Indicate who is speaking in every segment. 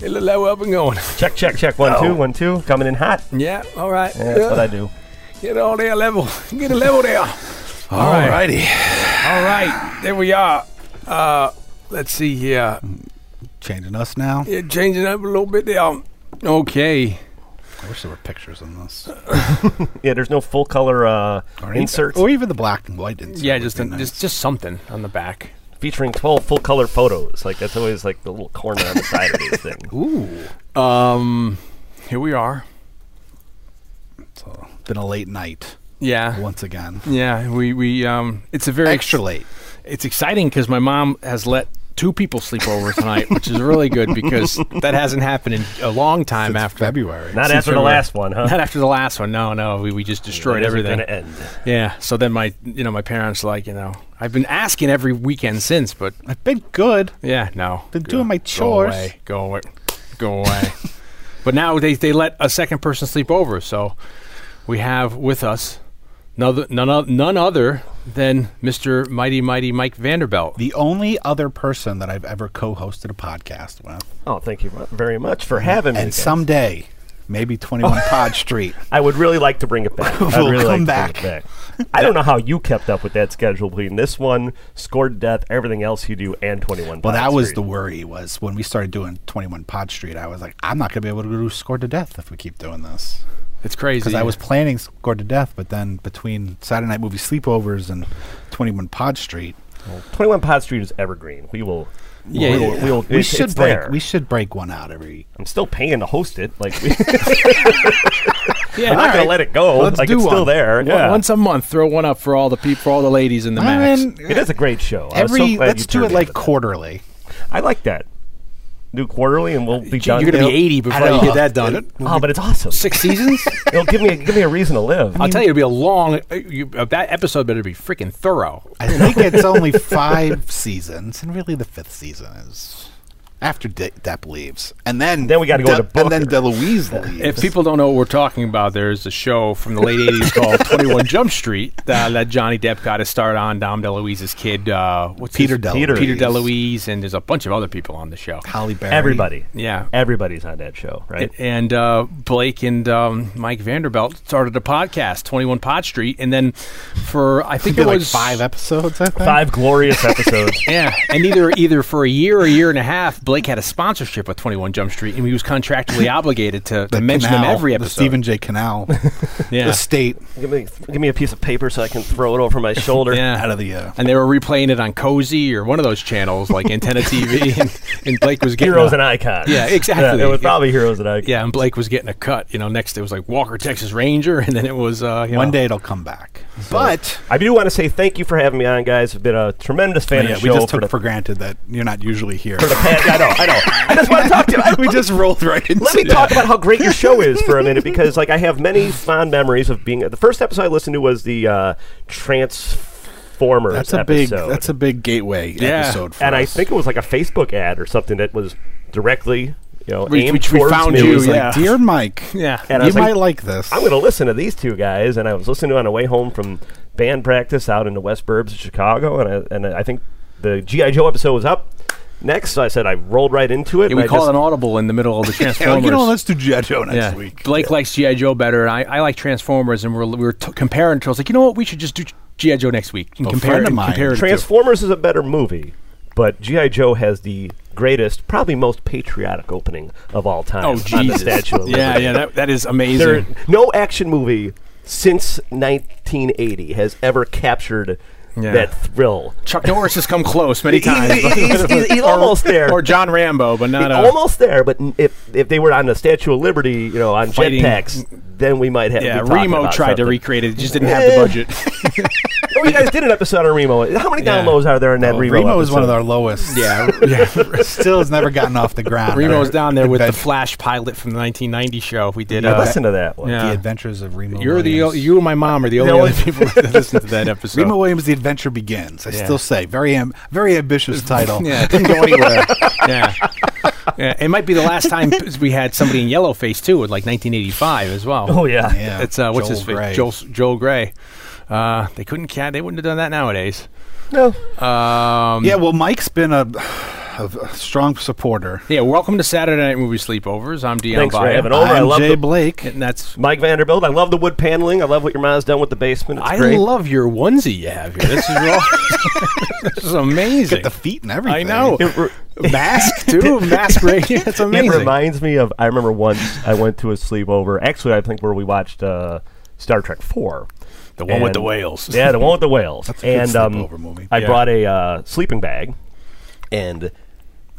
Speaker 1: little low up and going.
Speaker 2: Check, check, check. One,
Speaker 1: No.
Speaker 3: Oh.
Speaker 2: two, one, two. Coming in hot.
Speaker 1: Yeah, all right.
Speaker 2: Yeah, that's what I do.
Speaker 1: Get all there level. Get a level there. All right. All right. There we are. Uh, let's see here.
Speaker 3: Changing us now.
Speaker 1: Yeah, changing up a little bit there. Okay.
Speaker 3: I wish there were pictures on this,
Speaker 4: Uh,
Speaker 2: Yeah, there's no full color uh,
Speaker 3: or even-
Speaker 2: inserts
Speaker 3: or even the black and white insert.
Speaker 4: Yeah,
Speaker 3: would
Speaker 4: just
Speaker 3: be
Speaker 4: a,
Speaker 3: nice.
Speaker 4: just just something on the back.
Speaker 2: featuring 12 full color photos. Like, that's always like the little corner on the side of these things.
Speaker 3: ooh.
Speaker 4: Um, here we are.
Speaker 3: So, Oh, been a late night
Speaker 4: Yeah,
Speaker 3: once again.
Speaker 4: yeah. We we um, it's a very
Speaker 3: Extra late.
Speaker 4: It's exciting because my mom has let two people sleep over tonight, which is really good because that hasn't happened in a long time
Speaker 3: Since
Speaker 4: after
Speaker 3: February.
Speaker 2: Not
Speaker 4: Since
Speaker 2: after the
Speaker 4: February.
Speaker 2: last one, huh?
Speaker 4: Not after the last one. No, no. We, we just destroyed everything.
Speaker 2: Going to end.
Speaker 4: Yeah. So then my you know my parents like you know I've been asking every weekend since, but
Speaker 3: I've been good.
Speaker 4: yeah, no.
Speaker 3: Been
Speaker 4: Go-
Speaker 3: doing my
Speaker 4: Go
Speaker 3: chores.
Speaker 4: away. Go away. Go away. but now they, they let a second person sleep over. So we have with us none, oth- none, oth- none other than Mr. Mighty Mighty Mike Vanderbilt.
Speaker 3: The only other person that I've ever co-hosted a podcast with,
Speaker 2: Oh, thank you mu- very much for having me.
Speaker 3: and
Speaker 2: guys.
Speaker 3: someday, maybe Twenty One Pod Street.
Speaker 2: I would really like to bring it back. I'd
Speaker 3: We'll
Speaker 2: really
Speaker 3: come
Speaker 2: like to bring it back. I don't know how you kept up with that schedule between this one, Scored Death, everything else you do, and 21
Speaker 3: Well,
Speaker 2: Bond
Speaker 3: that was
Speaker 2: Street.
Speaker 3: the worry was when we started doing Twenty One Pod Street. I was like, I'm not going to be able to do Score to Death if we keep doing this
Speaker 4: It's crazy.
Speaker 3: because I was planning Score to Death, but then between Saturday Night Movie Sleepovers and Twenty One Pod Street,
Speaker 2: 21 Pod Street is evergreen. We will.
Speaker 4: Yeah,
Speaker 2: we
Speaker 4: yeah,
Speaker 2: will, we, will,
Speaker 3: we
Speaker 2: it's-
Speaker 3: should
Speaker 2: it's
Speaker 3: break
Speaker 2: there.
Speaker 3: we should break one out every.
Speaker 2: I'm still paying to host it. Like, we,
Speaker 4: yeah,
Speaker 2: I'm not going to let it go.
Speaker 3: Let's
Speaker 2: like,
Speaker 3: do
Speaker 2: it's still
Speaker 3: one.
Speaker 2: there.
Speaker 4: Well,
Speaker 2: Yeah.
Speaker 4: Once a month, throw one up for all the peop for all the ladies in the
Speaker 3: I
Speaker 4: max.
Speaker 3: mean,
Speaker 2: it is a great show. I was so
Speaker 3: every
Speaker 2: glad
Speaker 3: let's
Speaker 2: you
Speaker 3: do
Speaker 2: turned
Speaker 3: it like
Speaker 2: into that.
Speaker 3: quarterly.
Speaker 2: I like that. Do quarterly, and we'll be done.
Speaker 4: You're going to
Speaker 2: you
Speaker 4: be
Speaker 2: know?
Speaker 4: 80 before you get that done.
Speaker 2: Oh, but it's awesome.
Speaker 4: Six seasons?
Speaker 2: It'll give me a, give me a reason to live.
Speaker 4: I'll tell you, it'll be a long. uh, You, uh, that episode better be freaking thorough.
Speaker 3: I think it's only five seasons, and really the fifth season is after De- Depp leaves, and then
Speaker 2: Then we gotta go
Speaker 3: Depp-
Speaker 2: to
Speaker 3: and then
Speaker 2: Booker.
Speaker 3: DeLuise leaves.
Speaker 4: If people don't know what we're talking about, there's a show from the late 80s called 21 Jump Street that, that Johnny Depp got his start on, Dom DeLuise's kid. Uh, what's
Speaker 3: Peter
Speaker 4: his-
Speaker 3: DeLuise.
Speaker 4: Peter DeLuise, and there's a bunch of other people on the show.
Speaker 3: Holly Berry,
Speaker 2: Everybody.
Speaker 4: Yeah.
Speaker 2: Everybody's on that show, right?
Speaker 4: And uh, Blake and um, Mike Vanderbilt started a podcast, 21 Pod Street, and then for, I think
Speaker 3: It'd
Speaker 4: it
Speaker 3: be like
Speaker 4: was
Speaker 3: five episodes. I think
Speaker 2: Five glorious episodes.
Speaker 4: Yeah, and either either for a year or a year and a half, Blake had a sponsorship with Twenty One Jump Street, and he was contractually obligated to, to
Speaker 3: The
Speaker 4: mention
Speaker 3: canal,
Speaker 4: them every
Speaker 3: the
Speaker 4: episode.
Speaker 3: Stephen J. Canal
Speaker 4: yeah,
Speaker 3: estate
Speaker 2: give me give me a piece of paper so I can throw it over my shoulder.
Speaker 4: yeah.
Speaker 3: out of the uh,
Speaker 4: and they were replaying it on Cozy or one of those channels like Antenna TV, and, and Blake was getting
Speaker 2: Heroes
Speaker 4: a,
Speaker 2: and icons.
Speaker 4: Yeah, exactly.
Speaker 2: it was
Speaker 4: Yeah.
Speaker 2: probably heroes and icons.
Speaker 4: yeah, and Blake was getting a cut. You know, next it was like Walker Texas Ranger, and then it was uh, you
Speaker 3: One
Speaker 4: know,
Speaker 3: day it'll come back. But
Speaker 2: I do want to say thank you for having me on, guys. I've been a tremendous
Speaker 4: Oh,
Speaker 2: fan
Speaker 3: yeah,
Speaker 2: of the
Speaker 3: we
Speaker 2: show.
Speaker 3: just
Speaker 2: for
Speaker 3: took
Speaker 2: the,
Speaker 3: for, granted that you're not usually here.
Speaker 2: for the past, I know, I know. I just want to talk to you. I-
Speaker 3: we just rolled right into
Speaker 2: Let me
Speaker 3: that.
Speaker 2: talk about how great your show is for a minute because, like, I have many fond memories of being. The first episode I listened to was the uh, Transformers
Speaker 3: That's a big.
Speaker 2: episode.
Speaker 3: That's a big gateway
Speaker 4: Yeah.
Speaker 3: episode. For
Speaker 2: and I
Speaker 3: us.
Speaker 2: think it was like a Facebook ad or something that was directly, you know,
Speaker 4: We-
Speaker 2: aimed
Speaker 4: which we
Speaker 2: towards
Speaker 4: found
Speaker 2: me.
Speaker 3: it
Speaker 4: you,
Speaker 3: was
Speaker 4: yeah.
Speaker 3: like, dear Mike,
Speaker 4: Yeah.
Speaker 2: And I
Speaker 3: you
Speaker 2: was like,
Speaker 3: might like this.
Speaker 2: I'm going to listen to these two guys, and I was listening to it on the way home from band practice out in the West Burbs of Chicago, and I, and I think the GI Joe episode was up next, so I said I rolled right into it.
Speaker 4: yeah,
Speaker 2: and
Speaker 4: we
Speaker 2: I
Speaker 4: call
Speaker 2: just-
Speaker 4: an audible in the middle of the
Speaker 3: Yeah,
Speaker 4: Transformers.
Speaker 3: you know, let's do G.I. Joe next
Speaker 4: yeah,
Speaker 3: week.
Speaker 4: Blake likes GI Joe better, and I, I like Transformers, and we're, we were t- comparing. to- I was like, you know what, we should just do GI Joe next week and
Speaker 3: A
Speaker 4: compare
Speaker 3: friend
Speaker 4: it.
Speaker 3: of
Speaker 4: and
Speaker 3: mine-
Speaker 4: compare it to-
Speaker 2: Transformers is a better movie, but GI Joe has the greatest, probably most patriotic opening of all time.
Speaker 4: Oh,
Speaker 2: on the
Speaker 4: Jesus.
Speaker 2: Statue of
Speaker 4: yeah,
Speaker 2: Liberty.
Speaker 4: yeah, that, that is amazing.
Speaker 2: There, no action movie since 1980 has ever captured
Speaker 4: Yeah.
Speaker 2: that thrill.
Speaker 4: Chuck Norris has come close many
Speaker 2: He- he-
Speaker 4: times.
Speaker 2: he's- he's- he's
Speaker 4: Or-
Speaker 2: almost there.
Speaker 4: Or John Rambo, but not
Speaker 2: Yeah,
Speaker 4: a,
Speaker 2: almost there, but n- if if they were on the Statue of Liberty, you know, on
Speaker 4: Fighting-
Speaker 2: jetpacks, then we might have.
Speaker 4: Yeah,
Speaker 2: be talking
Speaker 4: Remo
Speaker 2: about
Speaker 4: tried to
Speaker 2: something.
Speaker 4: recreate it, just didn't have the
Speaker 2: Eh.
Speaker 4: budget.
Speaker 2: Oh, you guys did an episode on Remo. How many
Speaker 4: Yeah. Oh,
Speaker 2: downloads are there in that Remo?
Speaker 3: Remo is one of
Speaker 2: episode?
Speaker 3: our lowest.
Speaker 4: yeah, yeah.
Speaker 3: still has never gotten off the ground.
Speaker 4: Remo's down there with the
Speaker 3: Advent-
Speaker 4: Flash pilot from the 1990 show. We did.
Speaker 2: I
Speaker 4: Uh,
Speaker 2: listened to that one.
Speaker 4: Yeah.
Speaker 3: the adventures of Remo.
Speaker 4: you're the o-
Speaker 3: Williams.
Speaker 4: you and my mom are the only
Speaker 2: only-
Speaker 4: other people that listened to that episode.
Speaker 3: Remo Williams. The adventure begins. I
Speaker 4: Yeah.
Speaker 3: still say very am- very ambitious title.
Speaker 4: Yeah, it didn't go anywhere. yeah. yeah, it might be the last time we had somebody in yellow face too, with like 1985 as well.
Speaker 2: Oh yeah.
Speaker 3: Yeah,
Speaker 4: it's uh, what's
Speaker 3: Joel
Speaker 4: his face?
Speaker 3: Gray.
Speaker 4: Joel Joel Gray. Uh, they couldn't. ca- They wouldn't have done that nowadays.
Speaker 2: No.
Speaker 4: Um,
Speaker 3: Yeah, well, Mike's been a a, a strong supporter.
Speaker 4: Yeah, welcome to Saturday Night Movie Sleepovers. I'm Dion
Speaker 2: Thanks for
Speaker 4: Byer.
Speaker 2: having over. I
Speaker 3: I'm
Speaker 2: love
Speaker 3: Jay
Speaker 2: the-
Speaker 3: Blake.
Speaker 4: and that's
Speaker 2: Mike Vanderbilt. I love the wood paneling. I love what your mom's done with the basement. It's
Speaker 4: I
Speaker 2: great.
Speaker 4: love your onesie you have here. This is all, this is amazing.
Speaker 3: Get the feet and
Speaker 4: I
Speaker 3: everything.
Speaker 4: know.
Speaker 2: It re-
Speaker 4: mask too, mask right here. That's
Speaker 2: It
Speaker 4: amazing.
Speaker 2: reminds me of I remember once I went to a sleepover. Actually, I think where we watched uh, Star Trek Four,
Speaker 4: the one with
Speaker 2: and-
Speaker 4: the whales.
Speaker 2: Yeah, the one with the whales.
Speaker 3: That's a good
Speaker 2: and
Speaker 3: sleepover
Speaker 2: um,
Speaker 3: movie.
Speaker 2: I
Speaker 4: Yeah.
Speaker 2: brought a uh, sleeping bag, and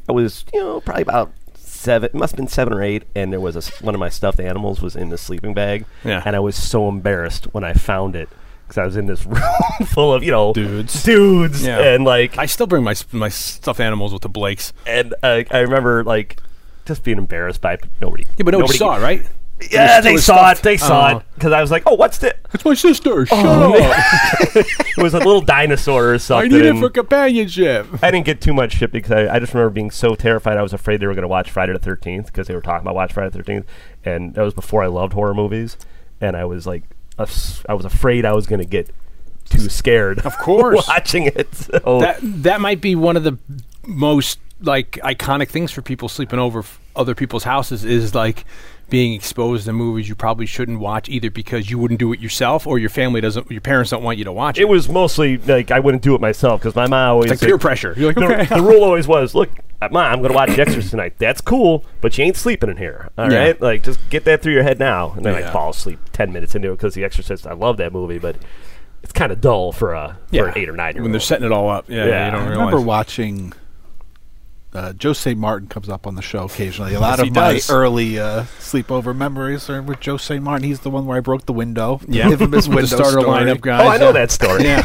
Speaker 2: I was you know probably about seven. It must have been seven or eight. And there was a s one of my stuffed animals was in the sleeping bag.
Speaker 4: Yeah.
Speaker 2: And I was so embarrassed when I found it because I was in this room full of you know
Speaker 4: Dudes.
Speaker 2: dudes,
Speaker 4: Yeah.
Speaker 2: and like
Speaker 4: I still bring my s- my stuffed animals with the Blakes.
Speaker 2: and uh, I remember like just being embarrassed by it, but nobody.
Speaker 4: Yeah, but nobody, saw it, right?
Speaker 2: Yeah,
Speaker 4: was- it
Speaker 2: they
Speaker 4: was
Speaker 2: saw
Speaker 4: stuffed.
Speaker 2: it. They saw
Speaker 4: Oh.
Speaker 2: it Oh. because I was like, "Oh, what's this?"
Speaker 4: It's my sister. Shut
Speaker 2: It was a little dinosaur or
Speaker 4: I
Speaker 2: something.
Speaker 4: need it
Speaker 2: and
Speaker 4: for companionship.
Speaker 2: I didn't get too much shit because I, I just remember being so terrified. I was afraid they were going to watch Friday the Thirteenth because they were talking about watch Friday the Thirteenth, and that was before I loved horror movies, and I was like, as- I was afraid I was going to get too scared. Of
Speaker 4: course.
Speaker 2: watching it. So
Speaker 4: That that might be one of the most like iconic things for people sleeping over f- other people's houses is like being exposed to movies you probably shouldn't watch either because you wouldn't do it yourself or your family doesn't your parents don't want you to watch it.
Speaker 2: it was mostly like I wouldn't do it myself because my mom always
Speaker 4: like peer pressure. You're like,
Speaker 2: the,
Speaker 4: "Okay."
Speaker 2: the rule always was, look, uh, mom, I'm going to watch The Exorcist tonight. That's cool, but you ain't sleeping in here. all right?
Speaker 4: Yeah.
Speaker 2: like just get that through your head now. And then
Speaker 4: Yeah.
Speaker 2: I fall asleep ten minutes into it because The Exorcist. I love that movie, but it's kind of dull for a for an eight or nine year
Speaker 4: when they're
Speaker 2: old.
Speaker 4: setting it all up. Yeah,
Speaker 2: Yeah.
Speaker 4: you
Speaker 2: I
Speaker 4: don't
Speaker 3: I
Speaker 4: realize.
Speaker 3: remember watching uh, Joe St. Martin comes up on the show occasionally. A lot
Speaker 4: Yes, he
Speaker 3: of my
Speaker 4: does.
Speaker 3: early uh, sleepover memories are with Joe St. Martin. He's the one where I broke the window. The
Speaker 4: Yeah.
Speaker 3: infamous
Speaker 4: With
Speaker 3: window
Speaker 4: the starter
Speaker 3: story.
Speaker 4: lineup guys.
Speaker 2: Oh, I know
Speaker 4: yeah.
Speaker 2: that story.
Speaker 4: Yeah.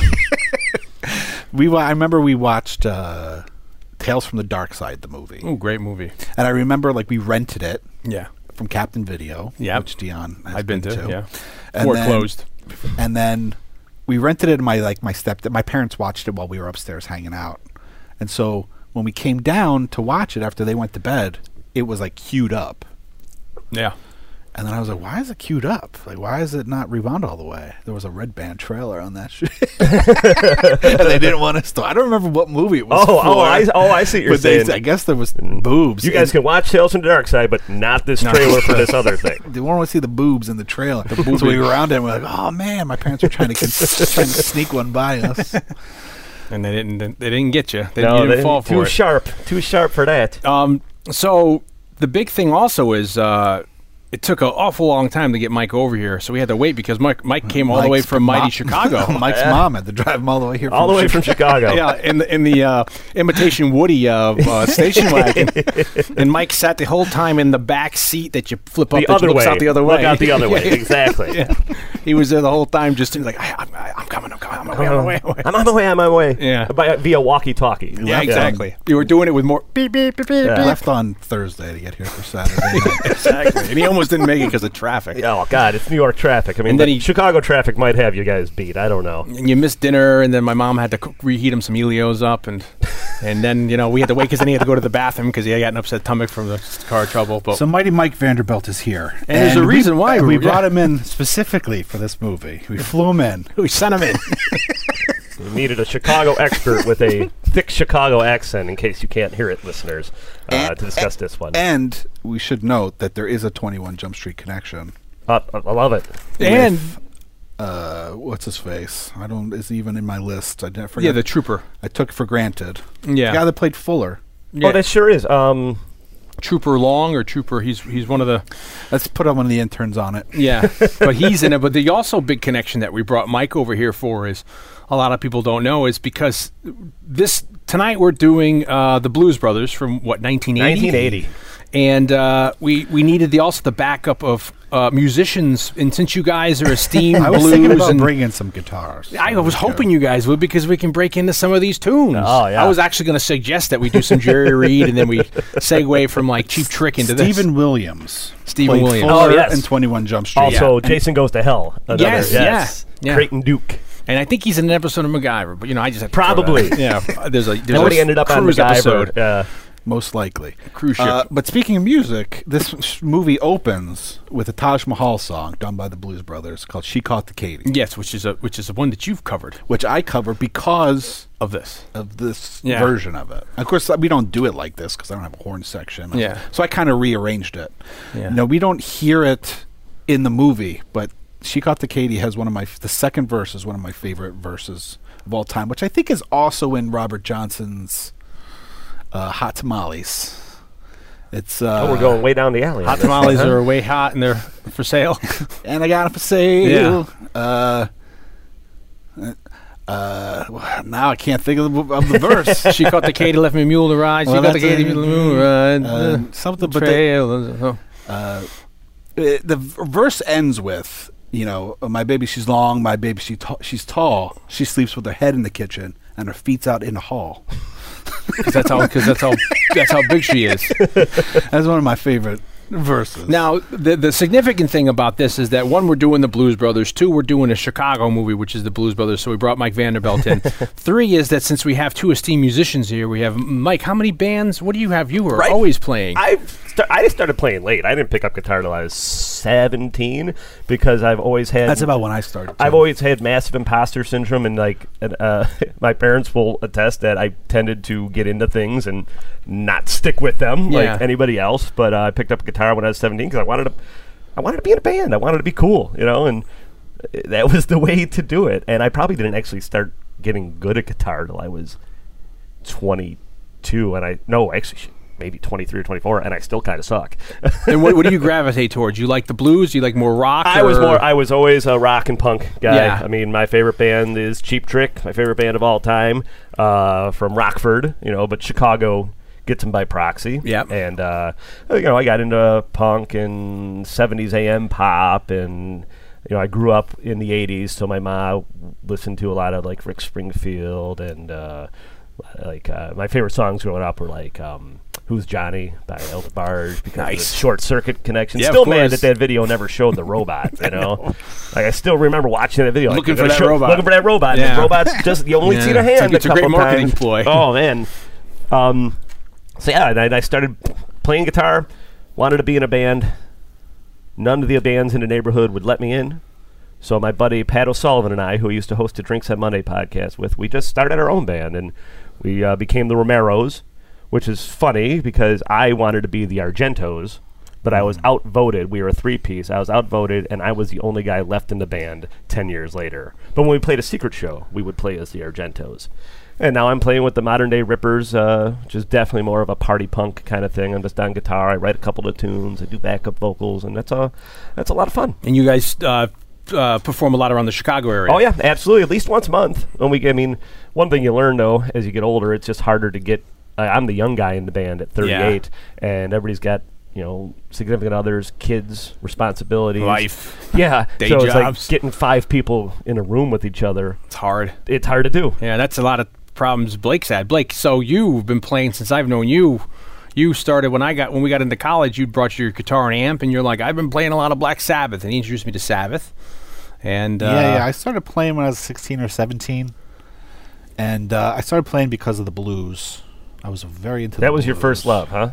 Speaker 3: We wa- I remember we watched uh, Tales from the Dark Side, the movie,
Speaker 4: Ooh, great movie.
Speaker 3: and I remember like we rented it
Speaker 4: Yeah.
Speaker 3: from Captain Video,
Speaker 4: Yep.
Speaker 3: which Dion has
Speaker 4: I've been to, yeah.
Speaker 3: And
Speaker 4: Before it
Speaker 3: then-
Speaker 4: closed.
Speaker 3: and then we rented it. And my like my step my parents watched it while we were upstairs hanging out, and so when we came down to watch it after they went to bed, it was like queued up.
Speaker 4: Yeah.
Speaker 3: And then I was like, "Why is it queued up? Like, why is it not rewound all the way?" There was a red band trailer on that shit, and they didn't want us to. I don't remember what movie it was.
Speaker 2: Oh,
Speaker 3: for,
Speaker 2: oh, I, oh, I see what you're
Speaker 3: but they,
Speaker 2: saying. Mm.
Speaker 3: I guess there was boobs.
Speaker 2: you guys
Speaker 3: in-
Speaker 2: can watch Tales from the Dark Side, but not this trailer for this other thing.
Speaker 3: They want to see the boobs in the trailer. so we were around it and we're like, "Oh man, my parents were trying to cons- trying to sneak one by us."
Speaker 4: And they didn't they didn't get you. They,
Speaker 2: No,
Speaker 4: you didn't
Speaker 2: they-
Speaker 4: fall
Speaker 2: too
Speaker 4: for it.
Speaker 2: sharp, too sharp for that.
Speaker 4: Um, so the big thing also is uh, it took an awful long time to get Mike over here, so we had to wait because Mike Mike came all the way
Speaker 3: Mike's
Speaker 4: from
Speaker 3: mo-
Speaker 4: mighty Chicago.
Speaker 3: Mike's mom had to drive him all the way here.
Speaker 2: All the way from Chicago.
Speaker 4: Oh, Yeah, in the in the uh, imitation Woody uh, uh, station wagon, and Mike sat the whole time in the back seat that you flip up
Speaker 2: The
Speaker 4: that
Speaker 2: other
Speaker 4: you looks
Speaker 2: way.
Speaker 4: out the other way.
Speaker 2: Look out the other way. Exactly.
Speaker 4: yeah, he was there the whole time, just like I, I'm, I'm coming, I'm coming, I'm away, I'm away, I'm away.
Speaker 2: I'm on my way. I'm on my way.
Speaker 4: Yeah.
Speaker 2: By, via walkie-talkie.
Speaker 4: Yeah, exactly. You were doing it with more beep beep beep beep.
Speaker 2: Yeah.
Speaker 4: beep.
Speaker 3: Left on Thursday to get here for Saturday. night.
Speaker 4: Exactly, and he almost didn't make it because of traffic.
Speaker 2: Oh God, it's New York traffic. I mean,
Speaker 4: And then
Speaker 2: the
Speaker 4: he-
Speaker 2: Chicago traffic might have you guys beat. I don't know.
Speaker 4: and you missed dinner, and then my mom had to cook, reheat him some Elios up, and and then you know we had to wait because then he had to go to the bathroom because he had an upset stomach from the car trouble. But
Speaker 3: so Mighty Mike Vanderbilt is here, and,
Speaker 4: there's a
Speaker 3: we-
Speaker 4: reason why
Speaker 3: we
Speaker 4: we're-
Speaker 3: brought him in specifically for this movie. We flew him in.
Speaker 4: we sent him in.
Speaker 2: We needed a Chicago expert with a thick Chicago accent, in case you can't hear it, listeners, uh, to discuss this one.
Speaker 3: And we should note that there is a 21 Jump Street connection.
Speaker 2: Uh, I I love it.
Speaker 4: and
Speaker 3: Uh, what's his face? I don't. It's even in my list. I didn't forget.
Speaker 4: yeah, the trooper.
Speaker 3: I took for granted.
Speaker 4: Yeah.
Speaker 3: The guy that played Fuller.
Speaker 4: Yeah,
Speaker 2: Oh, that sure is. Um,
Speaker 4: trooper Long or trooper. He's he's one of the
Speaker 3: Let's put one of the interns on it.
Speaker 4: yeah, but he's in it. But the also big connection that we brought Mike over here for is a lot of people don't know is because this tonight we're doing uh, the Blues Brothers from what 1980?
Speaker 2: 1980.
Speaker 4: and uh, we we needed the also the backup of uh, musicians. And since you guys are esteemed
Speaker 3: I was
Speaker 4: blues,
Speaker 3: thinking about
Speaker 4: and
Speaker 3: bringing some guitars.
Speaker 4: I was hoping you guys would because we can break into some of these tunes.
Speaker 2: Oh, yeah.
Speaker 4: I was actually going to suggest that we do some Jerry Reed and then we segue from like Cheap Trick into this.
Speaker 3: Stephen Williams.
Speaker 4: Stephen
Speaker 3: played
Speaker 4: Williams.
Speaker 3: Fuller
Speaker 2: Oh, yes.
Speaker 3: And 21 Jump Street.
Speaker 2: also, Jason goes to hell. Another,
Speaker 4: Yes, yeah, yeah.
Speaker 2: Creighton Duke.
Speaker 4: and I think he's in an episode of MacGyver, but you know I just had to throw
Speaker 2: Probably.
Speaker 4: that out. yeah. uh, There's a there's
Speaker 2: Nobody
Speaker 4: a
Speaker 2: ended up on
Speaker 4: Cruise
Speaker 2: MacGyver.
Speaker 4: episode.
Speaker 2: Uh,
Speaker 3: most likely.
Speaker 4: Cruise ship.
Speaker 3: Uh, but speaking of music, this sh- movie opens with a Taj Mahal song done by the Blues Brothers called "She Caught the Katy,"
Speaker 4: Yes, which is a which is the one that you've covered
Speaker 3: which I cover because
Speaker 4: of this.
Speaker 3: of this
Speaker 4: Yeah.
Speaker 3: version of it. Of course, we don't do it like this because I don't have a horn section.
Speaker 4: Yeah.
Speaker 3: So I kind of rearranged it.
Speaker 4: Yeah.
Speaker 3: No, we don't hear it in the movie, but She Caught the Katie has one of my, f- the second verse is one of my favorite verses of all time, which I think is also in Robert Johnson's uh, Hot Tamales. It's, uh,
Speaker 2: Oh, we're going way down the alley. on
Speaker 4: Hot
Speaker 2: this one,
Speaker 4: tamales
Speaker 2: huh?
Speaker 4: are way hot and they're for sale.
Speaker 3: and I got it for sale. Uh, uh, now I can't think of the, of the verse.
Speaker 4: she caught the Katie, left me a mule to ride. She
Speaker 3: Well,
Speaker 4: caught the
Speaker 3: that's
Speaker 4: Katie,
Speaker 3: a-
Speaker 4: left me a mule to ride.
Speaker 3: Uh,
Speaker 4: Uh,
Speaker 3: something, but they,
Speaker 4: trail. oh.
Speaker 3: uh, the v- verse ends with you know my baby she's long my baby she ta- she's tall she sleeps with her head in the kitchen and her feet's out in the hall
Speaker 4: Cause that's how because that's how that's how big she is.
Speaker 3: that's one of my favorite verses
Speaker 4: Now the the significant thing about this is that one we're doing the Blues Brothers, two we're doing a Chicago movie which is the Blues Brothers, so we brought Mike Vanderbilt in. Three is that since we have two esteemed musicians here, we have Mike. How many bands? What do you have? You were
Speaker 2: Right.
Speaker 4: always playing.
Speaker 2: I sta- I started playing late. I didn't pick up guitar till I was seventeen because I've always had
Speaker 3: that's about when i started
Speaker 2: I've
Speaker 3: too.
Speaker 2: always had massive imposter syndrome, and like and, uh, my parents will attest that I tended to get into things and not stick with them
Speaker 4: Yeah.
Speaker 2: like anybody else. But uh, I picked up guitar when I was seventeen because I wanted to, I wanted to be in a band. I wanted to be cool, you know, and uh, that was the way to do it. And I probably didn't actually start getting good at guitar till I was twenty two, and I no actually. shit, Maybe twenty three or twenty four, and I still kind of suck.
Speaker 4: and what, what do you gravitate towards? You like the blues? You like more rock?
Speaker 2: I was
Speaker 4: or-
Speaker 2: more. I was always a rock and punk guy.
Speaker 4: Yeah.
Speaker 2: I mean, my favorite band is Cheap Trick, my favorite band of all time, uh, from Rockford. You know, but Chicago gets them by proxy.
Speaker 4: Yep.
Speaker 2: And uh, you know, I got into punk and '70s AM pop, and you know, I grew up in the '80s, so my ma listened to a lot of like Rick Springfield and. Uh, like uh, my favorite songs growing up were like um, "Who's Johnny" by Elton Barge because of the
Speaker 4: Nice.
Speaker 2: short circuit connection.
Speaker 4: Yeah, of
Speaker 2: still mad
Speaker 4: course.
Speaker 2: that that video never showed the robot. You know? like I still remember watching that video, like,
Speaker 4: Looking
Speaker 2: they're
Speaker 4: for
Speaker 2: gonna
Speaker 4: that robot.
Speaker 2: Looking for that robot. And
Speaker 4: Yeah.
Speaker 2: the robot's just you only
Speaker 4: Yeah.
Speaker 2: see the
Speaker 4: It's a-
Speaker 2: hand.
Speaker 4: it's a great
Speaker 2: couple
Speaker 4: marketing
Speaker 2: times.
Speaker 4: ploy.
Speaker 2: Oh man. Um, so yeah, and I, and I started playing guitar. Wanted to be in a band. None of the bands in the neighborhood would let me in. So my buddy Pat O'Sullivan and I, who used to host the Drinks on Monday podcast with, we just started our own band and we uh, became the Romeros, which is funny because I wanted to be the Argentos, but I was outvoted. We were a three piece. I was outvoted, and I was the only guy left in the band ten years later. But when we played a secret show, we would play as the Argentos. And now I'm playing with the modern day Rippers, uh, which is definitely more of a party punk kind of thing. I'm just on guitar. I write a couple of tunes. I do backup vocals, and that's a that's a lot of fun.
Speaker 4: And you guys uh, uh, perform a lot around the Chicago area.
Speaker 2: Oh yeah, absolutely. At least once a month. When we, I mean, one thing you learn though, as you get older, it's just harder to get. Uh, I'm the young guy in the band at 38, and everybody's got you know significant others, kids, responsibilities,
Speaker 4: Life.
Speaker 2: Yeah,
Speaker 4: Day
Speaker 2: so it's
Speaker 4: jobs.
Speaker 2: like getting five people in a room with each other.
Speaker 4: It's hard.
Speaker 2: It's hard to do.
Speaker 4: Yeah, that's a lot of problems Blake's had. Blake, so you've been playing since I've known you. You started when I got when we got into college. You brought your guitar and amp, and you're like, I've been playing a lot of Black Sabbath, and he introduced me to Sabbath. And uh,
Speaker 5: yeah, yeah. I started playing when I was 16 or 17, and uh, I started playing because of the blues. I was very into.
Speaker 2: That
Speaker 5: the
Speaker 2: was your
Speaker 5: blues.
Speaker 2: first love, huh?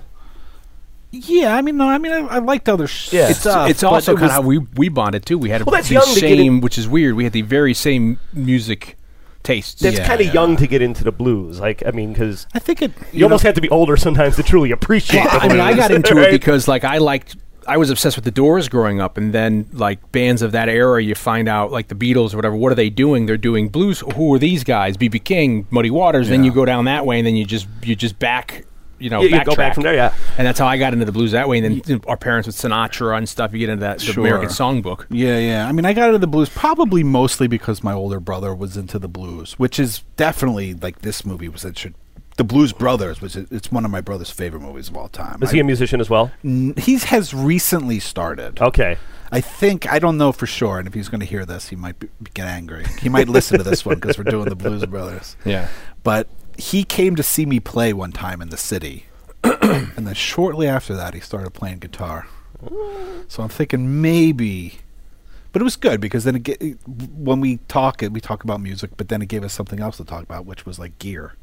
Speaker 3: yeah i mean no i mean i, I liked other sh-
Speaker 2: Yeah.
Speaker 4: It's,
Speaker 3: stuff
Speaker 4: it's
Speaker 3: but
Speaker 4: also
Speaker 3: it
Speaker 4: kind of
Speaker 3: was-
Speaker 4: how we, we bonded too. We had
Speaker 2: Well, that's
Speaker 4: the
Speaker 2: young to get in-
Speaker 4: same, which is weird. We had the very same music tastes.
Speaker 2: That's
Speaker 3: Yeah.
Speaker 2: kind of young to get into the blues. Like, I mean, because
Speaker 3: i think it
Speaker 2: you, almost have to be older sometimes to truly appreciate.
Speaker 4: Well,
Speaker 2: the
Speaker 4: I mean, I
Speaker 2: blues,
Speaker 4: got into it
Speaker 2: right?
Speaker 4: because like I liked. I was obsessed with the Doors growing up, and then like bands of that era, you find out like the Beatles or whatever. What are they doing? They're doing blues. Who are these guys? BB King, Muddy Waters. Then
Speaker 3: Yeah.
Speaker 4: you go down that way, and then you just you just back. You know,
Speaker 2: Yeah, you go back
Speaker 4: backtrack.
Speaker 2: from there, yeah.
Speaker 4: And that's how I got into the blues that way. And then you know, our parents with Sinatra and stuff. You get into that the
Speaker 3: Sure.
Speaker 4: American Songbook.
Speaker 3: Yeah, yeah. I mean, I got into the blues probably mostly because my older brother was into the blues, which is definitely like this movie was it should the Blues Brothers was it, it's one of my brother's favorite movies of all time.
Speaker 2: Is he a musician as well?
Speaker 3: he's has recently started.
Speaker 2: Okay.
Speaker 3: I think I don't know for sure, and if he's going to hear this, he might be, get angry. He might listen to this one because we're doing the Blues Brothers.
Speaker 4: Yeah.
Speaker 3: But he came to see me play one time in the city, and then shortly after that, he started playing guitar. So I'm thinking maybe, but it was good because then it ge- it- when we talk, it- we talk about music, but then it gave us something else to talk about, which was like gear.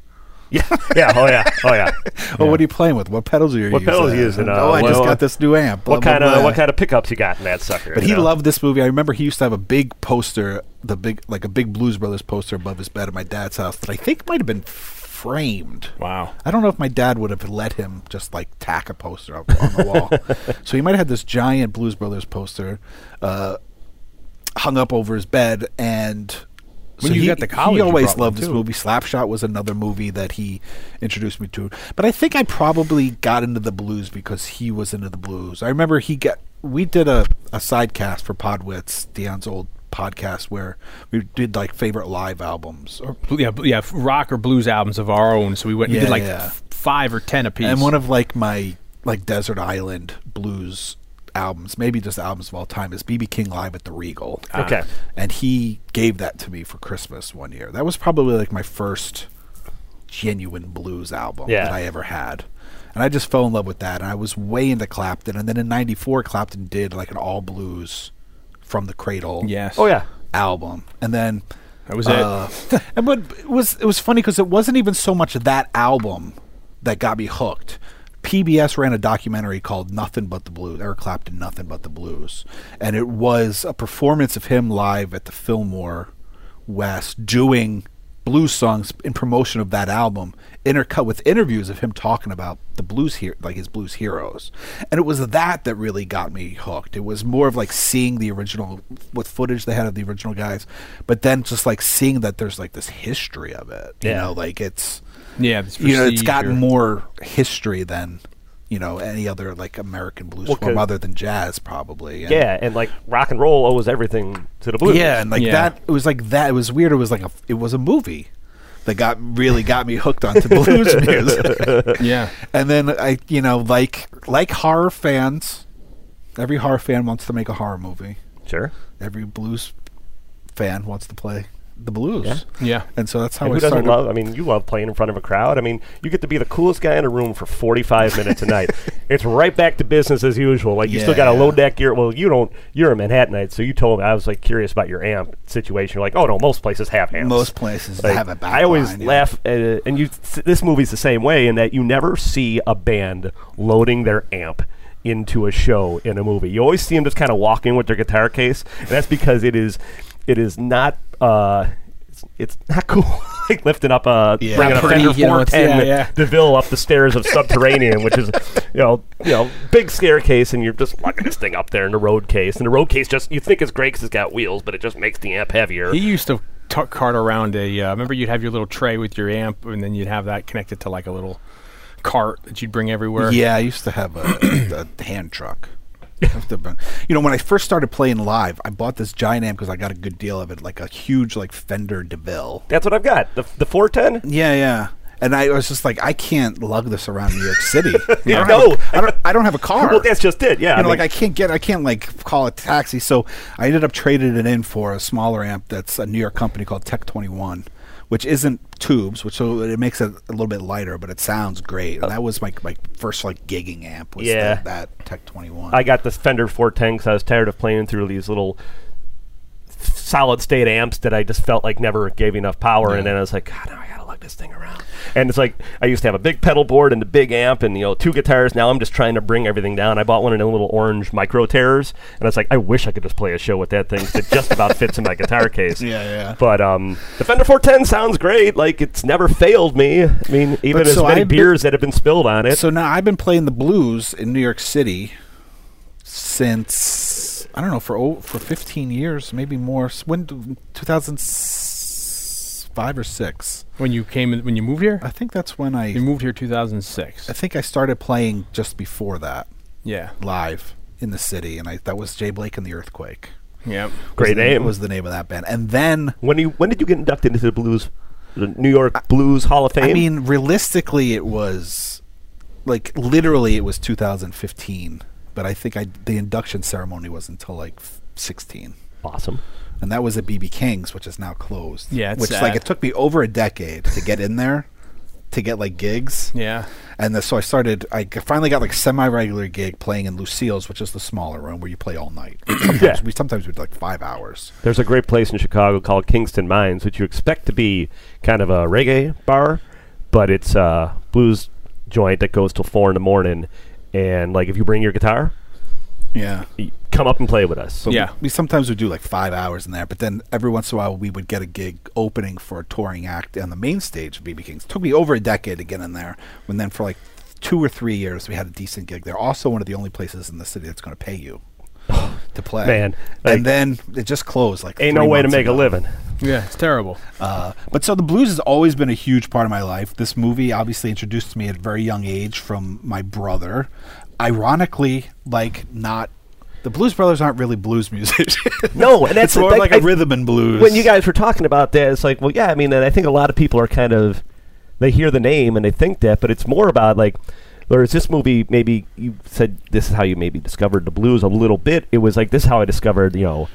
Speaker 2: Yeah, yeah, oh yeah, oh yeah.
Speaker 3: Well, what are you playing with? What pedals are you
Speaker 2: What
Speaker 3: using?
Speaker 2: pedals you using? Uh,
Speaker 3: oh, I just
Speaker 2: well,
Speaker 3: got this new amp.
Speaker 2: What
Speaker 3: blah,
Speaker 2: kind
Speaker 3: blah,
Speaker 2: of
Speaker 3: blah.
Speaker 2: what kind of pickups you got in that sucker?
Speaker 3: But
Speaker 2: you
Speaker 3: he
Speaker 2: know?
Speaker 3: loved this movie. I remember he used to have a big poster, the big like a big Blues Brothers poster above his bed at my dad's house that I think might have been framed.
Speaker 4: Wow.
Speaker 3: I don't know if my dad would have let him just like tack a poster up on the wall. So he might have had this giant Blues Brothers poster uh, hung up over his bed and.
Speaker 4: When you
Speaker 3: he,
Speaker 4: got to college,
Speaker 3: he
Speaker 4: you
Speaker 3: always
Speaker 4: brought one,
Speaker 3: loved this
Speaker 4: too.
Speaker 3: movie. Slapshot was another movie that he introduced me to. But I think I probably got into the blues because he was into the blues. I remember he got we did a, a sidecast for Podwits, Dion's old podcast where we did like favorite live albums or
Speaker 4: Bl- Yeah, bl- yeah, f- rock or blues albums of our own. So we went. we
Speaker 3: Yeah,
Speaker 4: did like
Speaker 3: yeah.
Speaker 4: f- five or ten apiece.
Speaker 3: And one of like my like desert island blues albums, maybe just albums of all time, is BB King live at the Regal.
Speaker 2: Ah. Okay.
Speaker 3: And he gave that to me for Christmas one year. That was probably like my first genuine blues album
Speaker 2: Yeah.
Speaker 3: that I ever had. And I just fell in love with that. And I was way into Clapton. And then in '94, Clapton did like an all blues from the cradle
Speaker 4: yes.
Speaker 2: Oh yeah,
Speaker 3: album. And then
Speaker 4: That was it.
Speaker 3: uh, and but it was it was funny because it wasn't even so much that album that got me hooked. PBS ran a documentary called "Nothing But the Blues," Eric Clapton, "Nothing But the Blues," and it was a performance of him live at the Fillmore West doing blues songs in promotion of that album, intercut with interviews of him talking about the blues here, like his blues heroes, and it was that that really got me hooked. It was more of like seeing the original, what footage they had of the original guys, but then just like seeing that there's like this history of it. You
Speaker 2: Yeah.
Speaker 3: know, like it's
Speaker 4: Yeah. It's
Speaker 3: you know it's gotten
Speaker 4: procedure.
Speaker 3: more history than you know any other like American blues
Speaker 2: Well,
Speaker 3: form
Speaker 2: 'cause-
Speaker 3: other than jazz probably. And-
Speaker 2: yeah, and like rock and roll owes everything to the blues.
Speaker 3: yeah, and like
Speaker 4: Yeah.
Speaker 3: that, it was like that. It was weird. It was like a, it was a movie that got really got me hooked onto blues music.
Speaker 4: Yeah.
Speaker 3: and then I, you know, like like horror fans, every horror fan wants to make a horror movie.
Speaker 2: sure.
Speaker 3: Every blues fan wants to play the blues.
Speaker 4: Yeah.
Speaker 3: And so that's how
Speaker 2: And
Speaker 3: I
Speaker 2: who doesn't
Speaker 3: started.
Speaker 2: love? I mean, you love playing in front of a crowd. I mean, you get to be the coolest guy in a room for 45 minutes a night. It's right back to business as usual. Like you still got to
Speaker 3: Yeah.
Speaker 2: load that gear. Well, you don't. You're a Manhattanite, so you told me I was like curious about your amp situation. You're like, oh no, most places have amps.
Speaker 3: Most places
Speaker 2: Like,
Speaker 3: have a back
Speaker 2: I always
Speaker 3: line, yeah.
Speaker 2: laugh, at, and you. This movie's the same way in that you never see a band loading their amp into a show in a movie. You always see them just kind of walking with their guitar case, and that's because it is, it is not. Uh, it's, it's not cool. like lifting up a
Speaker 3: Yeah.
Speaker 2: bringing a
Speaker 3: Not pretty,
Speaker 2: Fender
Speaker 4: you know, it's-
Speaker 2: 410
Speaker 4: yeah,
Speaker 2: with
Speaker 4: yeah.
Speaker 2: Deville up the stairs of Subterranean, which is you know you know big staircase, and you're just lugging this thing up there in the road case, and the road case just you think it's great because it's got wheels, but it just makes the amp heavier.
Speaker 4: He used to t- cart around a. Uh, remember, you'd have your little tray with your amp, and then you'd have that connected to like a little cart that you'd bring everywhere.
Speaker 3: Yeah, I used to have a, a hand truck. I have to bring- you know, when I first started playing live, I bought this giant amp because I got a good deal of it, like a huge like Fender DeVille.
Speaker 2: That's what I've got. The the 410.
Speaker 3: Yeah, yeah. And I was just like, I can't lug this around New York City.
Speaker 2: Yeah,
Speaker 3: I don't
Speaker 2: no.
Speaker 3: have a- I don't. I don't have a car.
Speaker 2: Well, that's just it. Yeah,
Speaker 3: you know,
Speaker 2: I mean,
Speaker 3: like I can't get, I can't like call a taxi. So I ended up trading it in for a smaller amp that's a New York company called Tech Twenty One, which isn't tubes, which so it makes it a little bit lighter, but it sounds great. And that was my my first like gigging amp was
Speaker 2: Oh. Yeah.
Speaker 3: that, that Tech Twenty One.
Speaker 2: I got this Fender 410 because I was tired of playing through these little solid state amps that I just felt like never gave enough power. And then I was like, God, now I gotta lug this thing around. And it's like I used to have a big pedal board and a big amp and you know two guitars. Now I'm just trying to bring everything down. I bought one of the little orange micro terrors, and I was like, I wish I could just play a show with that thing 'cause it just about fits in my guitar case.
Speaker 3: Yeah, yeah.
Speaker 2: But um, the Fender 410 sounds great. Like it's never failed me. I mean, even
Speaker 3: But
Speaker 2: as
Speaker 3: so
Speaker 2: many
Speaker 3: I've been-
Speaker 2: beers that have been spilled on it.
Speaker 3: So now I've been playing the blues in New York City since I don't know for oh, for 15 years, maybe more. S- When 2005 or 6.
Speaker 4: When you came, in, when you moved here,
Speaker 3: I think that's when I
Speaker 4: you moved here
Speaker 3: I
Speaker 4: 2006.
Speaker 3: think I started playing just before that
Speaker 4: Yeah.
Speaker 3: live in the city and I that was Jay Blake and the Earthquake.
Speaker 4: Yeah.
Speaker 2: great name.
Speaker 3: was the name of that band. And then
Speaker 2: When you when did you get inducted into the blues, the New York Blues Hall of Fame?
Speaker 3: I mean, realistically, it was like literally it was 2015, but I think I the induction ceremony was until like f- 16,
Speaker 2: awesome.
Speaker 3: and that was at BB King's, which is now closed.
Speaker 4: Yeah, it's
Speaker 3: which like
Speaker 4: sad.
Speaker 3: it took me over a decade to get in there. To get like gigs,
Speaker 4: Yeah.
Speaker 3: and the, so I started. I g- finally got like semi-regular gig playing in Lucille's, which is the smaller room where you play all night. Sometimes
Speaker 2: Yeah.
Speaker 3: we sometimes we do like five hours.
Speaker 2: There's a great place in Chicago called Kingston Mines, which you expect to be kind of a reggae bar, but it's a blues joint that goes till four in the morning. And like, if you bring your guitar,
Speaker 3: Yeah.
Speaker 2: y- come up and play with us.
Speaker 3: But
Speaker 4: Yeah.
Speaker 3: We, we sometimes would do like five hours in there, but then every once in a while we would get a gig opening for a touring act on the main stage of BB King's. took me over a decade to get in there. And then for like two or three years we had a decent gig. They're also one of the only places in the city that's going to pay you to play.
Speaker 2: Man, like-
Speaker 3: and then it just closed. Like
Speaker 2: Ain't
Speaker 3: three
Speaker 2: no way to
Speaker 3: months
Speaker 2: make a
Speaker 3: ago.
Speaker 2: living.
Speaker 4: Yeah, it's terrible.
Speaker 3: Uh, but so the blues has always been a huge part of my life. This movie obviously introduced me at a very young age from my brother. Ironically, like not the Blues Brothers aren't really blues musicians.
Speaker 2: No, and that's
Speaker 3: it's more
Speaker 2: the-
Speaker 3: like,
Speaker 2: I-
Speaker 3: a rhythm and blues.
Speaker 2: When you guys were talking about that, it's like, well, yeah, I mean, and I think a lot of people are kind of they hear the name and they think that, but it's more about like, whereas this movie, maybe you said this is how you maybe discovered the blues a little bit. It was like this is how I discovered, you know,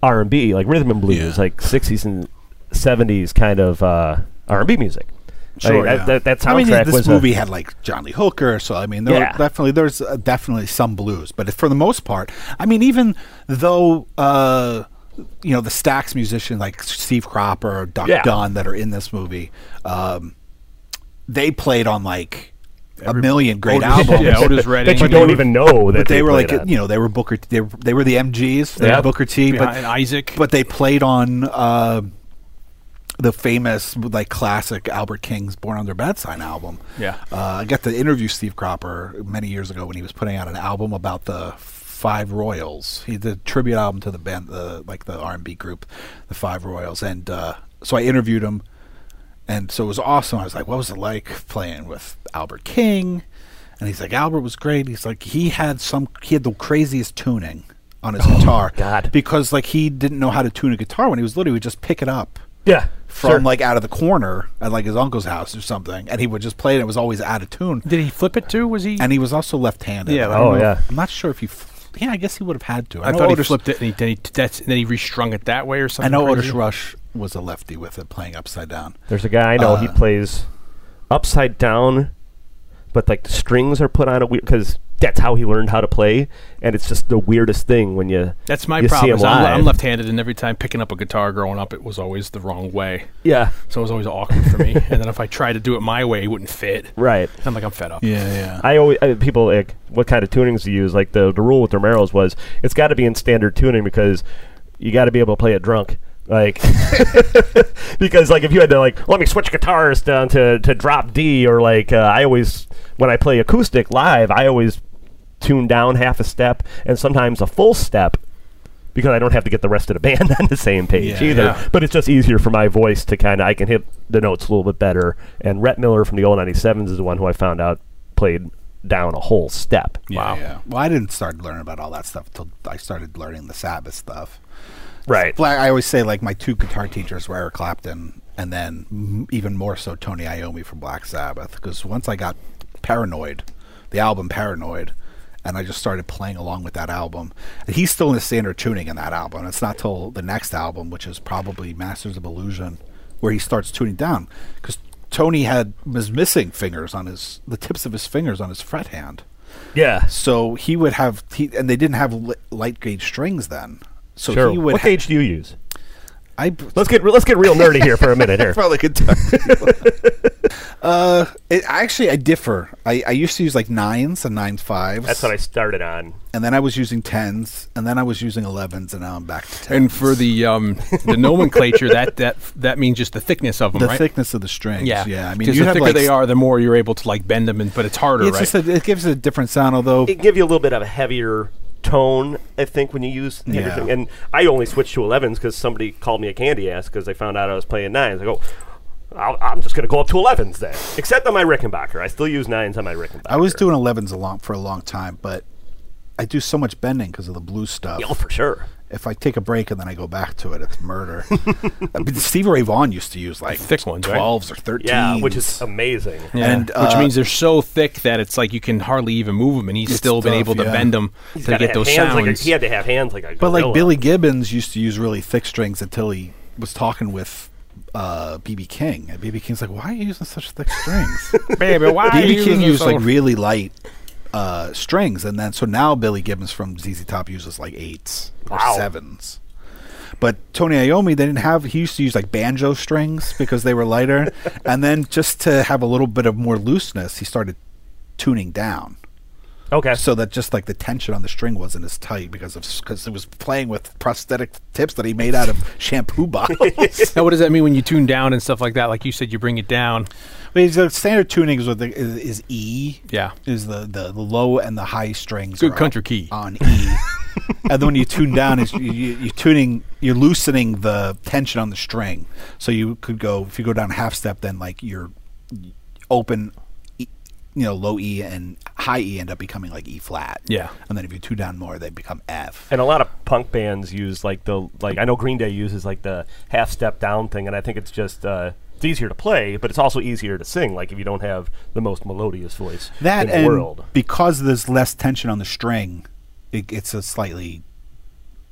Speaker 2: R and B, like rhythm and blues,
Speaker 3: Yeah.
Speaker 2: like sixties and seventies kind of uh, R and B music. I mean,
Speaker 3: Sure, yeah.
Speaker 2: that, that, that soundtrack
Speaker 3: I mean, this
Speaker 2: was a-
Speaker 3: movie had like John Lee Hooker, so I mean, there
Speaker 2: Yeah.
Speaker 3: were definitely there's uh, definitely some blues, but for the most part, I mean, even though uh, you know the Stax musicians like Steve Cropper, Duck
Speaker 2: Yeah.
Speaker 3: Dunn that are in this movie, um, they played on like a million great albums.
Speaker 4: yeah, Otis Redding.
Speaker 2: that you don't even know that
Speaker 3: But they were like,
Speaker 2: played on.
Speaker 3: you know, they were Booker. T- They were, they were the MGs. They
Speaker 2: Yeah.
Speaker 3: were Booker T.
Speaker 4: Yeah,
Speaker 3: But
Speaker 4: and Isaac.
Speaker 3: but they played on uh, the famous like classic Albert King's "Born Under Bad Sign" album.
Speaker 4: Yeah.
Speaker 3: uh, I got to interview Steve Cropper many years ago when he was putting out an album about the Five Royals. He did a tribute album to the band, the like the R and B group, the Five Royals, and uh, so I interviewed him. And so it was awesome. I was like, what was it like playing with Albert King? And he's like, Albert was great. He's like, he had some, he had the craziest tuning on his guitar.
Speaker 2: Oh, God.
Speaker 3: Because like he didn't know how to tune a guitar when he was little. He would just pick it up
Speaker 2: yeah,
Speaker 3: from
Speaker 2: sure.
Speaker 3: like out of the corner at like his uncle's house or something. And he would just play it. And it was always out of tune.
Speaker 4: Did he flip it too? Was he?
Speaker 3: And he was also left handed.
Speaker 4: Yeah,
Speaker 2: oh, yeah.
Speaker 3: I'm not sure if he, f- yeah, I guess he would have had to.
Speaker 4: I thought he
Speaker 3: Otis-
Speaker 4: flipped it, and he, then he that's, and then he restrung it that way or
Speaker 3: I
Speaker 4: something.
Speaker 3: know
Speaker 4: crazy.
Speaker 3: Otis Rush was a lefty with it playing upside down.
Speaker 2: There's a guy I know. he
Speaker 3: Uh,
Speaker 2: plays upside down, but like the strings are put on a weird because that's how he learned how to play, and it's just the weirdest thing when you.
Speaker 4: That's my
Speaker 2: you see
Speaker 4: problem.
Speaker 2: him
Speaker 4: is I'm, I'm
Speaker 2: live.
Speaker 4: left-handed, and every time picking up a guitar growing up, it was always the wrong way.
Speaker 2: Yeah,
Speaker 4: So it was always awkward for me. and then if I tried to do it my way, it wouldn't fit.
Speaker 2: right.
Speaker 4: I'm like, I'm fed up.
Speaker 3: Yeah, yeah.
Speaker 2: I always I, people like what kind of tunings to use. Like the the rule with Romero's was it's got to be in standard tuning because you got to be able to play it drunk. Like because like if you had to like let me switch guitars down to to drop D or like uh, I always when I play acoustic live I always tune down half a step and sometimes a full step because I don't have to get the rest of the band on the same page
Speaker 3: Yeah,
Speaker 2: either.
Speaker 4: yeah.
Speaker 2: But it's just easier for my voice to kind of I can hit the notes a little bit better. And Rhett Miller from the old 97s is the one who I found out played down a whole step.
Speaker 4: Wow.
Speaker 3: Yeah. Well, I didn't start learning about all that stuff until I started learning the Sabbath stuff.
Speaker 2: Right.
Speaker 3: Well, I always say like my two guitar teachers were Eric Clapton and then m- even more so Tony Iommi from Black Sabbath because once I got paranoid, the album Paranoid, and I just started playing along with that album. And he's still in the standard tuning in that album. It's not till the next album, which is probably Masters of Illusion, where he starts tuning down because Tony had was missing fingers on his the tips of his fingers on his fret hand.
Speaker 2: Yeah.
Speaker 3: So he would have he, and they didn't have li- light gauge strings then. So
Speaker 2: Sure.
Speaker 3: he would
Speaker 2: What
Speaker 3: ha-
Speaker 2: gauge do you use?
Speaker 3: I
Speaker 2: Let's get re- let's get real nerdy here for a minute here.
Speaker 3: probably could tell. uh, it, actually, I differ. I, I used to use like nines and nine fives.
Speaker 2: That's what I started on.
Speaker 3: And then I was using tens, and then I was using elevens, and now I'm back to tens.
Speaker 4: And for the um, the nomenclature, that that that means just the thickness of them,
Speaker 3: the
Speaker 4: right?
Speaker 3: thickness of the strings.
Speaker 4: Yeah,
Speaker 3: yeah. I mean,
Speaker 4: Because
Speaker 3: you
Speaker 4: the
Speaker 3: have
Speaker 4: thicker
Speaker 3: like
Speaker 4: they
Speaker 3: s-
Speaker 4: are, the more you're able to like bend them, and, but it's harder,
Speaker 3: It's
Speaker 4: right?
Speaker 3: just a, it gives it a different sound, although
Speaker 2: It give you a little bit of a heavier tone, I think, when you use heavier
Speaker 3: Yeah.
Speaker 2: thing. And I only switched to 11s because somebody called me a candy ass because they found out I was playing nines. I go, I'll, I'm just going to go up to 11s then, except on my Rickenbacker. I still use nines on my Rickenbacker.
Speaker 3: I was doing elevens a long for a long time, but I do so much bending because of the blues stuff.
Speaker 2: Oh, for sure.
Speaker 3: If I take a break and then I go back to it, it's murder. I mean, Steve Ray Vaughan used to use like
Speaker 4: thick ones, right?
Speaker 3: twelves or thirteens.
Speaker 2: Yeah, which is amazing.
Speaker 4: Yeah.
Speaker 3: and,
Speaker 4: which
Speaker 3: uh,
Speaker 4: means they're so thick that it's like you can hardly even move them, and he's still been
Speaker 3: tough,
Speaker 4: able to
Speaker 3: yeah.
Speaker 4: bend them
Speaker 2: He's
Speaker 4: to
Speaker 2: gotta
Speaker 4: get
Speaker 2: have
Speaker 4: those
Speaker 2: hands
Speaker 4: sounds.
Speaker 2: like a- he had to have hands like a
Speaker 3: But like
Speaker 2: gorilla.
Speaker 3: Billy Gibbons used to use really thick strings until he was talking with uh, BB King, and BB King's like, "Why are you using such thick strings?"
Speaker 4: Baby, why are you
Speaker 3: BB King
Speaker 4: using
Speaker 3: used
Speaker 4: so-
Speaker 3: like really light uh, strings, and then so now Billy Gibbons from ZZ Top uses like eights or
Speaker 2: Wow.
Speaker 3: sevens.
Speaker 6: But Tony Iommi, they didn't have. He used to use like banjo strings because they were lighter, and then just to have a little bit of more looseness, he started tuning down
Speaker 2: Okay.
Speaker 6: so that just like the tension on the string wasn't as tight because of because it was playing with prosthetic tips that he made out of shampoo bottles.
Speaker 4: Now, what does that mean when you tune down and stuff like that? Like you said, you bring it down.
Speaker 3: But it's, uh, standard tuning is what the, is, is E.
Speaker 4: Yeah.
Speaker 3: is the, the, the low and the high strings.
Speaker 4: Good
Speaker 3: are
Speaker 4: country
Speaker 3: on-
Speaker 4: key.
Speaker 3: on E. and then when you tune down, is you, you, you're tuning, you're loosening the tension on the string. So you could go if you go down a half step, then like your open, e, you know, low E and high E end up becoming like E flat.
Speaker 4: Yeah.
Speaker 3: and then if you tune down more, they become F.
Speaker 2: and a lot of punk bands use like the like I know Green Day uses like the half step down thing, and I think it's just uh, it's easier to play, but it's also easier to sing. Like if you don't have the most melodious voice
Speaker 3: That
Speaker 2: in
Speaker 3: and
Speaker 2: the world,
Speaker 3: because there's less tension on the string, it, it's a slightly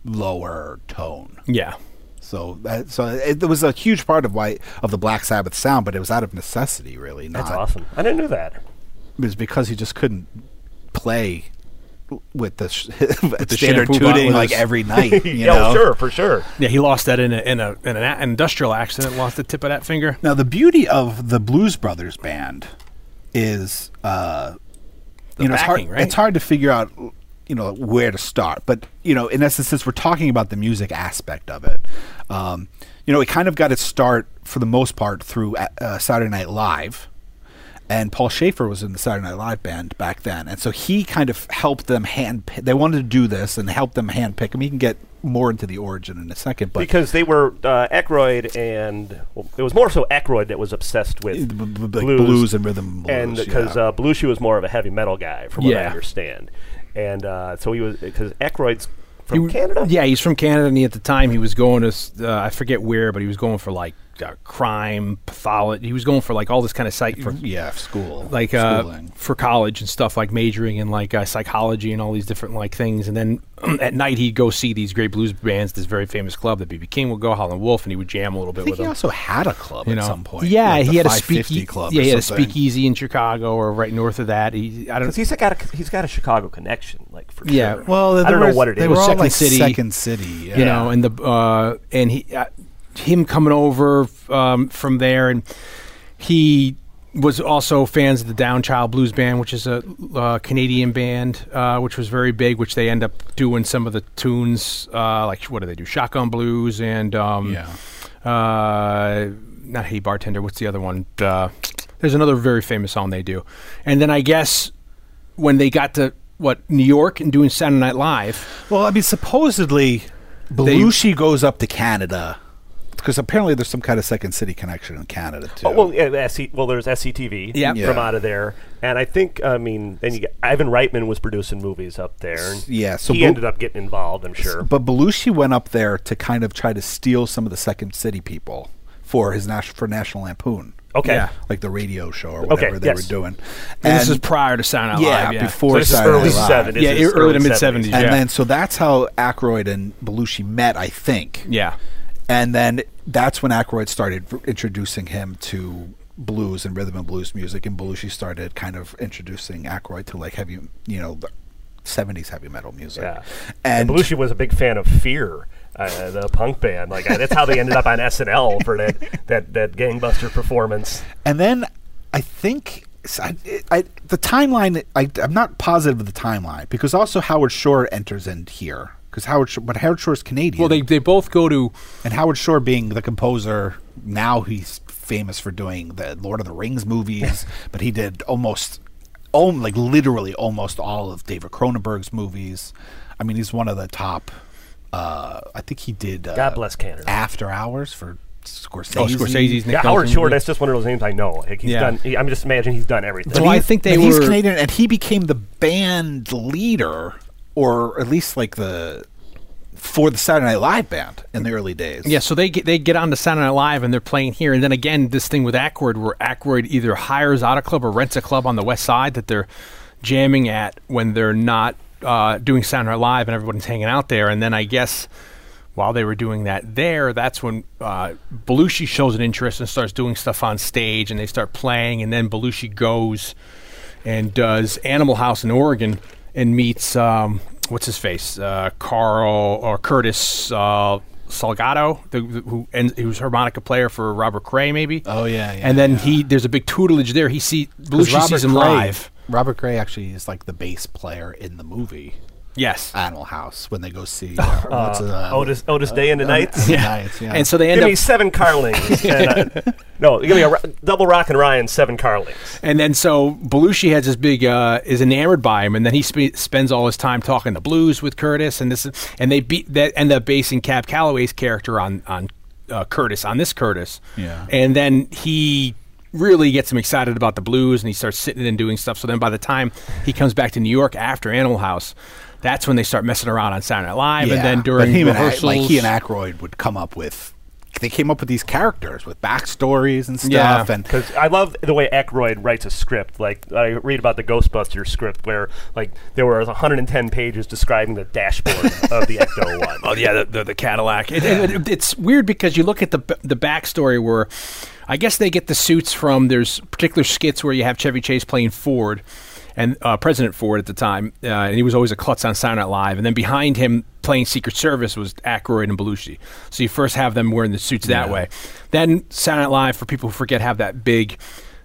Speaker 3: lower tone.
Speaker 4: Yeah.
Speaker 3: So that so it, it was a huge part of why of the Black Sabbath sound, but it was out of necessity, really. Not
Speaker 2: that's awesome. I didn't know that.
Speaker 3: it was because he just couldn't play with the, sh- with
Speaker 4: the
Speaker 3: standard
Speaker 4: shampoo
Speaker 3: tuning
Speaker 4: bottles.
Speaker 3: like every night. You
Speaker 2: yeah,
Speaker 3: know?
Speaker 2: oh, sure, for sure.
Speaker 4: Yeah, he lost that in a in a in an a- industrial accident. Lost the tip of that finger.
Speaker 3: Now the beauty of the Blues Brothers band is, uh, you know, it's
Speaker 4: backing,
Speaker 3: hard.
Speaker 4: right?
Speaker 3: It's hard to figure out, you know, where to start. But you know, in essence, since we're talking about the music aspect of it, um, you know, it kind of got its start for the most part through uh, uh, Saturday Night Live. And Paul Schaefer was in the Saturday Night Live band back then, and so he kind of helped them hand. They wanted to do this and helped them handpick. I mean, you can get more into the origin in a second, but
Speaker 2: because they were uh, Aykroyd and well, it was more so Aykroyd that was obsessed with
Speaker 3: B- b- b- like
Speaker 2: blues,
Speaker 3: blues and rhythm and
Speaker 2: and
Speaker 3: blues,
Speaker 2: because
Speaker 3: yeah.
Speaker 2: uh, Belushi was more of a heavy metal guy, from what I
Speaker 4: Yeah.
Speaker 2: understand, and uh, so he was because Aykroyd's
Speaker 4: He
Speaker 2: from
Speaker 4: w-
Speaker 2: Canada.
Speaker 4: Yeah, he's from Canada, and he, at the time he was going to s- uh, I forget where, but he was going for like uh, crime, pathology. He was going for like all this kind of psych for
Speaker 3: yeah, school
Speaker 4: like uh,
Speaker 3: schooling.
Speaker 4: for college and stuff, like majoring in like uh, psychology and all these different like things. And then at night he'd go see these great blues bands, this very famous club that BB King would go, Holland Wolf, and he would jam a little bit
Speaker 3: I think
Speaker 4: with
Speaker 3: he
Speaker 4: them.
Speaker 3: also had a club
Speaker 4: you
Speaker 3: at
Speaker 4: know?
Speaker 3: some point.
Speaker 4: yeah,
Speaker 3: like the
Speaker 4: he had a
Speaker 3: 550
Speaker 4: speakeasy.
Speaker 3: club.
Speaker 4: Yeah,
Speaker 3: or
Speaker 4: he had a
Speaker 3: something.
Speaker 4: speakeasy in Chicago or right north of that. He, I don't.
Speaker 2: Because he's got a he's got a Chicago connection, like for
Speaker 4: Yeah.
Speaker 2: sure.
Speaker 3: Well,
Speaker 2: I
Speaker 3: there
Speaker 2: don't know
Speaker 3: was-
Speaker 2: what it
Speaker 3: they
Speaker 2: is.
Speaker 3: Were all
Speaker 4: Second
Speaker 3: like
Speaker 4: City.
Speaker 3: Second City. Yeah.
Speaker 4: you know, and the uh, and he uh, him coming over um, from there, and he was also fans of the Downchild Blues Band, which is a uh, Canadian band, uh, which was very big. Which they end up doing some of the tunes, uh, like what do they do? Shotgun Blues and um,
Speaker 3: Yeah.
Speaker 4: uh, not Hey Bartender. What's the other one? Uh, there's another very famous song they do, and then I guess when they got to what New York and doing Saturday Night Live.
Speaker 3: Well, I mean, supposedly Belushi goes up to Canada because apparently there's some kind of Second City connection in Canada too.
Speaker 2: Oh, well, yeah, SC, well, there's SCTV
Speaker 4: Yeah.
Speaker 2: from
Speaker 3: Yeah.
Speaker 2: out of there, and I think I mean, and you, got- Ivan Reitman was producing movies up there. And
Speaker 3: Yeah, so
Speaker 2: he
Speaker 3: Bo-
Speaker 2: ended up getting involved. I'm sure.
Speaker 3: But Belushi went up there to kind of try to steal some of the Second City people for his nas- for National Lampoon,
Speaker 2: okay,
Speaker 4: Yeah.
Speaker 3: like the radio show or whatever they
Speaker 2: yes.
Speaker 3: were doing.
Speaker 4: And, this is prior to Saturday Night
Speaker 3: yeah,
Speaker 4: Live. Yeah,
Speaker 3: before
Speaker 2: so this is
Speaker 3: Saturday
Speaker 2: early
Speaker 3: Night Live.
Speaker 2: seventies.
Speaker 4: Yeah, early to mid-seventies.
Speaker 3: And
Speaker 4: Yeah.
Speaker 3: then so that's how Aykroyd and Belushi met, I think.
Speaker 4: Yeah.
Speaker 3: And then that's when Aykroyd started r- introducing him to blues and rhythm and blues music, and Belushi started kind of introducing Aykroyd to like heavy, you know, the 70s heavy metal music.
Speaker 2: Yeah.
Speaker 3: And,
Speaker 2: Belushi was a big fan of Fear, uh, the punk band. Like uh, that's how they ended up on SNL for that that that gangbuster performance.
Speaker 3: and then I think. s- I, I- the timeline, I, I'm not positive of the timeline because also Howard Shore enters in here because Howard, Shore, but Howard Shore's Canadian.
Speaker 4: Well, they, they both go to
Speaker 3: And Howard Shore being the composer, now he's famous for doing the Lord of the Rings movies, but he did almost, om, like literally almost all of David Cronenberg's movies. I mean, he's one of the top. Uh, I think he did. Uh,
Speaker 2: God bless Canada.
Speaker 3: After Hours for Scorsese.
Speaker 4: oh, Scorsese's Nick
Speaker 2: Yeah, Howard
Speaker 4: Dalton.
Speaker 2: Shore. That's just one of those names I know. Like, he's
Speaker 4: Yeah.
Speaker 2: done. He, I'm just imagining he's done everything.
Speaker 4: Well, I think they
Speaker 3: and he's
Speaker 4: were-
Speaker 3: Canadian, and he became the band leader, or at least like the for the Saturday Night Live band in the early days.
Speaker 4: Yeah, so they get, they get on to Saturday Night Live and they're playing here. And then again, this thing with Ackroyd, where Ackroyd either hires out a club or rents a club on the west side that they're jamming at when they're not uh, doing Saturday Night Live and everybody's hanging out there. And then I guess while they were doing that there, that's when uh, Belushi shows an interest and starts doing stuff on stage and they start playing. And then Belushi goes and does Animal House in Oregon and meets um, what's his face uh, Carl or Curtis uh, Salgado, the, the- who and he was harmonica player for Robert Cray, maybe.
Speaker 3: Oh, yeah, yeah,
Speaker 4: and then he there's a big tutelage there. He see Belushi sees him live.
Speaker 3: Robert Gray actually is like the bass player in the movie
Speaker 4: Yes.
Speaker 3: Animal House when they go see uh, what's, uh,
Speaker 2: Otis, Otis Day and the Nights.
Speaker 3: yeah. Nights, yeah.
Speaker 4: And so they end
Speaker 2: Give
Speaker 4: up
Speaker 2: me seven Carlings. and, uh, no, give me a ro- double Rock and Ryan seven Carlings.
Speaker 4: And then so Belushi has this big uh, is enamored by him, and then he spe- spends all his time talking the blues with Curtis, and this and they beat that end up basing Cab Calloway's character on on uh, Curtis on this Curtis.
Speaker 3: Yeah.
Speaker 4: And then he really gets him excited about the blues, and he starts sitting and doing stuff. So then by the time he comes back to New York after Animal House, that's when they start messing around on Saturday Night Live,
Speaker 3: Yeah,
Speaker 4: and then
Speaker 3: but
Speaker 4: during
Speaker 3: him and Ak-
Speaker 4: rehearsals,
Speaker 3: like he and Aykroyd would come up with, they came up with these characters with backstories and
Speaker 4: Yeah.
Speaker 3: stuff, and
Speaker 2: Because I love the way Aykroyd writes a script. Like I read about the Ghostbusters script, where like there were 110 pages describing the dashboard of the Ecto One.
Speaker 4: Oh yeah, the, the, the Cadillac. It, it- it- it's weird because you look at the b- the backstory where, I guess they get the suits from. There's particular skits where you have Chevy Chase playing Ford, and uh, President Ford at the time, uh, and he was always a klutz on Saturday Night Live. And then behind him playing Secret Service was Aykroyd and Belushi. So you first have them wearing the suits that way. Then Saturday Night Live, for people who forget, have that big.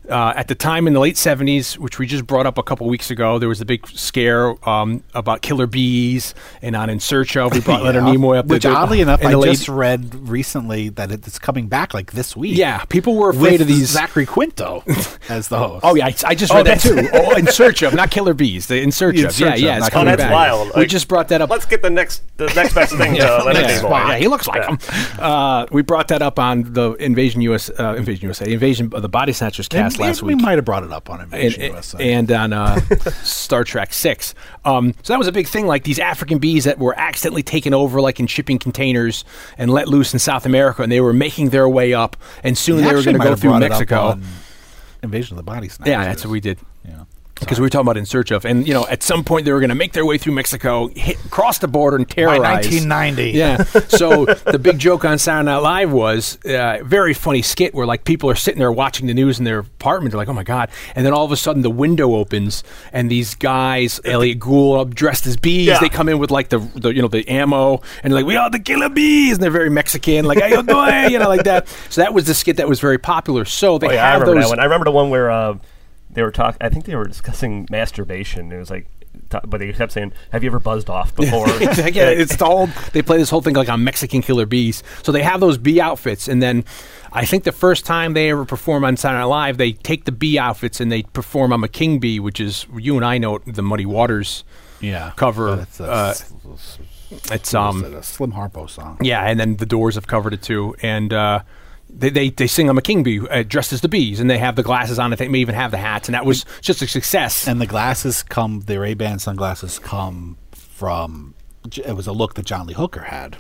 Speaker 4: Uh, at the time in the late 70s, which we just brought up a couple weeks ago, there was a big scare um, about killer bees and on In Search of. We brought Leonard
Speaker 3: Yeah.
Speaker 4: Nimoy up
Speaker 3: Which
Speaker 4: there.
Speaker 3: oddly enough,
Speaker 4: in
Speaker 3: I
Speaker 4: the late-
Speaker 3: just read recently that it's coming back like this week.
Speaker 4: Yeah, people were afraid
Speaker 3: with
Speaker 4: of these.
Speaker 3: Zachary Quinto as the host.
Speaker 4: Oh yeah, I, I just read that too. Oh, in search of, not killer bees. The in search
Speaker 3: In
Speaker 4: of.
Speaker 3: Search
Speaker 4: yeah,
Speaker 3: Of,
Speaker 4: yeah. It's
Speaker 3: not
Speaker 2: Oh,
Speaker 4: coming
Speaker 3: Killer
Speaker 2: that's
Speaker 4: back.
Speaker 3: Bees.
Speaker 2: wild.
Speaker 4: We
Speaker 2: Like,
Speaker 4: just brought that up.
Speaker 2: Let's get the next the next best thing
Speaker 3: uh,
Speaker 2: to Leonard
Speaker 4: Yeah,
Speaker 2: Nimoy.
Speaker 4: yeah, he looks like him. Uh, we brought that up on the Invasion US, uh, Invasion USA, Invasion of the Body Snatchers cast
Speaker 3: Maybe
Speaker 4: last
Speaker 3: we
Speaker 4: week.
Speaker 3: might have brought it up on
Speaker 4: and,
Speaker 3: Invasion USA.
Speaker 4: and on uh, Star Trek Six. Um, so that was a big thing, like these African bees that were accidentally taken over, like in shipping containers, and let loose in South America, and they were making their way up, and soon
Speaker 3: We
Speaker 4: they were
Speaker 3: actually
Speaker 4: going to
Speaker 3: might
Speaker 4: go
Speaker 3: have
Speaker 4: through
Speaker 3: brought it up
Speaker 4: Mexico.
Speaker 3: on Invasion of the Body Snatchers.
Speaker 4: Yeah, that's what we did.
Speaker 3: Yeah.
Speaker 4: Because we were talking about in search of, and you know, at some point they were going to make their way through Mexico, hit, cross the border, and terrorize.
Speaker 3: 1990.
Speaker 4: Yeah. So the big joke on Saturday Night Live was uh, very funny skit where like people are sitting there watching the news in their apartment. They're like, "Oh my god!" And then all of a sudden the window opens and these guys, Elliot Gould, dressed as bees,
Speaker 2: Yeah.
Speaker 4: they come in with like the, the you know the ammo and like we are the killer bees, and they're very Mexican, like "How you doing?" you know, like that. So that was the skit that was very popular. So they
Speaker 2: Oh, yeah, I
Speaker 4: have
Speaker 2: remember
Speaker 4: those.
Speaker 2: that one. I remember the one where uh, they were talking. I think they were discussing masturbation. It was like, t- but they kept saying, "Have you ever buzzed off before?"
Speaker 4: yeah, it's the whole. They play this whole thing like on Mexican Killer Bees. So they have those bee outfits, and then I think the first time they ever perform on Saturday Night Live, they take the bee outfits and they perform on a king bee, which is you and I know it, the Muddy Waters
Speaker 3: Yeah.
Speaker 4: cover.
Speaker 3: That's a,
Speaker 4: uh,
Speaker 3: s-
Speaker 4: it's
Speaker 3: it's
Speaker 4: um,
Speaker 3: a Slim Harpo song.
Speaker 4: yeah, and then the Doors have covered it too, and uh, they, they they sing "I'm a King Bee" uh, dressed as the bees, and they have the glasses on, and they may even have the hats, and that was just a success.
Speaker 3: And the glasses come, the Ray Ban sunglasses come from. J- It was a look that John Lee Hooker had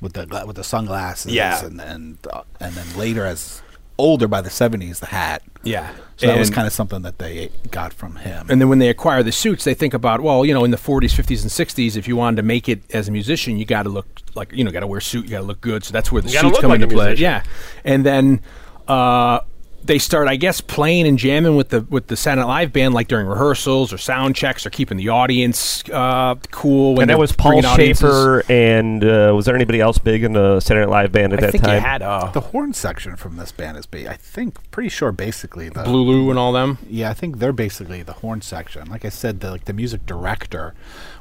Speaker 3: with the gla- with the sunglasses,
Speaker 4: Yeah.
Speaker 3: and and, uh, and then later as older by the seventies, the hat.
Speaker 4: yeah,
Speaker 3: So that was
Speaker 4: And-
Speaker 3: kind of something that they got from him.
Speaker 4: And then when they acquire the suits, they think about, well, you know, in the 40s, 50s, and 60s, if you wanted to make it as a musician, you got to look like, you know, got to wear a suit, you got to look good. So that's where the
Speaker 2: You gotta
Speaker 4: suits
Speaker 2: look
Speaker 4: come
Speaker 2: like
Speaker 4: into
Speaker 2: a
Speaker 4: play.
Speaker 2: musician.
Speaker 4: Yeah. And then uh, they start, I guess, playing and jamming with the with the Saturday Night Live band, like during rehearsals or sound checks or keeping the audience uh, cool. When
Speaker 2: and
Speaker 4: they're
Speaker 2: that was Paul
Speaker 4: bringing audiences.
Speaker 2: Schaefer. And uh, was there anybody else big in the Saturday Night Live band at
Speaker 4: I
Speaker 2: that
Speaker 4: think
Speaker 2: time?
Speaker 4: you had uh,
Speaker 3: the horn section from this band is, ba- I think, pretty sure, basically the
Speaker 4: Blue Lou and all them.
Speaker 3: Yeah, I think they're basically the horn section. Like I said, the, like the music director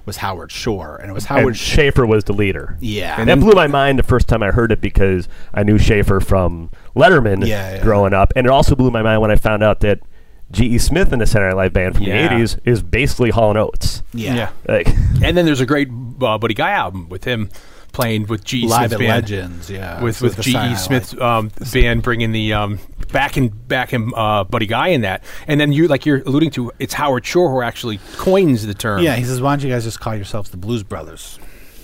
Speaker 3: was Howard Shore, and it was
Speaker 2: and
Speaker 3: Howard. Sh-
Speaker 2: Schaefer was the leader.
Speaker 3: yeah,
Speaker 2: And that blew my mind the first time I heard it because I knew Schaefer from Letterman
Speaker 3: Yeah, yeah.
Speaker 2: growing up, and it also blew my mind when I found out that G.E. Smith in the Saturday Night Live band from
Speaker 4: Yeah.
Speaker 2: the '80s is basically Hall and Oates.
Speaker 3: yeah.
Speaker 2: Like,
Speaker 4: And then there's a great uh, Buddy Guy album with him playing with G. E
Speaker 3: Live
Speaker 4: Smith's
Speaker 3: at
Speaker 4: band.
Speaker 3: Legends, yeah,
Speaker 4: with
Speaker 3: Uh, So
Speaker 4: with
Speaker 3: the
Speaker 4: G.E.
Speaker 3: Saturday Night
Speaker 4: Smith's um, band bringing the um, back and back and uh, Buddy Guy in that, and then you like you're alluding to it's Howard Shore who actually coins the term.
Speaker 3: Live. Yeah, he says, "Why don't you guys just call yourselves the Blues Brothers?"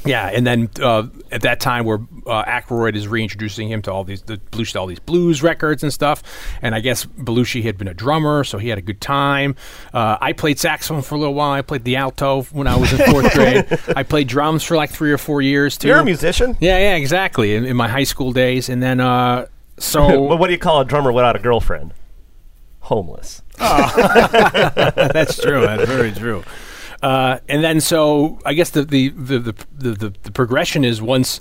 Speaker 4: yeah, and then uh, at that time where uh, Aykroyd is reintroducing him to all these the Belushi to all these blues records and stuff, and I guess Belushi had been a drummer, so he had a good time. Uh, I played saxophone for a little while. I played the alto when I was in fourth grade. I played drums for like three or four years too.
Speaker 2: you're a musician.
Speaker 4: yeah, yeah, exactly. In, in my high school days, and then uh, so
Speaker 2: But what do you call a drummer without a girlfriend? Homeless.
Speaker 4: That's true. That's very true. Uh, and then, so I guess the the the, the the the the progression is once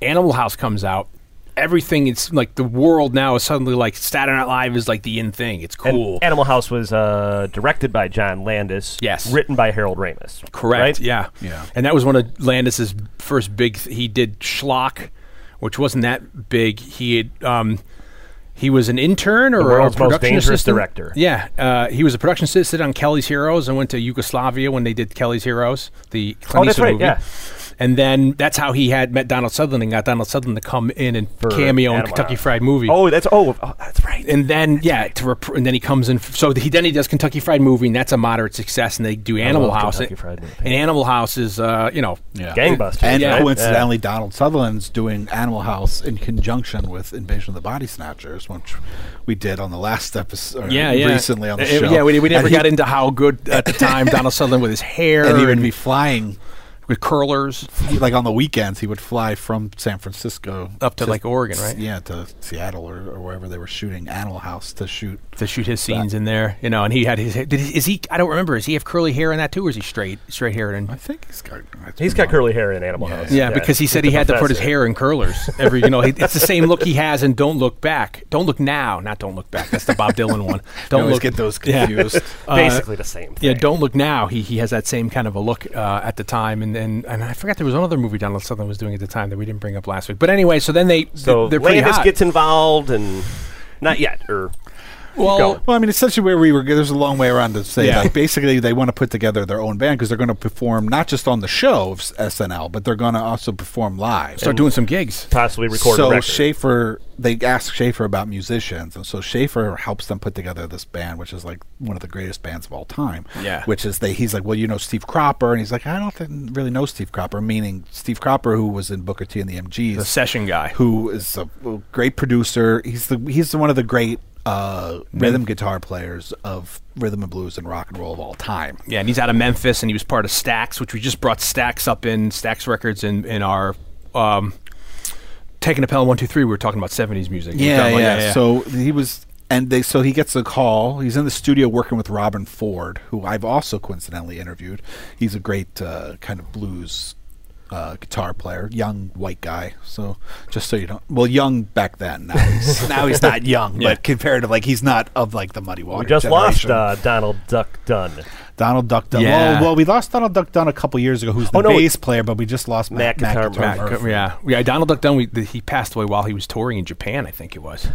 Speaker 4: Animal House comes out, everything it's like the world now is suddenly like Saturday Night Live is like the in thing. It's
Speaker 2: And
Speaker 4: cool.
Speaker 2: Animal House was uh, directed by John Landis.
Speaker 4: Yes.
Speaker 2: Written by Harold Ramis.
Speaker 4: Correct.
Speaker 2: Right?
Speaker 4: Yeah.
Speaker 6: Yeah.
Speaker 4: And that was one of Landis's first big. Th- he did Schlock, which wasn't that big. He had. Um, he was an intern or
Speaker 2: world's
Speaker 4: a
Speaker 2: most
Speaker 4: production
Speaker 2: dangerous
Speaker 4: assistant.
Speaker 2: director.
Speaker 4: Yeah, uh, he was a production assistant on Kelly's Heroes and went to Yugoslavia when they did Kelly's Heroes, the Clint
Speaker 2: Oh, that's
Speaker 4: Eastwood
Speaker 2: right,
Speaker 4: movie.
Speaker 2: yeah.
Speaker 4: And then that's how he had met Donald Sutherland and got Donald Sutherland to come in and
Speaker 2: For
Speaker 4: cameo in
Speaker 2: Animal
Speaker 4: Kentucky
Speaker 2: House.
Speaker 4: Fried Movie
Speaker 2: Oh, that's oh, oh, that's right.
Speaker 4: and then yeah, to rep- and then he comes in. F- so he then he does Kentucky Fried Movie, and that's a moderate success. And they do Animal
Speaker 2: love
Speaker 4: House,
Speaker 2: Kentucky
Speaker 4: and,
Speaker 2: Fried Movie.
Speaker 4: and Animal House is uh, you know
Speaker 6: Yeah.
Speaker 2: Gangbusters.
Speaker 3: And
Speaker 4: Yeah.
Speaker 2: right?
Speaker 3: coincidentally, Donald Sutherland's doing Animal House in conjunction with Invasion of the Body Snatchers, which we did on the last episode.
Speaker 4: yeah yeah
Speaker 3: Recently on the
Speaker 4: Uh,
Speaker 3: show.
Speaker 4: Yeah, we, we never
Speaker 3: And he-
Speaker 4: got into how good at the time Donald Sutherland with his hair
Speaker 3: And he would be flying,
Speaker 4: with curlers
Speaker 3: like on the weekends, he would fly from San Francisco
Speaker 4: up to, like Oregon, right?
Speaker 3: Yeah, to Seattle or, or wherever they were shooting Animal House to shoot.
Speaker 4: To shoot his scenes in there, you know, and he had his. Did he, is he? I don't remember. Does he have curly hair in that too, or is he straight straight hair? And
Speaker 3: I think he's got. it's
Speaker 2: He's
Speaker 3: been
Speaker 2: got
Speaker 3: long.
Speaker 2: curly hair in Animal House.
Speaker 4: Yeah, because he said
Speaker 2: He's
Speaker 4: he
Speaker 2: the
Speaker 4: had to put his
Speaker 2: professor.
Speaker 4: hair in curlers every. You know, he, it's the same look he has in "Don't Look Back." Don't look now, not "Don't Look Back." That's the Bob Dylan one.
Speaker 3: I
Speaker 4: Don't
Speaker 3: always
Speaker 4: look.
Speaker 3: get those
Speaker 4: Yeah.
Speaker 3: confused.
Speaker 2: Basically the same. Thing.
Speaker 4: uh, yeah, don't look now. He he has that same kind of a look uh, at the time, and, and and I forgot there was another movie Donald Sutherland was doing at the time that we didn't bring up last week. But anyway, so then they
Speaker 2: So
Speaker 4: they're pretty
Speaker 2: Landis
Speaker 4: hot.
Speaker 2: gets involved, and not yet, or
Speaker 4: well,
Speaker 3: Well, I mean, essentially where we were. There's a long way around to say.
Speaker 4: Yeah.
Speaker 3: Like, basically, they want to put together their own band because they're going to perform not just on the show of S- SNL, but they're going to also perform live.
Speaker 4: start doing some gigs.
Speaker 2: possibly record a
Speaker 3: so
Speaker 2: record.
Speaker 3: Schaefer, they asked Schaefer about musicians, and so Schaefer helps them put together this band, which is like one of the greatest bands of all time.
Speaker 4: Yeah.
Speaker 3: which is they. He's like, well, you know Steve Cropper, and he's like, I don't think, really know Steve Cropper, meaning Steve Cropper, who was in Booker T and the MGs,
Speaker 4: The session guy.
Speaker 3: who is a great producer. He's the he's one of the great uh, rhythm guitar players of rhythm and blues and rock and roll of all time.
Speaker 4: Yeah, and he's out of Memphis, and he was part of Stax, which we just brought Stax up in Stax Records in in our. Um, Taking a Pelham one two three, we were talking about seventies music. We were
Speaker 3: Yeah,
Speaker 4: talking
Speaker 3: yeah,
Speaker 4: about-
Speaker 3: So he was, and they so he gets a call. He's in the studio working with Robin Ford, who I've also coincidentally interviewed. He's a great uh, kind of blues uh, guitar player, young white guy. So just so you don't, well, young back then. Now he's, now he's not young,
Speaker 4: Yeah.
Speaker 3: but compared to like he's not of like the Muddy Water.
Speaker 2: we just lost
Speaker 3: generation.
Speaker 2: uh, Donald Duck Dunn.
Speaker 3: Donald Duck Dunn.
Speaker 4: Yeah.
Speaker 3: Well, well, we lost Donald Duck Dunn a couple years ago, who's the
Speaker 2: Oh, no,
Speaker 3: bass player, but we just lost
Speaker 2: Matt
Speaker 3: Matt, Matt,
Speaker 2: Guitar
Speaker 3: Guitar
Speaker 4: Mac-
Speaker 3: Murphy.
Speaker 4: yeah, yeah. Donald Duck Dunn, we, th- he passed away while he was touring in Japan, I think it was.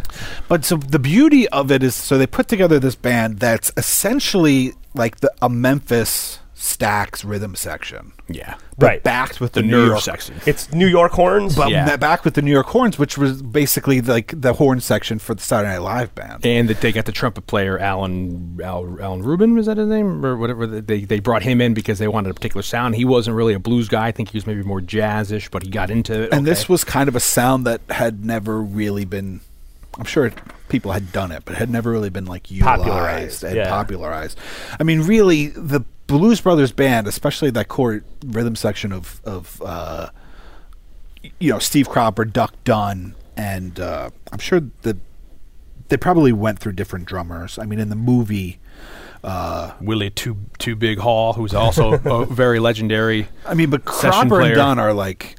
Speaker 3: But so the beauty of it is, so they put together this band that's essentially like the a Memphis Stax rhythm section,
Speaker 4: Yeah,
Speaker 3: but
Speaker 2: Right.
Speaker 3: Backed with the,
Speaker 4: the,
Speaker 3: New
Speaker 4: nerve
Speaker 3: York,
Speaker 4: section.
Speaker 2: It's New York horns.
Speaker 3: but
Speaker 4: Yeah.
Speaker 3: ma- back with the New York horns, which was basically like the horn section for the Saturday Night Live band.
Speaker 4: and that they got the trumpet player Alan Al, Alan Rubin was that his name or whatever they they brought him in because they wanted a particular sound. He wasn't really a blues guy. I think he was maybe more jazzish, but he got into it.
Speaker 3: And this
Speaker 4: okay.
Speaker 3: was kind of a sound that had never really been. I'm sure it, people had done it, but had never really been like utilized
Speaker 2: Popularized,
Speaker 3: and
Speaker 2: yeah.
Speaker 3: popularized. I mean, really, the Blues Brothers band, especially that core rhythm section of of uh, y- you know Steve Cropper, Duck Dunn, and uh, I'm sure the they probably went through different drummers. I mean, in the movie,
Speaker 4: Willie Too Too Big Hall, who's also a very legendary.
Speaker 3: I mean, but
Speaker 4: Session
Speaker 3: Cropper
Speaker 4: player.
Speaker 3: and Dunn are like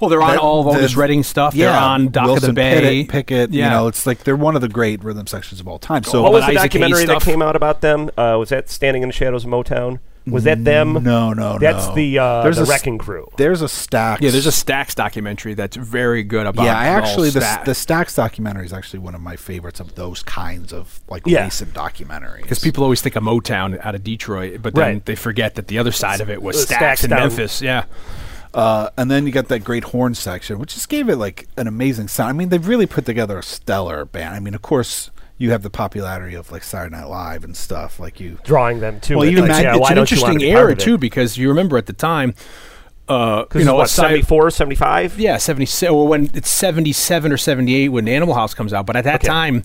Speaker 4: Well, they're on
Speaker 3: That-
Speaker 4: all of
Speaker 3: the-
Speaker 4: Otis Redding stuff. They're on Dock
Speaker 3: Wilson
Speaker 4: of the Bay.
Speaker 3: Pickett, Pickett,
Speaker 4: yeah.
Speaker 3: you know, it's like they're one of the great rhythm sections of all time. So
Speaker 2: what
Speaker 4: all
Speaker 2: was
Speaker 4: that
Speaker 2: the
Speaker 4: Isaac Hayes
Speaker 2: documentary that
Speaker 4: stuff.
Speaker 2: came out about them? Uh, was that Standing in the Shadows of Motown? Was that
Speaker 4: Mm,
Speaker 2: them?
Speaker 3: No, no,
Speaker 2: That's
Speaker 3: no.
Speaker 2: the uh,
Speaker 3: There's
Speaker 2: the
Speaker 3: a s-
Speaker 2: Wrecking Crew.
Speaker 3: there's a stack.
Speaker 4: yeah, there's a Stax documentary that's very good about.
Speaker 3: yeah. I
Speaker 4: all
Speaker 3: actually the
Speaker 4: Stax.
Speaker 3: the Stax documentary is actually one of my favorites of those kinds of like
Speaker 2: Yeah.
Speaker 3: recent documentaries.
Speaker 4: Because people always think of Motown out of Detroit, but then
Speaker 2: Right.
Speaker 4: they forget that the other side of it was
Speaker 2: It's
Speaker 4: Stax
Speaker 2: Stax
Speaker 4: in
Speaker 2: down-
Speaker 4: Memphis. Yeah,
Speaker 3: uh, and then you got that great horn section, which just gave it like an amazing sound. I mean, they've really put together a stellar band. I mean, of course, you have the popularity of like Saturday Night Live and stuff. Like you,
Speaker 2: Drawing them to
Speaker 4: well,
Speaker 2: it.
Speaker 4: even
Speaker 2: like,
Speaker 4: that,
Speaker 2: yeah,
Speaker 4: it's
Speaker 2: why
Speaker 4: an
Speaker 2: don't you wanna
Speaker 4: interesting
Speaker 2: be part
Speaker 4: era
Speaker 2: of it?
Speaker 4: too, because you remember at the time, uh, you
Speaker 2: This is
Speaker 4: know,
Speaker 2: what,
Speaker 4: aside-
Speaker 2: 74, 75?
Speaker 4: yeah, seventy six, or when it's seventy seven or seventy eight when Animal House comes out. But at that
Speaker 2: Okay.
Speaker 4: time,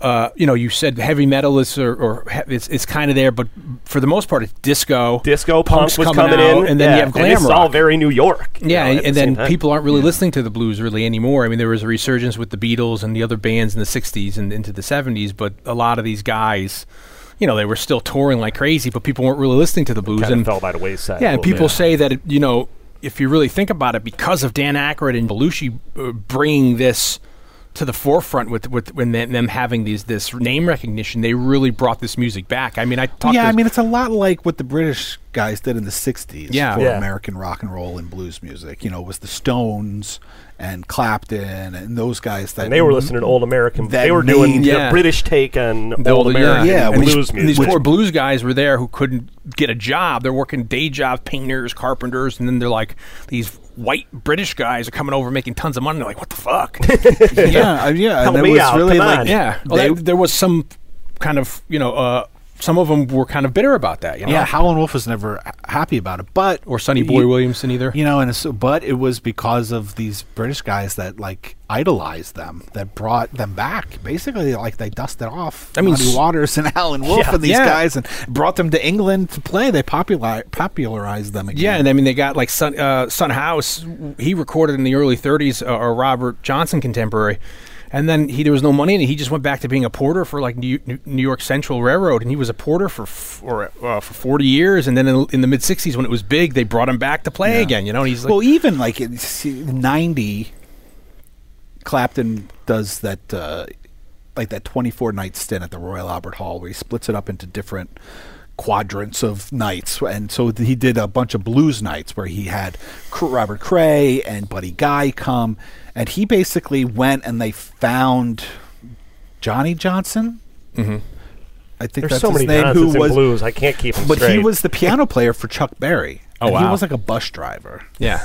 Speaker 4: uh, you know, you said heavy metal is or, or he- it's, it's kind of there, but for the most part, it's disco.
Speaker 2: Disco
Speaker 4: Punk's
Speaker 2: punk was
Speaker 4: coming
Speaker 2: coming,
Speaker 4: out,
Speaker 2: in,
Speaker 4: and then
Speaker 2: yeah,
Speaker 4: you have glam
Speaker 2: and this is all
Speaker 4: rock.
Speaker 2: very New York. you
Speaker 4: Yeah,
Speaker 2: know,
Speaker 4: and,
Speaker 2: at
Speaker 4: and
Speaker 2: the same
Speaker 4: then
Speaker 2: time.
Speaker 4: people aren't really listening to the blues really anymore. I mean, there was a resurgence with the Beatles and the other bands in the '60s and into the '70s, but a lot of these guys, you know, they were still touring like crazy, but people weren't really listening to the blues.
Speaker 2: kind
Speaker 4: And
Speaker 2: of fell by the wayside.
Speaker 4: yeah,
Speaker 2: a
Speaker 4: and
Speaker 2: little
Speaker 4: people
Speaker 2: bit.
Speaker 4: say that it, you know if you really think about it, because of Dan Aykroyd and Belushi uh, bringing this to the forefront with with when them, them having these this name recognition, they really brought this music back. I mean, I talked.
Speaker 3: yeah,
Speaker 4: to
Speaker 3: I mean, it's a lot like what the British guys did in the 60s
Speaker 4: Yeah.
Speaker 3: for
Speaker 2: Yeah.
Speaker 3: American rock and roll and blues music. You know, it was the Stones and Clapton and those guys that.
Speaker 2: And they were listening to old American.
Speaker 3: That
Speaker 2: They were
Speaker 3: mean-
Speaker 2: doing
Speaker 4: yeah.
Speaker 2: the British take on old
Speaker 4: older- yeah.
Speaker 2: American
Speaker 3: Yeah,
Speaker 2: blues
Speaker 3: which-
Speaker 2: music.
Speaker 4: And these
Speaker 2: which-
Speaker 4: poor blues guys were there who couldn't get a job. They're working day jobs, painters, carpenters, and then they're like these white British guys are coming over making tons of money. They're like, what the fuck?
Speaker 3: Yeah, I- yeah.
Speaker 2: Help
Speaker 3: And it
Speaker 2: me
Speaker 3: was
Speaker 2: out,
Speaker 3: really
Speaker 2: come
Speaker 3: like.
Speaker 2: on.
Speaker 4: yeah. Well,
Speaker 3: They-
Speaker 4: that- there was some kind of you know uh, some of them were kind of bitter about that. You know?
Speaker 3: Yeah, Howlin' Wolf was never h- happy about it, but
Speaker 4: Or Sonny Boy
Speaker 3: you-
Speaker 4: Williamson either.
Speaker 3: you know, and it's, but it was because of these British guys that like idolized them, that brought them back. Basically, like they dusted off
Speaker 4: I mean,
Speaker 3: Muddy
Speaker 4: s-
Speaker 3: Waters and Alan Wolf
Speaker 2: Yeah.
Speaker 3: and these
Speaker 4: Yeah.
Speaker 3: guys, and brought them to England to play. They popular popularized them again.
Speaker 4: Yeah, and I mean they got like Sun uh, Sun House. He recorded in the early '30s, uh, a Robert Johnson contemporary, and then he there was no money, and he just went back to being a porter for like New, New York Central Railroad, and he was a porter for f- or, uh, for 40 years, and then in, in the mid '60s when it was big, they brought him back to play again. You know, and he's like,
Speaker 3: well, even like in s- '90, Clapton does that, uh, like that 24 night stint at the Royal Albert Hall, where he splits it up into different quadrants of nights, and so th- he did a bunch of blues nights where he had C- Robert Cray and Buddy Guy come, and he basically went and they found Johnny Johnson.
Speaker 4: Mm-hmm.
Speaker 3: I think
Speaker 2: There's
Speaker 3: that's
Speaker 2: so
Speaker 3: his
Speaker 2: many
Speaker 3: name. Who
Speaker 2: nonsense in
Speaker 3: was
Speaker 2: blues. I can't keep them
Speaker 3: but
Speaker 2: straight.
Speaker 3: he was the piano player for Chuck Berry.
Speaker 4: Oh,
Speaker 3: and He
Speaker 4: wow.
Speaker 3: was like a bus driver
Speaker 4: yeah,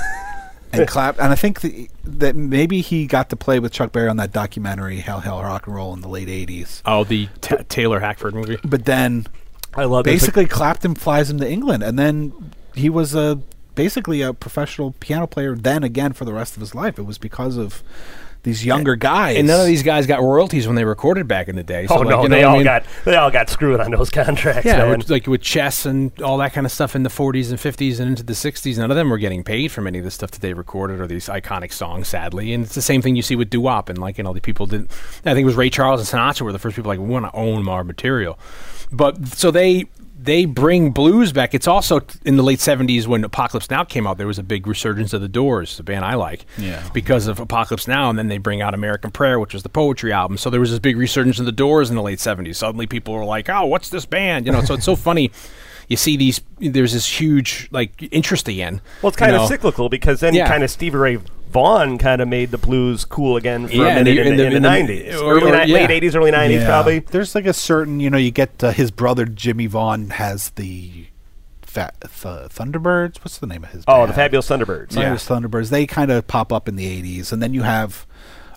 Speaker 3: and clap. And I think the, that maybe he got to play with Chuck Berry on that documentary, Hell Hell Rock and Roll, in the late '80s.
Speaker 4: oh the Ta Taylor Hackford movie.
Speaker 3: But then,
Speaker 2: I love this.
Speaker 3: basically, Clapton flies him to England, and then he was a basically a professional piano player. Then again, for the rest of his life, it was because of these younger guys.
Speaker 4: And none of these guys got royalties when they recorded back in the day. So
Speaker 2: Oh
Speaker 4: like,
Speaker 2: no,
Speaker 4: you know
Speaker 2: they
Speaker 4: what I
Speaker 2: all
Speaker 4: mean?
Speaker 2: got they all got screwed on those contracts.
Speaker 4: Yeah,
Speaker 2: man.
Speaker 4: with- like with chess and all that kind of stuff in the 40s and 50s and into the 60s, none of them were getting paid from any of the stuff that they recorded or these iconic songs, sadly. And it's the same thing you see with doo wop and like you know the people didn't. I think it was Ray Charles and Sinatra were the first people like we want to own our material, but so they they bring blues back. It's also t- in the late 70s when Apocalypse Now came out, there was a big resurgence of the Doors, the band I like,
Speaker 3: Yeah.
Speaker 4: because of Apocalypse Now, and then they bring out American Prayer, which was the poetry album. So there was this big resurgence of the Doors in the late 70s. Suddenly people were like, "Oh, what's this band?" You know, so it's so funny. You see these there's this huge like interest again.
Speaker 2: well, it's
Speaker 4: you
Speaker 2: kind of
Speaker 4: know.
Speaker 2: cyclical because then
Speaker 4: Yeah.
Speaker 2: kind of Stevie Ray Vaughan kind of made the blues cool again for
Speaker 4: Yeah,
Speaker 2: a
Speaker 4: and
Speaker 2: minute
Speaker 4: the-
Speaker 2: in, the,
Speaker 4: and
Speaker 2: in the
Speaker 4: the-
Speaker 2: 90s,
Speaker 4: or-
Speaker 2: early
Speaker 4: or-
Speaker 2: ni-
Speaker 4: yeah.
Speaker 2: late 80s, early 90s,
Speaker 3: Yeah.
Speaker 2: probably.
Speaker 3: There's like a certain, you know, you get uh, his brother Jimmy Vaughn has the fat th- Thunderbirds. What's the name of his?
Speaker 2: Oh, the
Speaker 3: band?
Speaker 2: Fabulous Thunderbirds.
Speaker 3: yeah. Thunderbirds. They kind of pop up in the '80s, and then you have,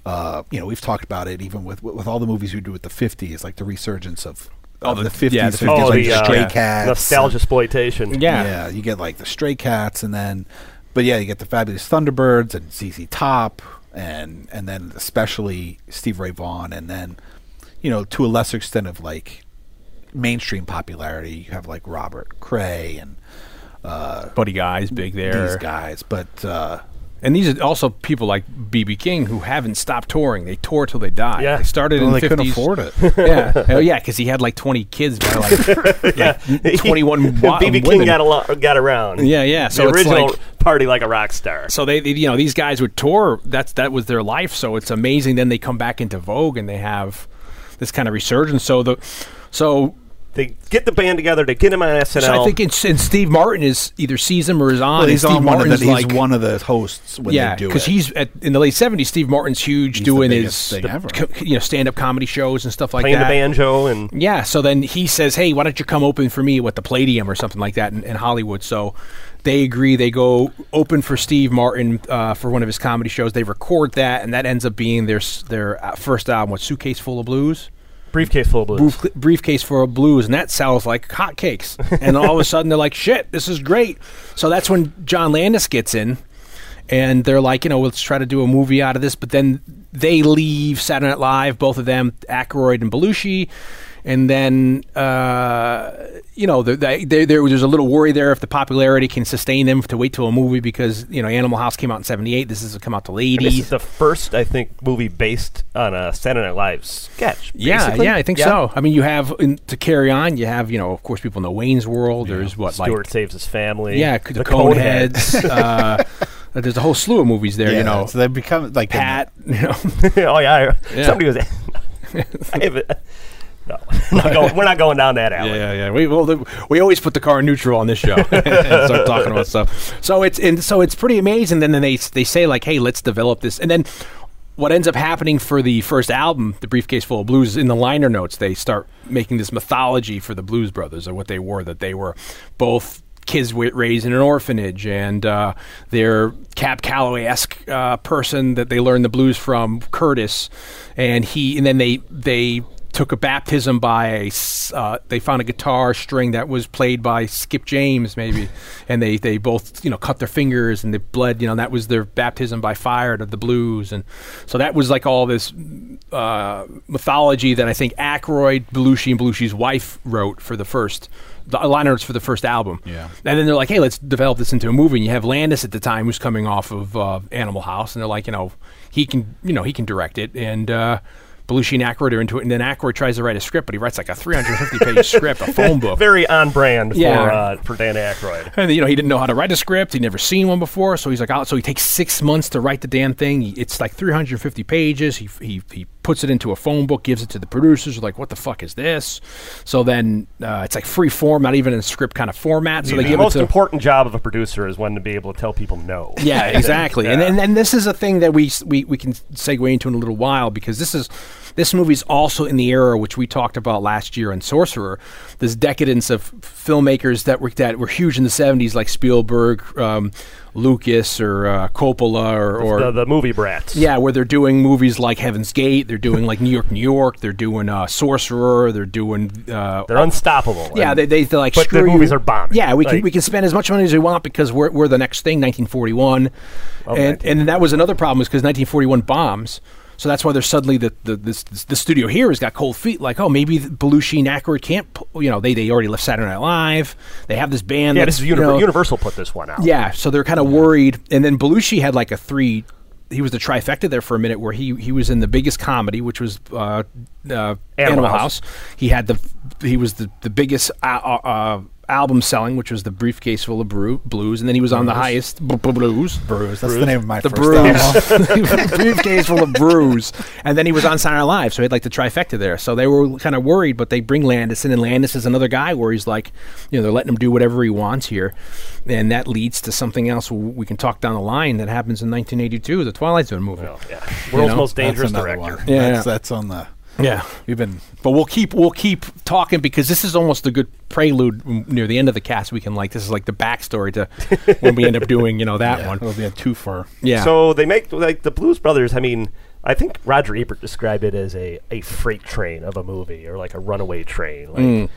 Speaker 3: uh, you know, we've talked about it even with with all the movies we do with the '50s, like the resurgence of, of the '50s,
Speaker 4: yeah, the
Speaker 3: 50s,
Speaker 2: Oh,
Speaker 3: like
Speaker 2: the
Speaker 3: Stray
Speaker 2: uh,
Speaker 3: Cats,
Speaker 2: nostalgia exploitation.
Speaker 3: Yeah.
Speaker 4: Yeah.
Speaker 3: you get like the Stray Cats, and then, but yeah, you get the Fabulous Thunderbirds and ZZ Top, and and then especially Steve Ray Vaughan, and then, you know, to a lesser extent of like mainstream popularity, you have like Robert Cray and
Speaker 4: Buddy Guy's big there.
Speaker 3: these guys, but. uh
Speaker 4: And these are also people like BB King who haven't stopped touring. They tour till they die.
Speaker 2: Yeah.
Speaker 4: They started in
Speaker 3: well, they
Speaker 4: the 50s.
Speaker 3: couldn't afford it.
Speaker 4: yeah. Oh, yeah, because he had like 20 kids by like, like 21 wa-
Speaker 2: BB King
Speaker 4: women.
Speaker 2: got a lot, got around.
Speaker 4: Yeah, yeah, so
Speaker 2: the
Speaker 4: it's
Speaker 2: original
Speaker 4: like-
Speaker 2: party like a rock star.
Speaker 4: so they, they, you know, these guys would tour. That's that was their life. So it's amazing. Then they come back into vogue and they have this kind of resurgence. So the, so
Speaker 2: They get the band together to get him on SNL.
Speaker 4: So I think it's, and Steve Martin is either sees him or is on.
Speaker 3: Well,
Speaker 4: and
Speaker 3: he's
Speaker 4: Steve
Speaker 3: on one of the,
Speaker 4: Martin's
Speaker 3: he's
Speaker 4: like,
Speaker 3: one of the hosts when
Speaker 4: yeah,
Speaker 3: they do it.
Speaker 4: because he's at, in the late '70s. Steve Martin's huge,
Speaker 3: the
Speaker 4: doing
Speaker 3: biggest
Speaker 4: his
Speaker 3: thing ever.
Speaker 4: co- you know stand-up comedy shows and stuff like
Speaker 2: playing
Speaker 4: that.
Speaker 2: the banjo and
Speaker 4: Yeah, so then he says, "Hey, why don't you come open for me with the Palladium or something like that in, in Hollywood?" So they agree. They go open for Steve Martin uh, for one of his comedy shows. They record that, and that ends up being their s- their uh, first album, "What Suitcase Full of Blues."
Speaker 2: briefcase full of blues.
Speaker 4: brief, briefcase for a blues, and that sells like hotcakes. and all of a sudden, they're like, "Shit, this is great!" So that's when John Landis gets in, and they're like, you know, let's try to do a movie out of this. But then they leave Saturday Night Live, both of them, Aykroyd and Belushi. And then, uh, you know, the- the- there- there- there's a little worry there if the popularity can sustain them to wait till a movie because, you know, Animal House came out in 78. This has come out till
Speaker 2: And This
Speaker 4: 80.
Speaker 2: is the first, I think, movie based on a Saturday Night Live sketch.
Speaker 4: Yeah,
Speaker 2: basically.
Speaker 4: yeah, I think so. I mean, you have, in, to carry on, you have, you know, of course, people know Wayne's World. There's what, like.
Speaker 2: Stewart saves his family.
Speaker 4: Yeah, c- the, Coneheads. uh, there's a whole slew of movies there, you know.
Speaker 3: so they become like the-
Speaker 4: Pat, you know.
Speaker 2: oh yeah, I-
Speaker 4: Yeah.
Speaker 2: somebody was. I have a- no, not going, we're not going down that alley.
Speaker 4: Yeah, yeah, yeah. We well, the- we always put the car in neutral on this show. and start talking about stuff. So it's and so it's pretty amazing. Then then they they say like, hey, let's develop this, and then what ends up happening for the first album, the briefcase full of blues, is in the liner notes they start making this mythology for the Blues Brothers or what they were that they were both. Kids wi- raised in an orphanage, and uh, their Cab Calloway esque uh, person that they learned the blues from, Curtis, and he, and then they they took a baptism by a. s- Uh, they found a guitar string that was played by Skip James, maybe, and they they both you know cut their fingers and they bled. You know that was their baptism by fire to the blues, and so that was like all this uh, mythology that I think Aykroyd, Belushi, and Belushi's wife wrote for the first. The liner notes for the first album,
Speaker 6: Yeah.
Speaker 4: and then they're like, "Hey, let's develop this into a movie." And you have Landis at the time, who's coming off of uh, Animal House, and they're like, "You know, he can, you know, he can direct it." And uh, Belushi and Aykroyd are into it, and then Aykroyd tries to write a script, but he writes like a 350-page script, a phone book.
Speaker 2: Very on brand for
Speaker 4: Yeah.
Speaker 2: uh, for Dan Aykroyd.
Speaker 4: And you know he didn't know how to write a script. He'd never seen one before, so he's like, oh, so he takes six months to write the damn thing. He- It's like 350 pages. He, he he puts it into a phone book, gives it to the producers. Like, what the fuck is this? So then uh, it's like free form, not even in script kind of format. So they
Speaker 2: the
Speaker 4: give it
Speaker 2: most
Speaker 4: to
Speaker 2: important job of a producer is one to be able to tell people no.
Speaker 4: yeah, exactly. And,
Speaker 2: Yeah.
Speaker 4: and and this is a thing that we s- we we can segue into in a little while because this is this movie's also in the era which we talked about last year in Sorcerer, this decadence of filmmakers that were that were huge in the '70s, like Spielberg, um, Lucas, or uh, Coppola, or, or
Speaker 2: the, the movie brats.
Speaker 4: yeah, where they're doing movies like Heaven's Gate, they're doing like New York, New York, they're doing uh, Sorcerer, they're doing uh,
Speaker 2: they're unstoppable.
Speaker 4: yeah,
Speaker 2: And
Speaker 4: they, they they're like
Speaker 2: But the
Speaker 4: screw
Speaker 2: movies
Speaker 4: you.
Speaker 2: are bombing.
Speaker 4: Yeah, we can
Speaker 2: Like-
Speaker 4: we can spend as much money as we want because we're, we're the next thing. 1941,
Speaker 2: Oh,
Speaker 4: and and that was another problem is because 1941 bombs. So that's why there's suddenly the the, this, this, the studio here has got cold feet. Like, oh, maybe the Belushi and Aykroyd can't. pu- You know, they they already left Saturday Night Live. They have this band.
Speaker 2: yeah.
Speaker 4: that's,
Speaker 2: This is
Speaker 4: you
Speaker 2: Univer-
Speaker 4: know-
Speaker 2: Universal put this one out.
Speaker 4: yeah, so they're kind of worried. And then Belushi had like a three. He was the trifecta there for a minute, where he he was in the biggest comedy, which was uh, uh, Animal,
Speaker 2: House.
Speaker 4: House. He had the he was the the biggest uh, uh, album selling, which was the briefcase full of brew, blues, and then he was on the highest b- b- blues.
Speaker 3: Brews. That's the name of my
Speaker 4: The
Speaker 3: first album.
Speaker 4: brews, briefcase full of brews, and then he was on Saturday Night Live, so he had like the trifecta there. So they were kind of worried, but they bring Landis in, and Landis is another guy where he's like, you know, they're letting him do whatever he wants here, and that leads to something else w- we can talk down the line that happens in 1982, the Twilight Zone movie.
Speaker 2: Well, yeah. World's
Speaker 4: know,
Speaker 2: most dangerous
Speaker 3: That's
Speaker 2: director.
Speaker 3: another one.
Speaker 4: Yeah,
Speaker 3: that's,
Speaker 4: yeah.
Speaker 3: that's on the.
Speaker 4: Yeah,
Speaker 3: We've been
Speaker 4: but we'll keep we'll keep talking because this is almost a good prelude m- near the end of the cast. We can like this is like the backstory to when we end up doing you know that
Speaker 3: yeah,
Speaker 4: one.
Speaker 3: It'll be a twofer.
Speaker 4: Yeah.
Speaker 2: So they make like the Blues Brothers. I mean, I think Roger Ebert described it as a, a freight train of a movie or like a runaway train. Like,
Speaker 4: Mm.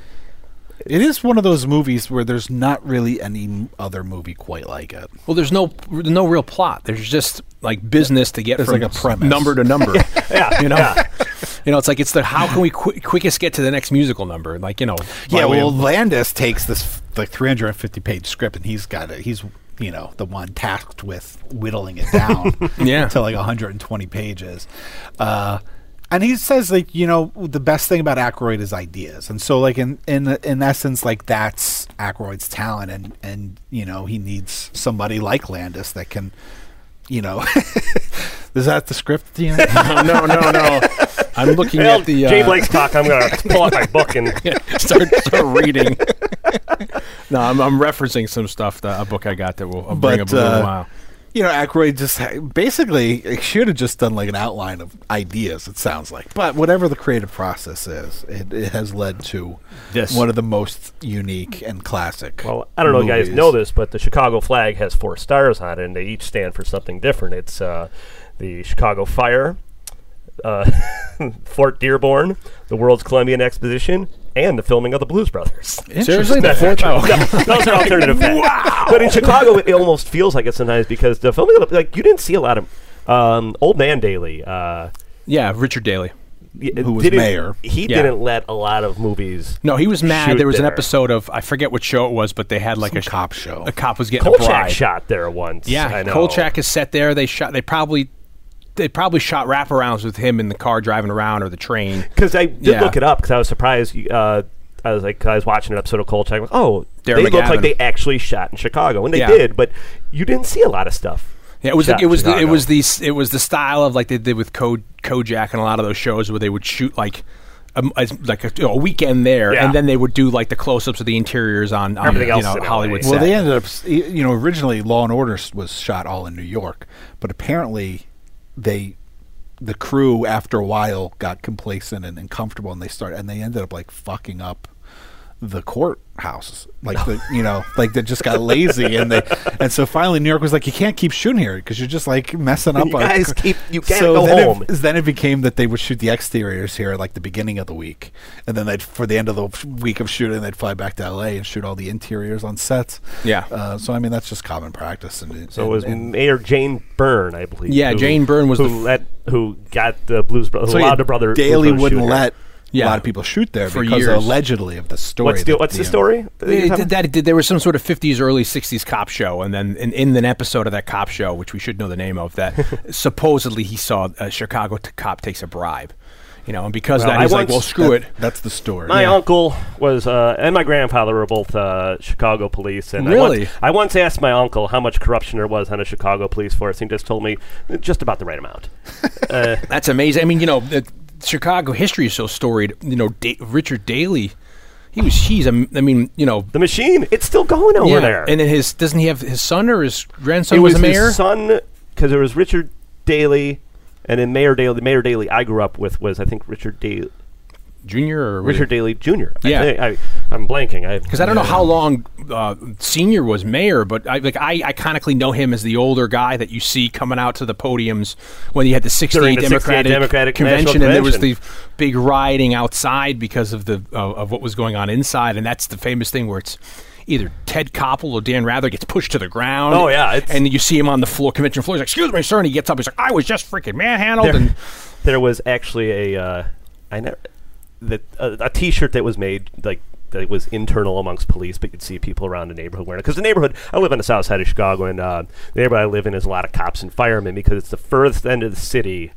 Speaker 3: It is one of those movies where there's not really any other movie quite like it.
Speaker 4: Well, there's no no real plot. There's just like business to get
Speaker 3: There's
Speaker 4: from
Speaker 3: like a premise.
Speaker 4: number to number.
Speaker 2: Yeah,
Speaker 4: you know,
Speaker 2: yeah.
Speaker 4: you know, it's like it's the how can we qui- quickest get to the next musical number? Like you know, by
Speaker 3: Yeah,
Speaker 4: way
Speaker 3: well,
Speaker 4: of-
Speaker 3: Landis takes this like 350 page script, and he's got it. He's you know the one tasked with whittling it down
Speaker 4: Yeah.
Speaker 3: to like 120 pages. Uh, and he says like you know the best thing about Aykroyd is ideas, and so like in in in essence like that's Aykroyd's talent, and and you know he needs somebody like Landis that can, you know, is that the script? Do you know?
Speaker 4: no, no, no. I'm looking
Speaker 2: Well,
Speaker 4: at the
Speaker 2: Jay
Speaker 4: uh,
Speaker 2: Blake's talk. I'm gonna pull out my book and
Speaker 4: start, start reading. no, I'm, I'm referencing some stuff that a book I got that will I'll bring
Speaker 3: But,
Speaker 4: up in a little
Speaker 3: uh,
Speaker 4: while.
Speaker 3: you know, Aykroyd just ha- basically it should have just done like an outline of ideas. It sounds like, but whatever the creative process is, it, it has led to
Speaker 4: This.
Speaker 3: one of the most unique and classic.
Speaker 2: well, I don't know if you guys
Speaker 3: movies.
Speaker 2: know this, but the Chicago flag has four stars on it, and they each stand for something different. It's uh, the Chicago Fire, uh, Fort Dearborn, the World's Columbian Exposition, and the filming of the Blues Brothers.
Speaker 4: Seriously, the fourth. Oh,
Speaker 2: Those are alternative facts. But in Chicago, it almost feels like it sometimes because the filming of the, like you didn't see a lot of um, Old Man Daly. Uh,
Speaker 4: yeah, Richard Daly.
Speaker 2: who
Speaker 3: was mayor.
Speaker 2: He
Speaker 4: Yeah.
Speaker 2: didn't let a lot of movies.
Speaker 4: No, he was mad.
Speaker 2: Shoot
Speaker 4: there was an
Speaker 2: there.
Speaker 4: episode of I forget what show it was, but they had like a
Speaker 3: cop show.
Speaker 4: A cop was getting a
Speaker 2: Kolchak
Speaker 4: bribe.
Speaker 2: shot there once.
Speaker 4: Yeah,
Speaker 2: I know.
Speaker 4: Kolchak is set there. They shot. They probably. They probably shot wraparounds with him in the car driving around or the train.
Speaker 2: Because I did
Speaker 4: Yeah.
Speaker 2: look it up because I was surprised. Uh, I was like, I was watching an episode of Kolchak. I was, oh,
Speaker 4: Darren
Speaker 2: they looked
Speaker 4: McGavin.
Speaker 2: like they actually shot in Chicago, and they
Speaker 4: Yeah.
Speaker 2: did. But you didn't see a lot of stuff.
Speaker 4: Yeah, it was
Speaker 2: shot
Speaker 4: the, it
Speaker 2: in
Speaker 4: was the, it
Speaker 2: Chicago.
Speaker 4: was the s- it was the style of like they did with Code Kojak and a lot of those shows where they would shoot like a, m- as- like a, you know, a weekend there,
Speaker 2: Yeah.
Speaker 4: and then they would do like the close ups of the interiors on, on
Speaker 2: Everything
Speaker 4: you
Speaker 2: else
Speaker 4: know,
Speaker 2: in LA.
Speaker 4: Hollywood.
Speaker 2: Well,
Speaker 6: Well,
Speaker 4: set.
Speaker 2: set.
Speaker 6: they
Speaker 3: they
Speaker 6: ended
Speaker 3: ended
Speaker 6: up.
Speaker 3: up, s- y- you know, originally Law and Order s- was shot all in New York, but apparently they, the crew after a while got complacent and, and comfortable, and they started and they ended up like fucking up the courthouse, like the you know, like they just got lazy and they and so finally New York was like, you can't keep shooting here because you're just like messing up.
Speaker 2: You
Speaker 3: our
Speaker 2: guys
Speaker 3: cr-"
Speaker 2: keep- you can't go
Speaker 3: then it-
Speaker 2: home.
Speaker 3: then it became that they would shoot the exteriors here like the beginning of the week, and then they'd for the end of the f- week of shooting, they'd fly back to L.A. and shoot all the interiors on sets.
Speaker 4: Yeah.
Speaker 3: Uh, so I mean, that's just common practice. And
Speaker 2: So it was Mayor Jane Byrne, I believe.
Speaker 4: Yeah, Jane Byrne was
Speaker 2: who
Speaker 4: the f-
Speaker 2: let who got the Blues Brothers, who allowed the brother Blues
Speaker 3: Daily
Speaker 2: Brothers
Speaker 3: wouldn't
Speaker 2: shooter.
Speaker 3: let
Speaker 4: Yeah.
Speaker 3: a lot of people shoot there
Speaker 4: For
Speaker 3: because
Speaker 4: years.
Speaker 3: allegedly of the story.
Speaker 2: What's the
Speaker 3: that
Speaker 2: What's the
Speaker 3: uh,
Speaker 2: story? that you're
Speaker 4: They
Speaker 2: talking
Speaker 4: did that. Did, there was some sort of 50s, early 60s cop show, and then in, in an episode of that cop show, which we should know the name of, that supposedly he saw a Chicago t- cop takes a bribe. You know, and because of
Speaker 2: Well,
Speaker 4: that,
Speaker 2: I
Speaker 4: he's like,
Speaker 2: once-
Speaker 4: well, screw
Speaker 3: that-
Speaker 4: it.
Speaker 3: That's the story.
Speaker 2: My uncle was, uh, and my grandfather were both uh, Chicago police. And I
Speaker 4: Really?
Speaker 2: once, I once asked my uncle how much corruption there was on a Chicago police force. and He just told me eh, just about the right amount.
Speaker 4: That's amazing. I mean, you know, the Chicago history is so storied. You know, da- Richard Daley, he was, he's, a m- I mean, you know,
Speaker 2: The machine, it's still going over
Speaker 4: yeah.
Speaker 2: there.
Speaker 4: And then his, doesn't he have his son or his grandson
Speaker 2: it
Speaker 4: was,
Speaker 2: was
Speaker 4: the mayor?
Speaker 2: his son because there was Richard Daley, and then Mayor Daley. The Mayor Daley I grew up with was I think Richard Daley,
Speaker 4: Junior or
Speaker 2: Richard Daley Jr.
Speaker 4: Yeah.
Speaker 2: I think, I, I'm blanking. I,
Speaker 4: Because I don't know how long uh, Senior was mayor, but I like I iconically know him as the older guy that you see coming out to the podiums when you had the 68
Speaker 2: During the 68
Speaker 4: Democratic,
Speaker 2: Democratic
Speaker 4: convention,
Speaker 2: National
Speaker 4: and there was the
Speaker 2: Convention.
Speaker 4: big rioting outside because of the uh, of what was going on inside, and that's the famous thing where it's either Ted Koppel or Dan Rather gets pushed to the ground.
Speaker 2: Oh, yeah, it's-
Speaker 4: and you see him on the floor, convention floor. He's like, "Excuse me, sir," and he gets up. He's like, "I was just freaking manhandled."
Speaker 2: there,
Speaker 4: And
Speaker 2: there was actually a uh, I never that uh, a T-shirt that was made like that was internal amongst police, but you'd see people around the neighborhood wearing it. Because the neighborhood I live on the south side of Chicago, and uh, the neighborhood I live in is a lot of cops and firemen because it's the furthest end of the city,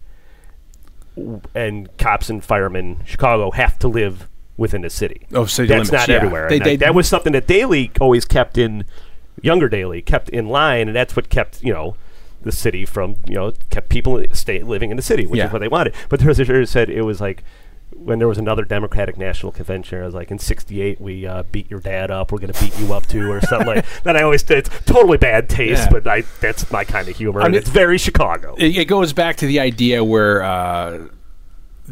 Speaker 2: w- and cops and firemen Chicago have to live within the city.
Speaker 4: Oh, city limits,
Speaker 2: That's not
Speaker 4: yeah.
Speaker 2: everywhere.
Speaker 4: They-
Speaker 2: and
Speaker 4: they-
Speaker 2: that, that was something that Daly always kept in younger Daly kept in line, and that's what kept you know the city from you know kept people stay living in the city, which
Speaker 4: Yeah.
Speaker 2: is what they wanted. But there was a shirt that said it was like when there was another Democratic National Convention. I was like, in '68 we uh, beat your dad up. We're gonna beat you up too, or something like that. I always it's totally bad taste,
Speaker 4: Yeah.
Speaker 2: but I that's my kind of humor, and
Speaker 4: mean-
Speaker 2: it's very Chicago.
Speaker 4: it, it goes back to the idea where uh,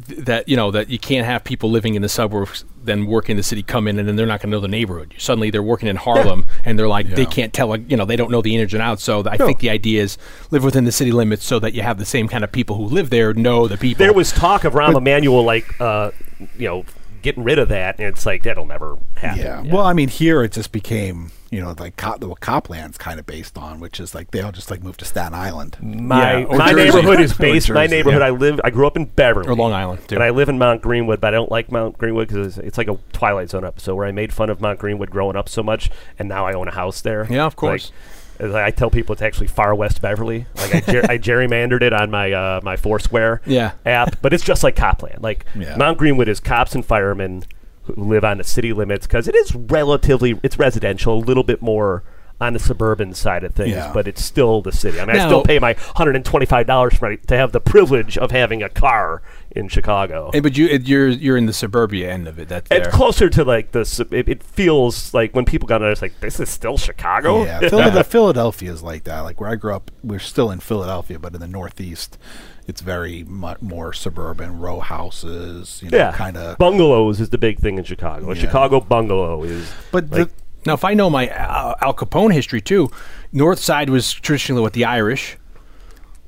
Speaker 4: th- that you know that you can't have people living in the suburbs then work in the city come in and then they're not going to know the neighborhood suddenly they're working in harlem and they're like they can't tell like, you know they don't know the innards and outs so th- i think the idea is live within the city limits so that you have the same kind of people who live there know the people
Speaker 2: there was talk of Rahm Emanuel like uh, you know getting rid of that, and it's like that'll never happen.
Speaker 3: Yeah. Well, I mean, here it just became, you know, like Cop, what Copland's kind of based on, which is like they all just like moved to Staten Island.
Speaker 2: My,
Speaker 4: Yeah, or
Speaker 2: my
Speaker 4: Jersey.
Speaker 2: neighborhood
Speaker 3: Or
Speaker 2: is based. my
Speaker 3: Jersey,
Speaker 2: neighborhood.
Speaker 4: yeah.
Speaker 2: I live. I grew up in Beverly
Speaker 4: Or Long Island, too.
Speaker 2: and I live in Mount Greenwood, but I don't like Mount Greenwood because it's, it's like a Twilight Zone episode where I made fun of Mount Greenwood growing up so much, and now I own a house there.
Speaker 4: Yeah, of course.
Speaker 2: Like, I tell people it's actually far west Beverly. Like I, ger- I gerrymandered it on my uh, my Foursquare
Speaker 4: Yeah.
Speaker 2: app, but it's just like Copland. Like
Speaker 3: Yeah.
Speaker 2: Mount Greenwood is cops and firemen who live on the city limits because it is relatively it's residential, a little bit more on the suburban side of things,
Speaker 3: Yeah.
Speaker 2: but it's still the city. I mean, I
Speaker 4: Now-
Speaker 2: still pay my hundred and twenty-five dollars for my, to have the privilege of having a car in Chicago.
Speaker 4: Eh, but you it, you're you're in the suburbia end of it that's
Speaker 2: It's
Speaker 4: there
Speaker 2: closer to like the. sub- It, it feels like when people got there, it's like this is still Chicago.
Speaker 3: Yeah. Phila- Philadelphia is like that. Like where I grew up, we're still in Philadelphia, but in the Northeast, it's very much more suburban, row houses, you know,
Speaker 2: yeah.
Speaker 3: kind of.
Speaker 2: bungalows is the big thing in Chicago. A
Speaker 3: Yeah.
Speaker 2: Chicago bungalow is.
Speaker 3: But
Speaker 2: like,
Speaker 3: the,
Speaker 4: now if i know my uh, al capone history too north side was traditionally what the irish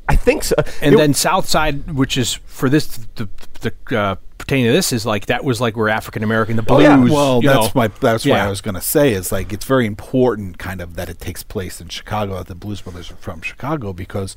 Speaker 2: I think so.
Speaker 4: And
Speaker 2: It-
Speaker 4: then Southside, which is for this, the, the uh, pertaining to this is like that was like where African American the blues.
Speaker 3: Oh, Well,
Speaker 4: you
Speaker 3: that's
Speaker 4: know.
Speaker 3: my that's what
Speaker 4: Yeah.
Speaker 3: I was gonna say is like it's very important kind of that it takes place in Chicago that the Blues Brothers are from Chicago because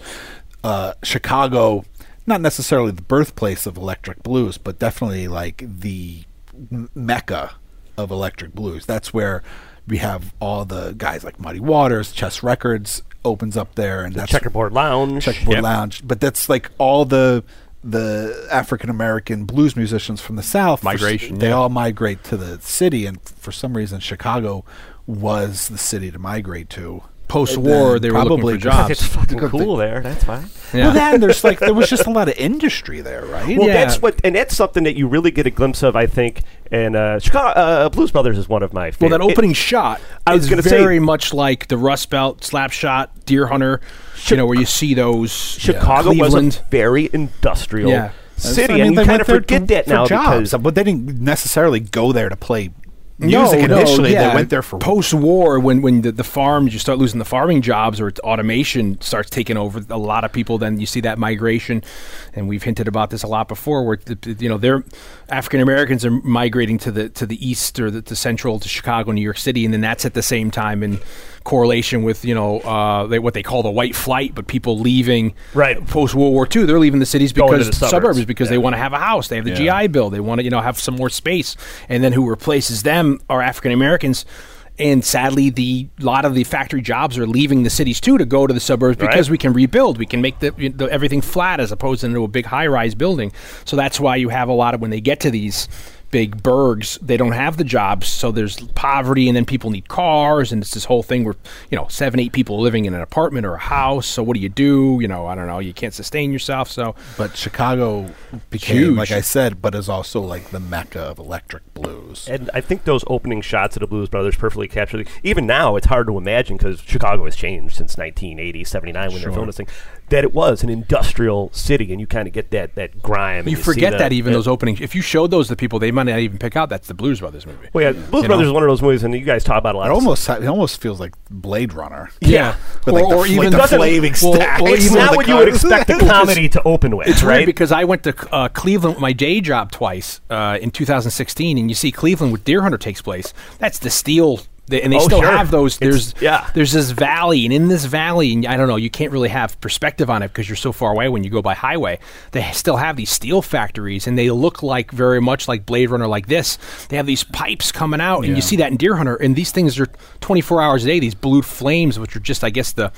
Speaker 3: uh, Chicago, not necessarily the birthplace of electric blues, but definitely like the m- mecca of electric blues. That's where we have all the guys like Muddy Waters, Chess Records opens up there, and that's
Speaker 2: Checkerboard Lounge.
Speaker 3: Checkerboard
Speaker 2: Yep.
Speaker 3: Lounge. But that's like all the the African American blues musicians from the South. for s-
Speaker 4: Migration,
Speaker 3: they
Speaker 4: yeah.
Speaker 3: all migrate to the city, and for some reason, Chicago was the city to migrate to.
Speaker 4: Post-war,
Speaker 3: And
Speaker 4: they were looking
Speaker 3: probably
Speaker 4: for
Speaker 3: just-
Speaker 4: jobs.
Speaker 2: It's fucking cool there. That's fine.
Speaker 4: Yeah.
Speaker 3: Well, then there's like there was just a lot of industry there, right?
Speaker 2: Well,
Speaker 4: Yeah.
Speaker 2: that's what, and that's something that you really get a glimpse of, I think. And uh, Chicago uh, Blues Brothers is one of my
Speaker 4: Well,
Speaker 2: favorite.
Speaker 4: that opening shot
Speaker 2: I was
Speaker 4: is
Speaker 2: gonna say-
Speaker 4: very much like the Rust Belt, Slap Shot, Deer Hunter, you know, where you see those. you know,
Speaker 2: Chicago was
Speaker 4: Cleveland.
Speaker 2: a very industrial
Speaker 4: Yeah.
Speaker 2: city,
Speaker 3: I mean,
Speaker 2: and you
Speaker 3: they
Speaker 2: kind
Speaker 3: went
Speaker 2: of
Speaker 3: there
Speaker 2: forget
Speaker 3: to-
Speaker 2: that
Speaker 3: for
Speaker 2: now
Speaker 3: jobs,
Speaker 2: because
Speaker 3: but they didn't necessarily go there to play
Speaker 4: No,
Speaker 3: music
Speaker 4: no,
Speaker 3: initially.
Speaker 4: yeah.
Speaker 3: They went there for
Speaker 4: post-war when when the, the farms you start losing the farming jobs or it's automation starts taking over a lot of people. Then you see that migration, and we've hinted about this a lot before. Where the- the- you know they're African Americans are migrating to the to the east or the, to central to Chicago, New York City, and then that's at the same time in correlation with you know uh, they, what they call the white flight, but people leaving
Speaker 2: Right.
Speaker 4: post World War II, they're leaving the cities
Speaker 2: Going to
Speaker 4: because
Speaker 2: the suburbs.
Speaker 4: suburbs because they want to have a house. They have the GI Bill. They want to, you know, have some more space. And then who replaces them are African Americans. And sadly, the lot of the factory jobs are leaving the cities too to go to the suburbs because we can rebuild. We can make the, you know, everything flat as opposed into a big high-rise building. So that's why you have a lot of when they get to these big burgs, they don't have the jobs. So there's poverty, and then people need cars, and it's this whole thing where you know seven, eight people living in an apartment or a house. So what do you do? You know, I don't know. You can't sustain yourself. So
Speaker 3: But Chicago became,
Speaker 4: Huge.
Speaker 3: like I said, but is also like the mecca of electric blues.
Speaker 2: And I think those opening shots of the Blues Brothers perfectly capture the. Even now, it's hard to imagine because Chicago has changed since 1980, 79 when they're filming this thing, that it was an industrial city, and you kind of get that that grime. and
Speaker 4: You
Speaker 2: see
Speaker 4: forget
Speaker 2: the-
Speaker 4: that even
Speaker 2: the-
Speaker 4: those openings. If you showed those to people, they might not even pick out that's the Blues Brothers movie.
Speaker 2: Well, yeah, Blues
Speaker 4: You
Speaker 2: Brothers
Speaker 4: know?
Speaker 2: is one of those movies, and you guys talk about it a lot.
Speaker 3: It almost it almost feels like Blade Runner.
Speaker 2: Yeah.
Speaker 3: With like
Speaker 4: or
Speaker 3: the
Speaker 4: or
Speaker 3: fla-
Speaker 4: even
Speaker 3: the
Speaker 4: doesn't-
Speaker 3: flaming
Speaker 4: well,
Speaker 3: stack.
Speaker 4: or
Speaker 2: it's
Speaker 4: even
Speaker 2: not
Speaker 4: the
Speaker 2: what you
Speaker 4: con-
Speaker 2: would expect a
Speaker 4: Because-
Speaker 2: comedy to open with,
Speaker 4: It's
Speaker 2: right?
Speaker 4: weird because I went to uh, Cleveland with my day job twice uh, in 2016, and you see Cleveland with Deer Hunter takes place. That's the steel, they, and they
Speaker 2: Oh,
Speaker 4: still
Speaker 2: sure.
Speaker 4: have those. There's
Speaker 2: It's- yeah.
Speaker 4: there's this valley, and in this valley, and I don't know, you can't really have perspective on it because you're so far away when you go by highway. They still have these steel factories, and they look like very much like Blade Runner, like this. They have these pipes coming out, and you see that in Deer Hunter. And these things are 24 hours a day. These blue flames, which are just, I guess, the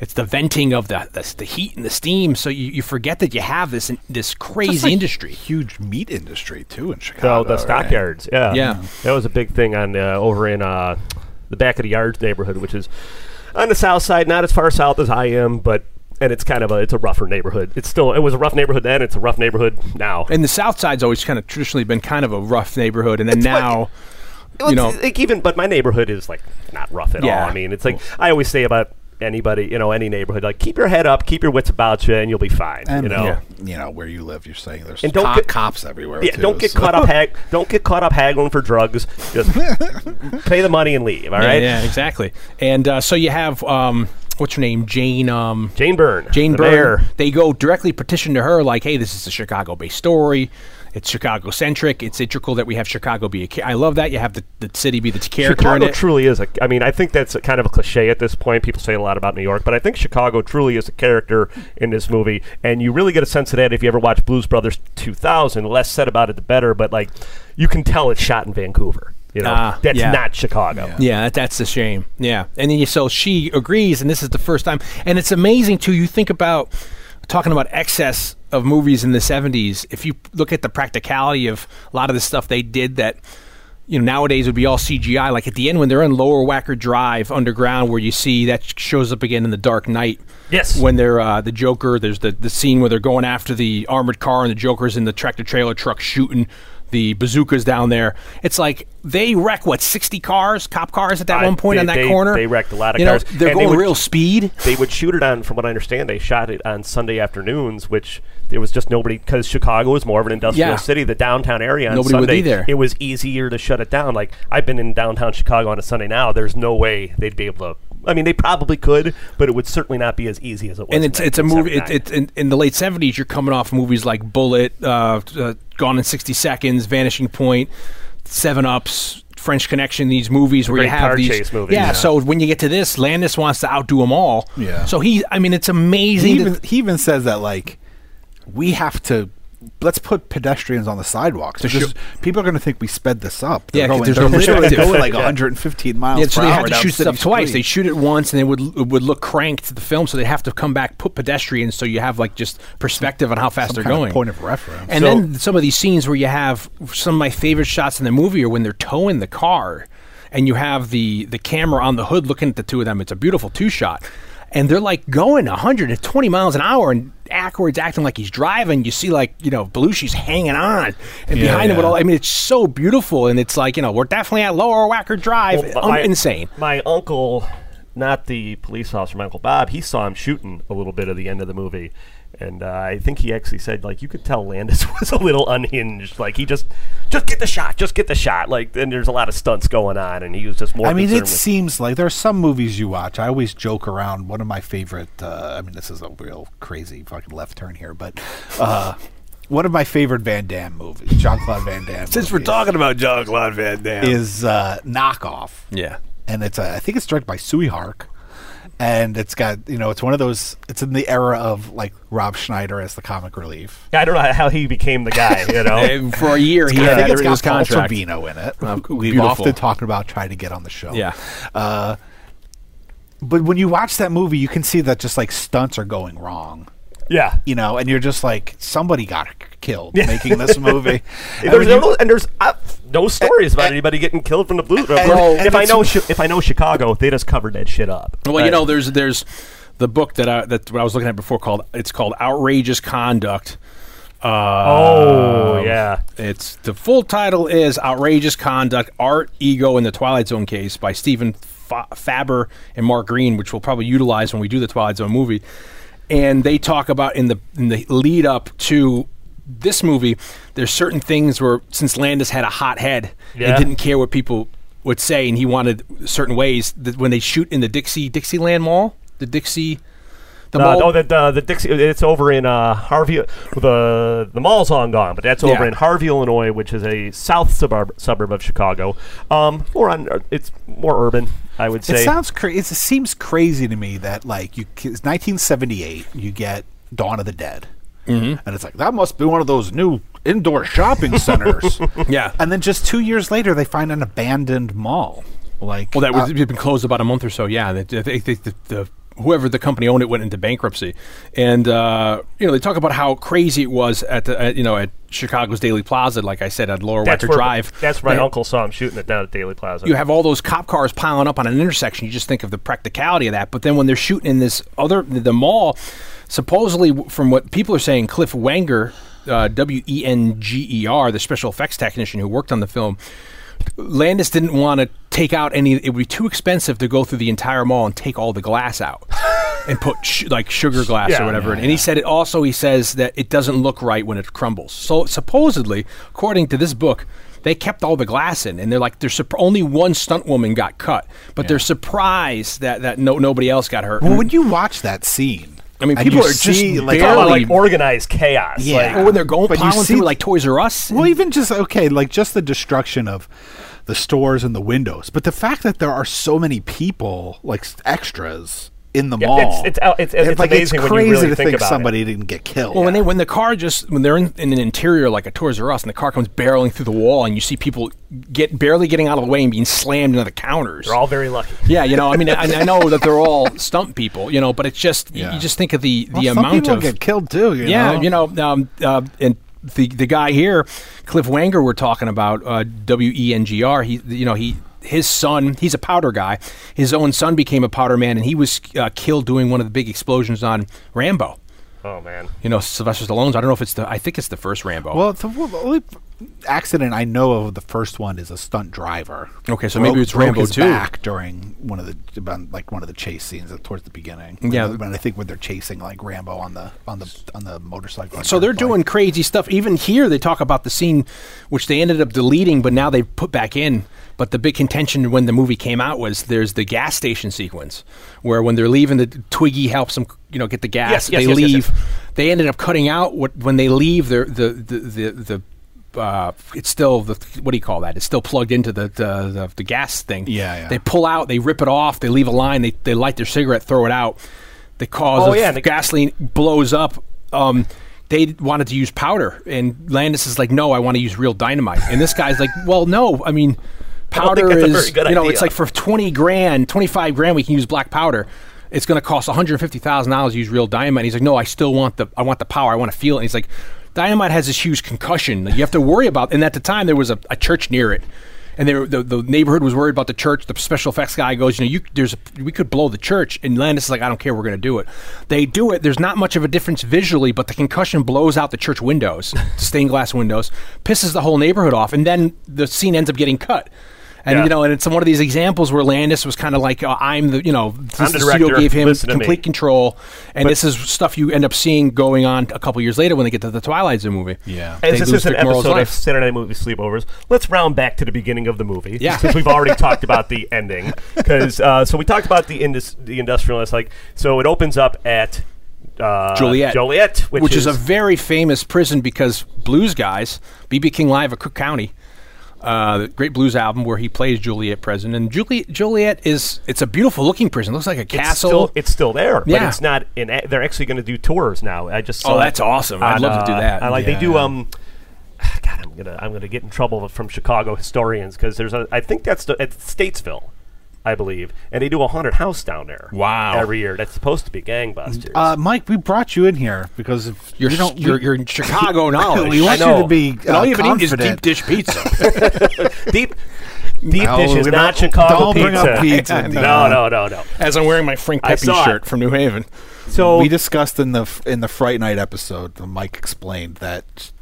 Speaker 4: it's the venting of the the, the heat and the steam. So you, you forget that you have this this crazy
Speaker 3: Just, like,
Speaker 4: industry.
Speaker 3: Huge meat industry too in
Speaker 2: the,
Speaker 3: Chicago.
Speaker 2: the stockyards. Yeah,
Speaker 4: Yeah.
Speaker 2: that was a big thing on uh, over in uh, the back of the yards neighborhood, which is on the south side, not as far south as I am, but and it's kind of a it's a rougher neighborhood. It's still it was a rough neighborhood then. It's a rough neighborhood now.
Speaker 4: And the South Side's always kind of traditionally been kind of a rough neighborhood, and then
Speaker 2: what-
Speaker 4: now.
Speaker 2: Well,
Speaker 4: you
Speaker 2: it's-
Speaker 4: know-
Speaker 2: like even but my neighborhood is like not rough at
Speaker 4: Yeah.
Speaker 2: all. I mean, it's like I always say about anybody, you know, any neighborhood, like keep your head up, keep your wits about you, and you'll be fine.
Speaker 3: And
Speaker 2: you know.
Speaker 3: you know where you live. You're saying there's
Speaker 2: And don't
Speaker 3: cop-
Speaker 2: get-
Speaker 3: cops everywhere.
Speaker 2: Yeah,
Speaker 3: too,
Speaker 2: don't get
Speaker 3: so-
Speaker 2: caught up. Hag- don't get caught up haggling for drugs. Just pay the money and leave. All
Speaker 4: Yeah,
Speaker 2: right.
Speaker 4: Yeah, exactly. And uh, so you have um, what's her name, Jane. Um,
Speaker 2: Jane Byrne.
Speaker 4: Jane
Speaker 2: the
Speaker 4: Byrne.
Speaker 2: mayor.
Speaker 4: They go directly petition to her, like, "Hey, this is a Chicago-based story. It's Chicago-centric. It's integral that we have Chicago be a. Ca- I love that you have the, the city be the t- character in
Speaker 2: Chicago
Speaker 4: it.
Speaker 2: truly is a. I mean, I think that's a kind of a cliche at this point. People say a lot about New York, but I think Chicago truly is a character in this movie, and you really get a sense of that if you ever watch Blues Brothers 2000. The less said about it, the better. But like, you can tell it's shot in Vancouver. You know,
Speaker 4: Ah,
Speaker 2: that's
Speaker 4: yeah.
Speaker 2: not Chicago.
Speaker 4: Yeah, that, that's the shame. Yeah, and then you, so she agrees, and this is the first time, and it's amazing too. You think about talking about excess of movies in the '70s. If you look at the practicality of a lot of the stuff they did that. You know, nowadays would be all CGI. Like at the end when they're in Lower Wacker Drive underground, where you see that sh- shows up again in The Dark Knight.
Speaker 2: Yes.
Speaker 4: when they're uh, the Joker. There's the the scene where they're going after the armored car, and the Joker's in the tractor trailer truck shooting the bazookas down there. It's like they wreck what sixty cars, cop cars at that
Speaker 2: I-
Speaker 4: one point
Speaker 2: they-
Speaker 4: on that
Speaker 2: they-
Speaker 4: corner.
Speaker 2: they wrecked a lot of
Speaker 4: You know,
Speaker 2: cars.
Speaker 4: they're
Speaker 2: And they
Speaker 4: going
Speaker 2: would-
Speaker 4: real speed.
Speaker 2: They would shoot it on, from what I understand, they shot it on Sunday afternoons, which there was just nobody because Chicago is more of an industrial
Speaker 4: Yeah.
Speaker 2: city. The downtown area on
Speaker 4: Nobody would
Speaker 2: Sunday,
Speaker 4: be there.
Speaker 2: it was easier to shut it down. Like I've been in downtown Chicago on a Sunday now. There's no way they'd be able to I mean, they probably could, but it would certainly not be as easy as it was.
Speaker 4: and
Speaker 2: in
Speaker 4: it's it's a movie. It,
Speaker 2: 1979.
Speaker 4: it, in, in the late seventies, you're coming off movies like Bullet, uh, uh, Gone in sixty seconds, Vanishing Point, Seven Ups, French Connection. These movies where you
Speaker 2: great
Speaker 4: have
Speaker 2: car
Speaker 4: these
Speaker 2: chase movies.
Speaker 4: Yeah,
Speaker 2: Yeah.
Speaker 4: So when you get to this, Landis wants to outdo them all.
Speaker 6: Yeah.
Speaker 4: So he, I mean, it's amazing.
Speaker 3: he
Speaker 4: that-
Speaker 3: even, he even says that like we have to let's put pedestrians on the sidewalks. Because people are going to think we sped this up.
Speaker 4: Yeah, 'cause
Speaker 3: going,
Speaker 4: there's
Speaker 3: they're
Speaker 4: no
Speaker 3: literally
Speaker 4: perspective.
Speaker 3: going like 115 miles
Speaker 4: yeah,
Speaker 3: per
Speaker 4: so they
Speaker 3: hour
Speaker 4: had to
Speaker 3: down
Speaker 4: shoot
Speaker 3: City
Speaker 4: stuff twice. They
Speaker 3: Street.
Speaker 4: shoot it once, and they would it would look cranked to the film. So they have to come back, put pedestrians, so you have like just perspective on how fast they're
Speaker 3: Kind of
Speaker 4: going.
Speaker 3: point of reference.
Speaker 4: And
Speaker 3: So-
Speaker 4: then some of these scenes where you have some of my favorite shots in the movie are when they're towing the car, and you have the the camera on the hood looking at the two of them. It's a beautiful two shot, and they're like going 120 miles an hour, and Ackroyd's acting like he's driving. You see like you know Belushi's hanging on, and behind him with
Speaker 6: yeah.
Speaker 4: all. I mean, it's so beautiful, and it's like you know we're definitely at Lower Wacker Drive.
Speaker 2: Well,
Speaker 4: Un-
Speaker 2: my-
Speaker 4: insane.
Speaker 2: My uncle, not the police officer, my uncle Bob, he saw him shooting a little bit at the end of the movie. And uh, I think he actually said, like, you could tell Landis was a little unhinged. Like, he just, just get the shot, just get the shot. Like, and there's a lot of stunts going on, and he was just more.
Speaker 3: I mean,
Speaker 2: concerned
Speaker 3: it
Speaker 2: with-
Speaker 3: seems like there are some movies you watch. I always joke around. One of my favorite. Uh, I mean, this is a real crazy fucking left turn here, but uh, one of my favorite Van Damme movies, Jean Claude Van Damme.
Speaker 1: Since we're
Speaker 3: movies,
Speaker 1: talking about John Claude Van Damme,
Speaker 3: is uh, Knockoff.
Speaker 4: Yeah.
Speaker 3: and it's uh, I think it's directed by Sui Hark, and it's got you know it's one of those. It's in the era of like Rob Schneider as the comic relief.
Speaker 2: I don't know how he became the guy, you know?
Speaker 4: And for a year, he
Speaker 3: I
Speaker 4: had
Speaker 3: think
Speaker 4: it
Speaker 3: it's
Speaker 4: in his
Speaker 3: got Paul
Speaker 4: contract.
Speaker 3: Sorvino in it.
Speaker 4: Oh,
Speaker 3: who We've
Speaker 4: beautiful.
Speaker 3: often talked about trying to get on the show.
Speaker 4: Yeah.
Speaker 3: Uh, but when you watch that movie, you can see that just like stunts are going wrong,
Speaker 2: yeah.
Speaker 3: you know, and you're just like, somebody got c- killed
Speaker 2: Yeah.
Speaker 3: making this movie. And
Speaker 2: There's
Speaker 3: when you-
Speaker 2: no, and there's uh, no stories
Speaker 4: Eh,
Speaker 2: about anybody getting killed from the blues.
Speaker 3: Well,
Speaker 2: if
Speaker 3: and
Speaker 2: I
Speaker 3: it's-
Speaker 2: know, Chi- if I know Chicago, they just covered that shit up.
Speaker 4: Well, you know, there's there's the book that I that I was looking at before called it's called Outrageous Conduct. Uh,
Speaker 2: Oh, yeah.
Speaker 4: It's the full title is Outrageous Conduct: Art, Ego, and the Twilight Zone Case by Stephen Fa- Faber and Mark Green, which we'll probably utilize when we do the Twilight Zone movie. And they talk about in the in the lead up to this movie, there's certain things where since Landis had a hot head
Speaker 2: Yeah.
Speaker 4: and didn't care what people would say, and he wanted certain ways that when they shoot in the Dixie Dixieland Mall, the Dixie. The
Speaker 2: Uh,
Speaker 4: mall,
Speaker 2: oh, the, the the Dixie. It's over in uh, Harvey. The the mall's on gone, but that's over
Speaker 4: Yeah.
Speaker 2: in Harvey, Illinois, which is a south suburb suburb of Chicago. Um, more on uh, it's more urban, I would say.
Speaker 3: It sounds crazy. It seems crazy to me that like you, c- it's 1978, you get Dawn of the Dead, mm-hmm. and it's like that must be one of those new indoor shopping centers.
Speaker 4: Yeah.
Speaker 3: and then just two years later, they find an abandoned mall. Like,
Speaker 4: Well, that
Speaker 3: uh,
Speaker 4: was it'd been closed about a month or so. Yeah, they, they, they, the, the, whoever the company owned it went into bankruptcy, and uh, you know they talk about how crazy it was at the at, you know at Chicago's Daily Plaza, like I said at Lower
Speaker 2: that's
Speaker 4: Wacker
Speaker 2: where-
Speaker 4: Drive.
Speaker 2: That's where my
Speaker 4: They-
Speaker 2: uncle saw him shooting it down at Daily Plaza.
Speaker 4: You have all those cop cars piling up on an intersection. You just think of the practicality of that. But then when they're shooting in this other the mall, supposedly w- from what people are saying, Cliff Wenger, uh, W E N G E R, the special effects technician who worked on the film. Landis didn't want to take out any. It would be too expensive to go through the entire mall and take all the glass out and put sh- like sugar glass
Speaker 2: Yeah,
Speaker 4: or whatever.
Speaker 2: yeah,
Speaker 4: in. And he said it also. He says that it doesn't look right when it crumbles. So supposedly, according to this book, they kept all the glass in, and they're like, there's sup- only one stunt woman got cut, but they're surprised that that no nobody else got hurt.
Speaker 3: Well, uh, when you watch that scene,
Speaker 4: I mean,
Speaker 3: and
Speaker 4: people
Speaker 3: you
Speaker 4: are just
Speaker 3: see, like,
Speaker 2: Talk about,
Speaker 4: barely-
Speaker 2: like organized chaos.
Speaker 3: Yeah.
Speaker 2: like-
Speaker 4: or when they're going
Speaker 3: But you
Speaker 4: piling
Speaker 3: see-
Speaker 4: through like Toys R Us.
Speaker 3: Well, even just okay, like just the destruction of the stores and the windows, but the fact that there are so many people, like s- extras in the
Speaker 2: Yeah,
Speaker 3: mall,
Speaker 2: it's- it's- it's- it's
Speaker 3: like,
Speaker 2: amazing
Speaker 3: it's
Speaker 2: when
Speaker 3: crazy
Speaker 2: you really
Speaker 3: to
Speaker 2: think
Speaker 3: think,
Speaker 2: about it.
Speaker 3: somebody didn't get killed.
Speaker 4: Well, when they when the car just when they're in, in an interior like a Toys R Us and the car comes barreling through the wall and you see people get barely getting out of the way and being slammed into the counters.
Speaker 2: they're all very lucky.
Speaker 4: yeah, you know, I mean, I, I know that they're all stunt people, you know, but it's just you- you just think of the the
Speaker 3: Well, some
Speaker 4: amount
Speaker 3: people
Speaker 4: of
Speaker 3: get killed too. You
Speaker 4: yeah,
Speaker 3: know?
Speaker 4: you know, um, uh, and the the guy here, Cliff Wanger, we're talking about uh, W E N G R. He, you know, he his son, he's a powder guy. His own son became a powder man, and he was uh, killed doing one of the big explosions on Rambo.
Speaker 2: Oh man.
Speaker 4: You know, Sylvester Stallone's. I don't know if it's the. I think it's the first Rambo.
Speaker 3: Well, the, well, the only accident I know of, the first one is a stunt driver.
Speaker 4: Okay, so
Speaker 3: Broke-
Speaker 4: maybe it's
Speaker 3: broke
Speaker 4: Rambo
Speaker 3: his
Speaker 4: too.
Speaker 3: Back during one of the about, like one of the chase scenes at- towards the beginning. When
Speaker 4: Yeah.
Speaker 3: the- when I think when they're chasing like Rambo on the on the on the motorcycle.
Speaker 4: So they're doing crazy stuff. Even here, they talk about the scene, which they ended up deleting, but now they've put back in. But the big contention when the movie came out was there's the gas station sequence, where when they're leaving, the Twiggy helps them, you know, get the gas.
Speaker 2: Yes, yes,
Speaker 4: they
Speaker 2: yes, yes,
Speaker 4: leave.
Speaker 2: yes.
Speaker 4: They ended up cutting out what when they leave. Their, the the the the uh, it's still the what do you call that? It's still plugged into the the, the, the gas thing.
Speaker 3: Yeah, yeah.
Speaker 4: They pull out. They rip it off. They leave a line. They they light their cigarette. Throw it out. The cause
Speaker 2: Oh,
Speaker 4: of
Speaker 2: yeah, the-
Speaker 4: gasoline blows up. Um, they wanted to use powder, and Landis is like, "No, I want to use real dynamite." And this guy's like, "Well, no, I mean,
Speaker 2: don't
Speaker 4: powder
Speaker 2: think that's a
Speaker 4: is
Speaker 2: very good
Speaker 4: you know,
Speaker 2: idea."
Speaker 4: it's like for twenty grand, twenty five grand, we can use black powder. It's going to cost one hundred fifty thousand dollars to use real dynamite." And he's like, "No, I still want the, I want the power, I want to feel it." And he's like, "Dynamite has this huge concussion that you have to worry about." And at the time, there was a, a church near it. And they were, the, the neighborhood was worried about the church. The special effects guy goes, you know, you, there's a, we could blow the church. And Landis is like, I don't care, we're going to do it. They do it. There's not much of a difference visually, but the concussion blows out the church windows, stained glass windows, pisses the whole neighborhood off, and then the scene ends up getting cut. And
Speaker 2: Yeah.
Speaker 4: you know, and it's one of these examples where Landis was kind of like, uh, "I'm the," you know, this,
Speaker 2: I'm the
Speaker 4: studio
Speaker 2: director,
Speaker 4: gave him
Speaker 2: listen to me.
Speaker 4: complete control, and this is stuff you end up seeing going on a couple years later when they get to the Twilight Zone movie.
Speaker 3: Yeah.
Speaker 4: they
Speaker 2: As this
Speaker 4: lose
Speaker 2: is an
Speaker 4: Dick Morrow's
Speaker 2: episode of
Speaker 4: life.
Speaker 2: Saturday Night Movie Sleepovers, let's round back to the beginning of the movie.
Speaker 4: Yeah.
Speaker 2: Since we've already talked about the ending. Because uh, so we talked about the indus- the industrialist. Like so, it opens up at uh,
Speaker 4: Joliet.
Speaker 2: Joliet, which,
Speaker 4: which is, a very famous prison because blues guys, BB King Live at Cook County, uh, the great blues album where he plays Juliet prison, and Juliet Juliet is it's a beautiful looking prison, looks like a
Speaker 2: it's
Speaker 4: castle.
Speaker 2: Still, it's still there, but
Speaker 4: Yeah.
Speaker 2: it's not. In a- they're actually going to do tours now. I just
Speaker 4: Oh,
Speaker 2: saw it
Speaker 4: that's awesome. I'd
Speaker 2: on,
Speaker 4: love to do
Speaker 2: uh,
Speaker 4: that.
Speaker 2: I like they do.
Speaker 3: Yeah.
Speaker 2: Um, God, I'm gonna I'm gonna get in trouble from Chicago historians because there's a I think that's the, at Statesville, I believe, and they do a haunted house down there.
Speaker 4: Wow.
Speaker 2: every year that's supposed to be gangbusters.
Speaker 3: Uh, Mike, we brought you in here because if
Speaker 4: you're,
Speaker 3: you
Speaker 4: s-
Speaker 3: don't.
Speaker 4: you're,
Speaker 3: we-
Speaker 4: you're in Chicago knowledge.
Speaker 3: we want
Speaker 2: I
Speaker 3: you to
Speaker 2: know.
Speaker 3: be
Speaker 4: And all
Speaker 3: uh,
Speaker 4: you have eaten is deep
Speaker 3: confident.
Speaker 4: dish pizza.
Speaker 2: deep deep
Speaker 3: No,
Speaker 2: dish is
Speaker 3: we
Speaker 2: not
Speaker 3: don't-
Speaker 2: Chicago
Speaker 3: don't bring
Speaker 2: pizza.
Speaker 3: up pizza,
Speaker 2: no, no, no, no.
Speaker 4: As I'm wearing my Frank
Speaker 2: I saw
Speaker 4: Pepe
Speaker 2: it.
Speaker 4: shirt from New Haven.
Speaker 2: So
Speaker 3: we discussed in the f- in the Fright Night episode. the Mike explained that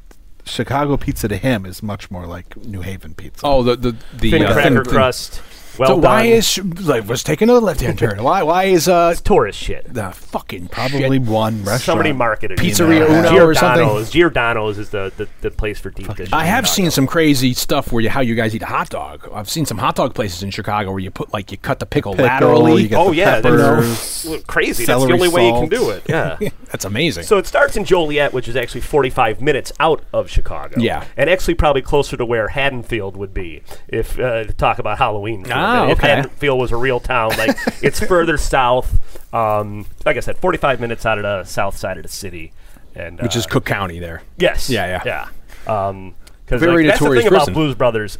Speaker 3: Chicago pizza to him is much more like New Haven pizza.
Speaker 4: Oh, the the the
Speaker 2: thin
Speaker 4: uh, thin-
Speaker 2: cracker crust. Well
Speaker 4: So why
Speaker 2: done.
Speaker 4: is like let's take another left hand turn? Why why is uh
Speaker 2: tourist shit?
Speaker 4: the fucking
Speaker 3: probably
Speaker 4: shit.
Speaker 3: one restaurant.
Speaker 2: Somebody marketed it.
Speaker 4: Pizzeria
Speaker 3: Yeah.
Speaker 4: Uno or something?
Speaker 2: Giordano's. Giordano's is the, the, the place for deep dish.
Speaker 4: I have seen some crazy stuff where you, how you guys eat a hot dog. I've seen some hot dog places in Chicago where you put like you cut the pickle,
Speaker 3: Pickle,
Speaker 4: laterally.
Speaker 3: you get
Speaker 2: Oh
Speaker 3: the
Speaker 2: yeah,
Speaker 3: peppers,
Speaker 2: that's well, crazy. That's the
Speaker 3: celery
Speaker 2: only way you can do
Speaker 3: salt.
Speaker 2: it. Yeah.
Speaker 4: That's amazing.
Speaker 2: so it starts in Joliet, which is actually 45 minutes out of Chicago.
Speaker 4: Yeah.
Speaker 2: and actually probably closer to where Haddonfield would be if uh, to talk about Halloween. for a
Speaker 4: Ah,
Speaker 2: minute. If
Speaker 4: okay.
Speaker 2: Haddonfield was a real town, like it's further south. Um, like I said, 45 minutes out of the south side of the city, and
Speaker 4: which
Speaker 2: uh,
Speaker 4: is Cook County there.
Speaker 2: Yes.
Speaker 4: Yeah, yeah.
Speaker 2: Yeah. Um, cause
Speaker 4: Very
Speaker 2: like, that's the
Speaker 4: notorious
Speaker 2: thing
Speaker 4: person.
Speaker 2: about Blues Brothers.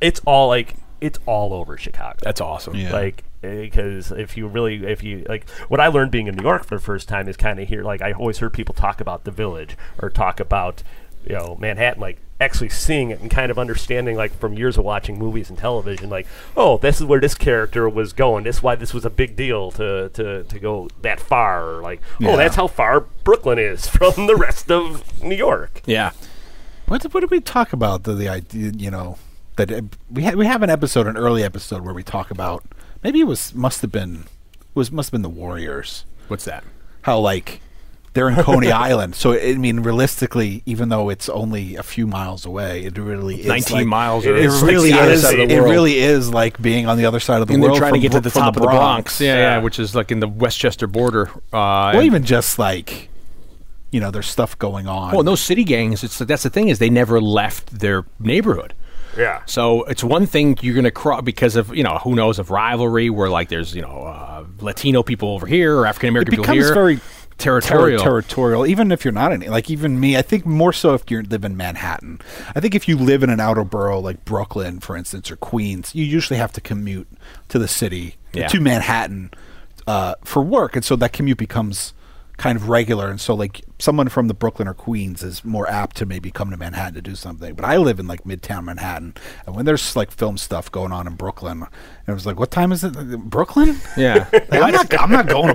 Speaker 2: It's all like it's all over Chicago.
Speaker 4: That's awesome.
Speaker 3: Yeah.
Speaker 2: like because if you really if you like what I learned being in New York for the first time is kind of here. Like I always heard people talk about the Village or talk about you know Manhattan. Like actually seeing it and kind of understanding like from years of watching movies and television. Like oh, this is where this character was going. This is why this was a big deal to to to go that far. Or like oh, that's how far Brooklyn is from the rest of New York.
Speaker 4: Yeah.
Speaker 3: What did, what did we talk about? The, the idea, you know, that uh, we ha- we have an episode, an early episode where we talk about maybe it was must have been was must have been the Warriors.
Speaker 4: What's that?
Speaker 3: How like they're in Coney Island, so I mean, realistically, even though it's only a few miles away, it really is
Speaker 4: 19
Speaker 3: like-
Speaker 4: miles
Speaker 3: It,
Speaker 4: or
Speaker 3: it
Speaker 4: six
Speaker 3: really
Speaker 4: hours
Speaker 3: is.
Speaker 4: out of the
Speaker 3: It
Speaker 4: world.
Speaker 3: really is like being on the other side of the
Speaker 4: And they're
Speaker 3: world.
Speaker 4: trying to
Speaker 3: from
Speaker 4: get to
Speaker 3: Bro-
Speaker 4: the
Speaker 3: from
Speaker 4: top of the Bronx. Yeah, yeah,
Speaker 2: Yeah.
Speaker 4: which is like in the Westchester border. Uh,
Speaker 3: Or
Speaker 4: and-
Speaker 3: even just like, you know, there's stuff going on.
Speaker 4: well, in those city gangs, it's that's the thing is they never left their neighborhood.
Speaker 2: Yeah.
Speaker 4: So it's one thing you're going to cross because of you know who knows of rivalry where like there's you know uh, Latino people over here or African American
Speaker 3: it
Speaker 4: people
Speaker 3: becomes
Speaker 4: here.
Speaker 3: very
Speaker 4: territorial.
Speaker 3: terri- territorial, even if you're not in like even me. I think more so if you live in Manhattan. I think if you live in an outer borough like Brooklyn, for instance, or Queens, you usually have to commute to the city
Speaker 4: Yeah.
Speaker 3: to Manhattan uh, for work, and so that commute becomes kind of regular, and so like someone from the Brooklyn or Queens is more apt to maybe come to Manhattan to do something. But I live in like Midtown Manhattan, and when there's like film stuff going on in Brooklyn, and it was like, what time is it? Brooklyn?
Speaker 4: Yeah.
Speaker 3: Like, I'm not. I'm not going to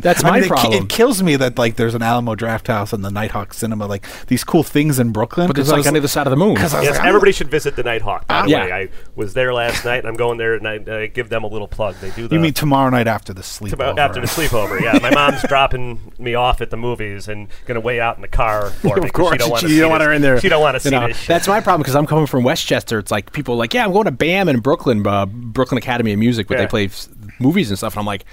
Speaker 4: That's my
Speaker 3: it ki-
Speaker 4: problem.
Speaker 3: It kills me that like there's an Alamo Draft House and the Nighthawk Cinema, like these cool things in Brooklyn.
Speaker 4: but it's
Speaker 3: 'cause I
Speaker 4: like
Speaker 3: was
Speaker 4: on the other side of the moon.
Speaker 3: 'cause I was
Speaker 2: Yes,
Speaker 3: like, I'm-
Speaker 2: everybody should visit the Nighthawk.
Speaker 3: Ah,
Speaker 2: By the
Speaker 4: Yeah.
Speaker 2: way, I was there last night, and I'm going there, and I, I give them a little plug. They do the
Speaker 3: You mean tomorrow night after the sleep?
Speaker 2: about after the sleepover. Yeah, my mom's dropping me off at the movies and gonna wait out in the car for me. 'cause
Speaker 4: course,
Speaker 2: she don't want
Speaker 4: you don't want her in there,
Speaker 2: She don't want to see
Speaker 4: You know,
Speaker 2: this. Shit.
Speaker 4: that's my problem because I'm coming from Westchester. It's like people are like, yeah, I'm going to BAM in Brooklyn, uh, Brooklyn Academy of Music, but
Speaker 2: Yeah.
Speaker 4: they play s- movies and stuff. And I'm like,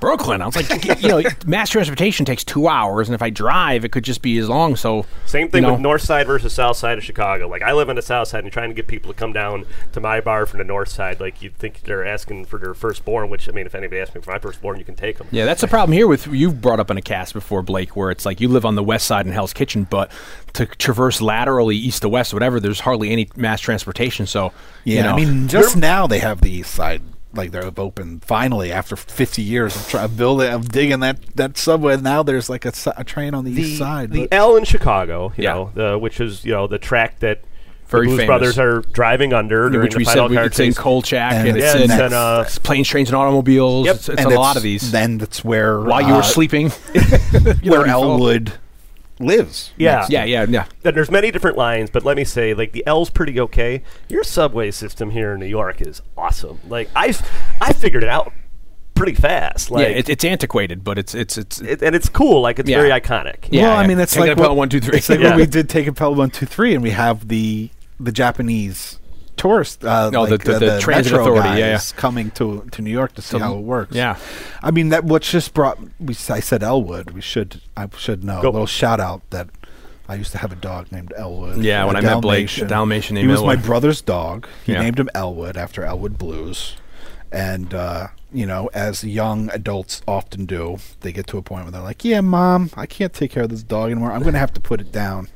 Speaker 4: Brooklyn. I was like, you know, mass transportation takes two hours, and if I drive, it could just be as long. So
Speaker 2: Same thing
Speaker 4: you know,
Speaker 2: with North Side versus South Side of Chicago. Like I live on the South Side, and trying to get people to come down to my bar from the North Side, like you'd think they're asking for their firstborn. Which I mean, if anybody asks me for my firstborn, you can take them.
Speaker 4: Yeah, that's the problem here with you've brought up in a cast before, Blake, where it's like you live on the west side in Hell's Kitchen, but to traverse laterally east to west, whatever, there's hardly any mass transportation. So
Speaker 3: Yeah,
Speaker 4: you know,
Speaker 3: I mean, just now they have the East Side. Like they've opened finally after 50 years of, try, of building of digging that, that subway. Now there's like a, s- a train on the,
Speaker 2: the,
Speaker 3: east side.
Speaker 2: The
Speaker 3: but-
Speaker 2: L in Chicago, you
Speaker 4: Yeah.
Speaker 2: know, the, which is you know the track that
Speaker 4: Very
Speaker 2: the Blues
Speaker 4: famous.
Speaker 2: Brothers are driving under during
Speaker 4: which
Speaker 2: the
Speaker 4: we
Speaker 2: final
Speaker 4: said we,
Speaker 2: car
Speaker 4: it's in
Speaker 2: chase.
Speaker 4: Kolchak
Speaker 3: And
Speaker 4: and,
Speaker 3: it's
Speaker 4: it's
Speaker 2: yeah,
Speaker 4: in
Speaker 2: and
Speaker 3: that-
Speaker 2: then uh,
Speaker 4: it's planes, trains, and automobiles.
Speaker 2: Yep.
Speaker 4: It's, it's a lot of these.
Speaker 3: Then that's where
Speaker 4: While you
Speaker 3: uh,
Speaker 4: were sleeping,
Speaker 3: where Elwood lives.
Speaker 2: yeah,
Speaker 4: yeah, yeah, yeah.
Speaker 2: And there's many different lines, but let me say, like the L's pretty okay. Your subway system here in New York is awesome. Like I, f- I figured it out pretty fast. Like,
Speaker 4: yeah, it, it's antiquated, but it's it's it's
Speaker 2: it- and it's cool. Like it's
Speaker 4: Yeah.
Speaker 2: very iconic.
Speaker 4: Yeah,
Speaker 3: well, I
Speaker 4: yeah.
Speaker 3: mean, it's
Speaker 4: Take
Speaker 3: like
Speaker 4: that Pell one, two, three.
Speaker 3: It's like
Speaker 2: Yeah.
Speaker 3: when we did take a Pell one two three, and we have the the Japanese tourist. Uh,
Speaker 4: No, the-
Speaker 3: like,
Speaker 4: the-
Speaker 3: uh,
Speaker 4: the transit
Speaker 3: metro
Speaker 4: authority, yeah,
Speaker 3: guys coming to to New York to see how it works.
Speaker 4: yeah.
Speaker 3: I mean that what just brought. We s- I said Elwood. We should I should know
Speaker 2: Go.
Speaker 3: a little shout out that. I used to have a dog named Elwood.
Speaker 4: Yeah,
Speaker 3: a
Speaker 4: when I met Blake, a Dalmatian
Speaker 3: he
Speaker 4: named
Speaker 3: was my
Speaker 4: Elwood.
Speaker 3: brother's dog. He
Speaker 4: Yeah.
Speaker 3: named him Elwood after Elwood Blues, and uh, you know, as young adults often do, they get to a point where they're like, "Yeah, mom, I can't take care of this dog anymore. I'm going to have to put it down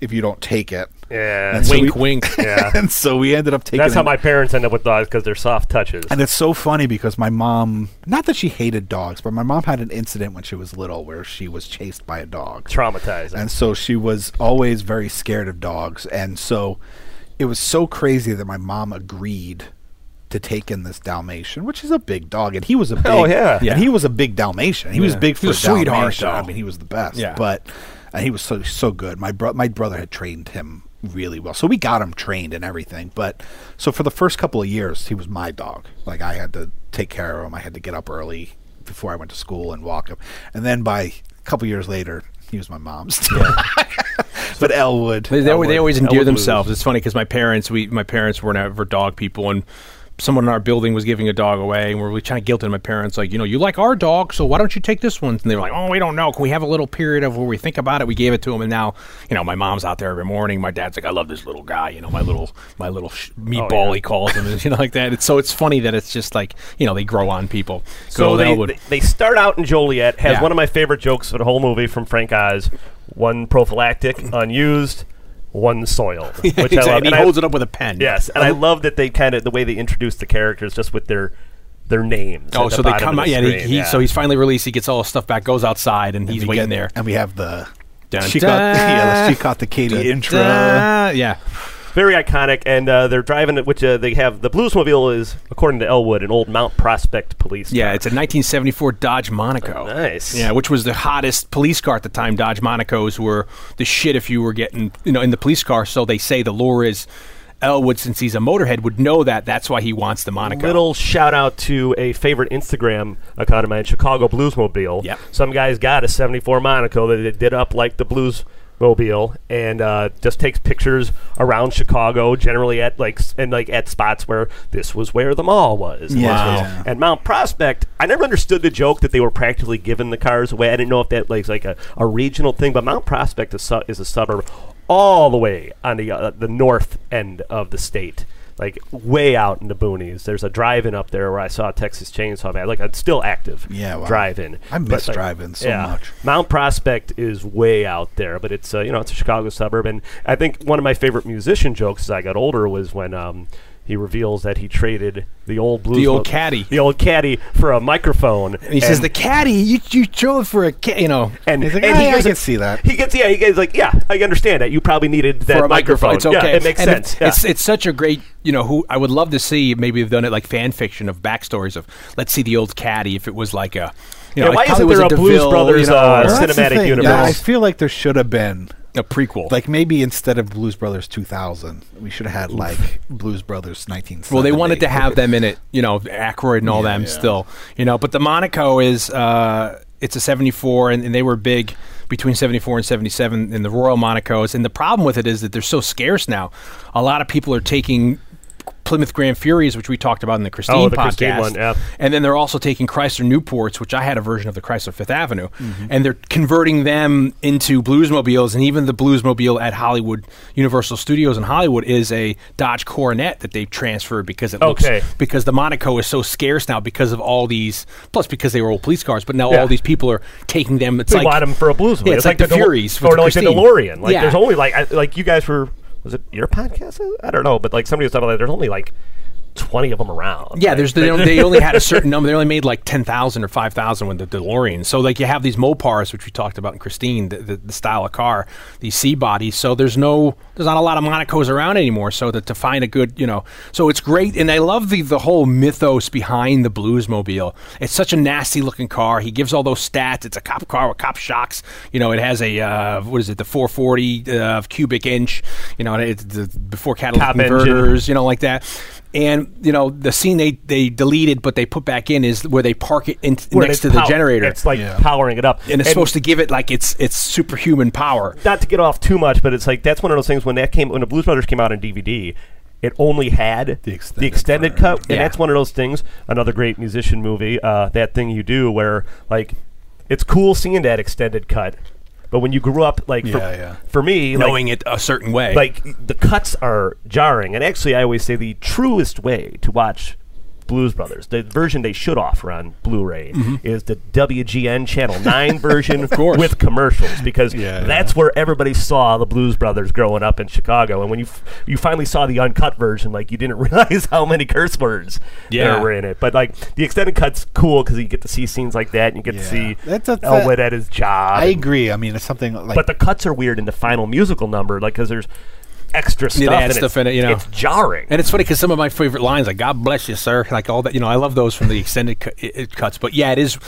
Speaker 3: if you don't take it."
Speaker 2: yeah.
Speaker 3: That's- so
Speaker 4: wink,
Speaker 3: we-
Speaker 4: wink.
Speaker 2: yeah.
Speaker 3: And so we ended up taking.
Speaker 2: That's how
Speaker 3: him-
Speaker 2: my parents end up with dogs because they're soft touches.
Speaker 3: and it's so funny because my mom, not that she hated dogs, but my mom had an incident when she was little where she was chased by a dog.
Speaker 2: Traumatizing.
Speaker 3: And so she was always very scared of dogs. And so it was so crazy that my mom agreed to take in this Dalmatian, which is a big dog. And he was a big,
Speaker 2: Oh, yeah.
Speaker 3: And
Speaker 2: Yeah.
Speaker 3: he was a big Dalmatian. He was
Speaker 4: Yeah.
Speaker 3: big for
Speaker 4: He was
Speaker 3: a
Speaker 4: a sweetheart,
Speaker 3: Dalmatian. I
Speaker 4: though.
Speaker 3: mean, he was the best.
Speaker 4: Yeah.
Speaker 3: But and he was so, so good. My, bro- my brother had trained him really well. So we got him trained and everything. But so for the first couple of years, he was my dog. Like I had to take care of him. I had to get up early before I went to school and walk him. And then by a couple years later, he was my mom's. but Elwood.
Speaker 4: They, they, always, they always endear
Speaker 2: Elwood Blues.
Speaker 4: themselves. It's funny because my parents, we my parents were never dog people, and someone in our building was giving a dog away, and we were trying to guilt it. My parents like, you know, you like our dog, so why don't you take this one? And they were like, oh, we don't know. Can we have a little period of where we think about it? We gave it to him, and now you know, my mom's out there every morning. My dad's like, I love this little guy. You know, my little my little sh-
Speaker 2: Oh,
Speaker 4: meatball. He calls him, and, you know, like that. It's, so it's funny that it's just like you know they grow on people.
Speaker 2: so
Speaker 4: Good old
Speaker 2: they,
Speaker 4: Elwood.
Speaker 2: they they start out in Joliet. Has
Speaker 4: Yeah.
Speaker 2: one of my favorite jokes of the whole movie from Frank Oz: one prophylactic, unused, one soiled. Which
Speaker 4: Exactly.
Speaker 2: I love.
Speaker 4: and he
Speaker 2: And I-
Speaker 4: holds it up with a pen.
Speaker 2: Yes, and I love that they kind of the way they introduce the characters just with their their names.
Speaker 4: Oh,
Speaker 2: at the
Speaker 4: so they
Speaker 2: bottom
Speaker 4: come
Speaker 2: of
Speaker 4: out.
Speaker 2: the
Speaker 4: Yeah, he,
Speaker 2: screen,
Speaker 4: he, so he's finally released. He gets all his stuff back, goes outside, and
Speaker 3: And
Speaker 4: he's
Speaker 3: we
Speaker 4: waiting
Speaker 3: get-
Speaker 4: there.
Speaker 3: And we have the.
Speaker 4: Dun,
Speaker 3: she, caught,
Speaker 4: dun,
Speaker 3: yeah, she caught the Katie intro.
Speaker 4: Da- yeah.
Speaker 2: very iconic. And uh, they're driving it, which uh, they have the Bluesmobile is according to Elwood an old Mount Prospect police.
Speaker 4: Yeah,
Speaker 2: car.
Speaker 4: it's a 1974 Dodge Monaco.
Speaker 2: Nice.
Speaker 4: Yeah, which was the hottest police car at the time. Dodge Monacos were the shit if you were getting, you know, in the police car. So they say the lore is Elwood, since he's a motorhead, would know that. That's why he wants the Monaco.
Speaker 2: Little shout out to a favorite Instagram account of mine, Chicago Bluesmobile.
Speaker 4: Yep.
Speaker 2: Some guys got a 74 Monaco that they did up like the Bluesmobile and uh, just takes pictures around Chicago, generally at like s- and like at spots where this was where the mall was. and this
Speaker 3: Wow.
Speaker 2: was- And Mount Prospect, I never understood the joke that they were practically giving the cars away. I didn't know if that like, was like a, a regional thing, but Mount Prospect is, su- is a suburb all the way on the uh, the north end of the state, like way out in the boonies. There's a drive-in up there where I saw a Texas Chainsaw Man. Like it's still active.
Speaker 3: Yeah, wow.
Speaker 2: drive-in.
Speaker 3: I
Speaker 2: But,
Speaker 3: miss drive-ins so much.
Speaker 2: Mount Prospect is way out there, but it's uh, you know it's a Chicago suburb, and I think one of my favorite musician jokes as I got older was when um, he reveals that he traded the old blues
Speaker 4: The old
Speaker 2: Brothers-
Speaker 4: caddy.
Speaker 2: the old caddy for a microphone.
Speaker 4: And he says the caddy, you you drove for a ca-, you know.
Speaker 2: And,
Speaker 6: He's like,
Speaker 2: and
Speaker 6: "Ah,
Speaker 2: he
Speaker 6: yeah, I
Speaker 2: goes,
Speaker 6: can see that."
Speaker 2: He gets, yeah, he gets like, yeah, I understand that. You probably needed that
Speaker 4: for a microphone. It's okay.
Speaker 2: Yeah, it makes
Speaker 4: And
Speaker 2: sense.
Speaker 4: It's,
Speaker 2: yeah.
Speaker 4: it's it's such a great you know who I would love to see. Maybe they've done it like fan fiction of backstories of let's see the old caddy if it was like a you know
Speaker 2: Yeah,
Speaker 4: it
Speaker 2: why isn't
Speaker 4: probably was
Speaker 2: there a Blues
Speaker 4: DeVille,
Speaker 2: Brothers,
Speaker 4: you know,
Speaker 2: uh,
Speaker 4: or
Speaker 2: Well, that's the cinematic thing. universe.
Speaker 6: Yeah, I feel like there should have been
Speaker 4: a prequel?
Speaker 6: like maybe instead of Blues Brothers 2000, we should have had like Blues Brothers 1970.
Speaker 4: well, they wanted to have them in it, you know, Aykroyd and all them still, you know. But the Monaco is uh, it's a '74, and, and they were big between '74 and '77 in the Royal Monacos. And the problem with it is that they're so scarce now. A lot of people are taking Plymouth Grand Furies, which we talked about in the Christine
Speaker 2: Oh, the
Speaker 4: podcast,
Speaker 2: Christine one, yeah.
Speaker 4: and then they're also taking Chrysler Newports, which I had a version of the Chrysler Fifth Avenue,
Speaker 2: Mm-hmm.
Speaker 4: and they're converting them into bluesmobiles. And even the bluesmobile at Hollywood Universal Studios in Hollywood is a Dodge Coronet that they've transferred because it
Speaker 2: Okay.
Speaker 4: looks because the Monaco is so scarce now because of all these plus because they were old police cars, but now
Speaker 2: Yeah.
Speaker 4: all these people are taking them. It's
Speaker 2: we
Speaker 4: like
Speaker 2: want them for a blues movie.
Speaker 4: Yeah, it's like, the,
Speaker 2: Del-
Speaker 4: Furies
Speaker 2: or
Speaker 4: with
Speaker 2: like the
Speaker 4: Christine.
Speaker 2: DeLorean. Like
Speaker 4: Yeah.
Speaker 2: there's only like I, like you guys were was it your podcast? I don't know, but like somebody was talking about that. There's only like twenty of them around.
Speaker 4: Yeah,
Speaker 2: Like,
Speaker 4: there's they, only- they only had a certain number. They only made like ten thousand or five thousand with the DeLorean. So like you have these Mopars, which we talked about in Christine, the, the, the style of car, these C bodies. So there's no, there's not a lot of Monacos around anymore. So that to find a good, you know, so it's great, and I love the the whole mythos behind the Bluesmobile. It's such a nasty looking car. He gives all those stats. It's a cop car with cop shocks. You know, it has a uh, what is it, the 440 uh, cubic inch. You know, and it's the, before catalytic
Speaker 2: Cop engine.
Speaker 4: converters you know, like that. And you know, the scene they they deleted but they put back in is where they park it in,
Speaker 2: when
Speaker 4: next
Speaker 2: it's
Speaker 4: to the
Speaker 2: pow-
Speaker 4: generator,
Speaker 2: It's like
Speaker 6: Yeah.
Speaker 2: powering it up,
Speaker 4: and it's supposed to give it like it's it's superhuman power.
Speaker 2: not to get off too much, but it's like that's one of those things when that came when the Blues Brothers came out on DVD, it only had the
Speaker 6: extended
Speaker 2: extended cut, and
Speaker 4: Yeah.
Speaker 2: that's one of those things. Another great musician movie, uh, that thing you do where like it's cool seeing that extended cut, but when you grew up, like for,
Speaker 6: Yeah, yeah.
Speaker 2: for me, like,
Speaker 4: Knowing it a certain way,
Speaker 2: like the cuts are jarring, and actually, I always say the truest way to watch. Blues Brothers. The version they should offer on Blu-ray
Speaker 6: Mm-hmm.
Speaker 2: is the WGN Channel Nine version with commercials, because that's where everybody saw the Blues Brothers growing up in Chicago. And when you f- you finally saw the uncut version, like you didn't realize how many curse words
Speaker 4: Yeah.
Speaker 2: there were in it. But like the extended cut's cool because you get to see scenes like that, and you get to see
Speaker 6: Yeah. That's a-
Speaker 2: Elwood at his job.
Speaker 6: I
Speaker 2: and
Speaker 6: agree. I mean, it's something like
Speaker 2: but the cuts are weird in the final musical number, like because there's extra stuff.
Speaker 4: they add
Speaker 2: and
Speaker 4: stuff
Speaker 2: it's,
Speaker 4: in it, you know.
Speaker 2: it's jarring.
Speaker 4: And it's funny because some of my favorite lines, like "God bless you, sir," like all that. You know, I love those from the extended cu- it, it cuts. But yeah, it is.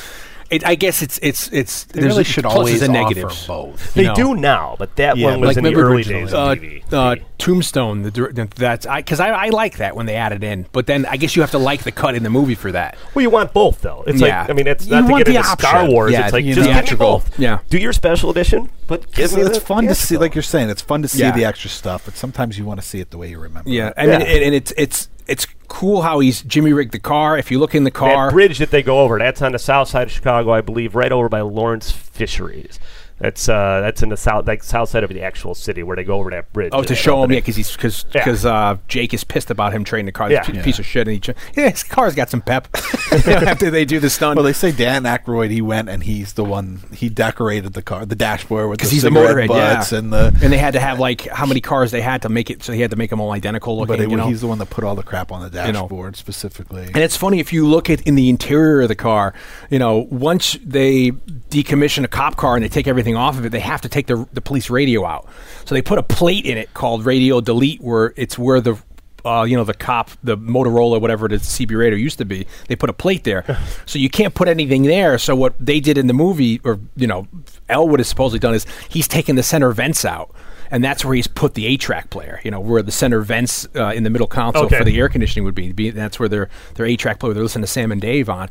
Speaker 4: It, I guess it's it's it's.
Speaker 6: they really
Speaker 4: there's
Speaker 6: should
Speaker 4: pluses
Speaker 6: always
Speaker 4: and
Speaker 6: offer
Speaker 4: negatives.
Speaker 6: both.
Speaker 2: they
Speaker 4: you know.
Speaker 2: do now, but that
Speaker 6: Yeah,
Speaker 2: one was
Speaker 6: like
Speaker 2: in the
Speaker 6: remember
Speaker 2: early
Speaker 6: originally.
Speaker 2: days.
Speaker 4: uh,
Speaker 2: Of TV.
Speaker 4: uh, Tombstone. The, dir- that's I because I, I like that when they added in, but then I guess you have to like the cut in the movie for that.
Speaker 2: well, you want both though. It's
Speaker 4: Yeah.
Speaker 2: like I mean, it's
Speaker 4: You
Speaker 2: not to
Speaker 4: want
Speaker 2: get
Speaker 4: the
Speaker 2: into Star
Speaker 4: option.
Speaker 2: Wars.
Speaker 4: Yeah,
Speaker 2: it's like
Speaker 4: you
Speaker 2: just
Speaker 4: know.
Speaker 2: give me
Speaker 4: Theatrical.
Speaker 2: both.
Speaker 4: Yeah.
Speaker 2: do your special edition, but give me
Speaker 6: it's
Speaker 2: the
Speaker 6: fun to see,
Speaker 2: theatrical.
Speaker 6: like you're saying, it's fun to see
Speaker 4: Yeah.
Speaker 6: the extra stuff, but sometimes you want to see it the way you remember.
Speaker 4: Yeah,
Speaker 6: it.
Speaker 4: I mean,
Speaker 2: Yeah.
Speaker 4: and, and it's it's it's cool how he's Jimmy rigged the car. If you look in the car,
Speaker 2: that bridge that they go over. That's on the south side of Chicago, I believe, right over by Lawrence Fisheries. That's uh, that's in the south, like south side of the actual city, where they go over that bridge.
Speaker 4: oh,
Speaker 2: and
Speaker 4: to
Speaker 2: that
Speaker 4: show him, yeah,
Speaker 2: opening.
Speaker 4: because he's because
Speaker 2: Yeah.
Speaker 4: because uh, Jake is pissed about him trading the car.
Speaker 2: Yeah.
Speaker 4: Yeah. piece of shit, and he ch- yeah, his car's got some pep. You know, After they do the stunt,
Speaker 6: Well, they say Dan Aykroyd, he went and he's the one he decorated the car, the dashboard with the
Speaker 4: because he's the
Speaker 6: cigarette
Speaker 4: motorhead,
Speaker 6: butts
Speaker 4: yeah.
Speaker 6: and the.
Speaker 4: and they had to have like how many cars they had to make it, so he had to make them all identical looking.
Speaker 6: But it,
Speaker 4: you know?
Speaker 6: he's the one that put all the crap on the
Speaker 4: know.
Speaker 6: dashboard specifically.
Speaker 4: And it's funny if you look at in the interior of the car, you know, once they decommission a cop car and they take everything off of it, they have to take the, the police radio out. So they put a plate in it called radio delete, where it's where the uh, you know the cop, the Motorola, whatever it is, CB radio used to be. They put a plate there, so you can't put anything there. So what they did in the movie, or you know, Elwood has supposedly done is he's taken the center vents out, and that's where he's put the A track player. You know, where the center vents uh, in the middle console
Speaker 2: Okay.
Speaker 4: for the air air conditioning would be. be that's where their their A track player they're listening to Sam and Dave on.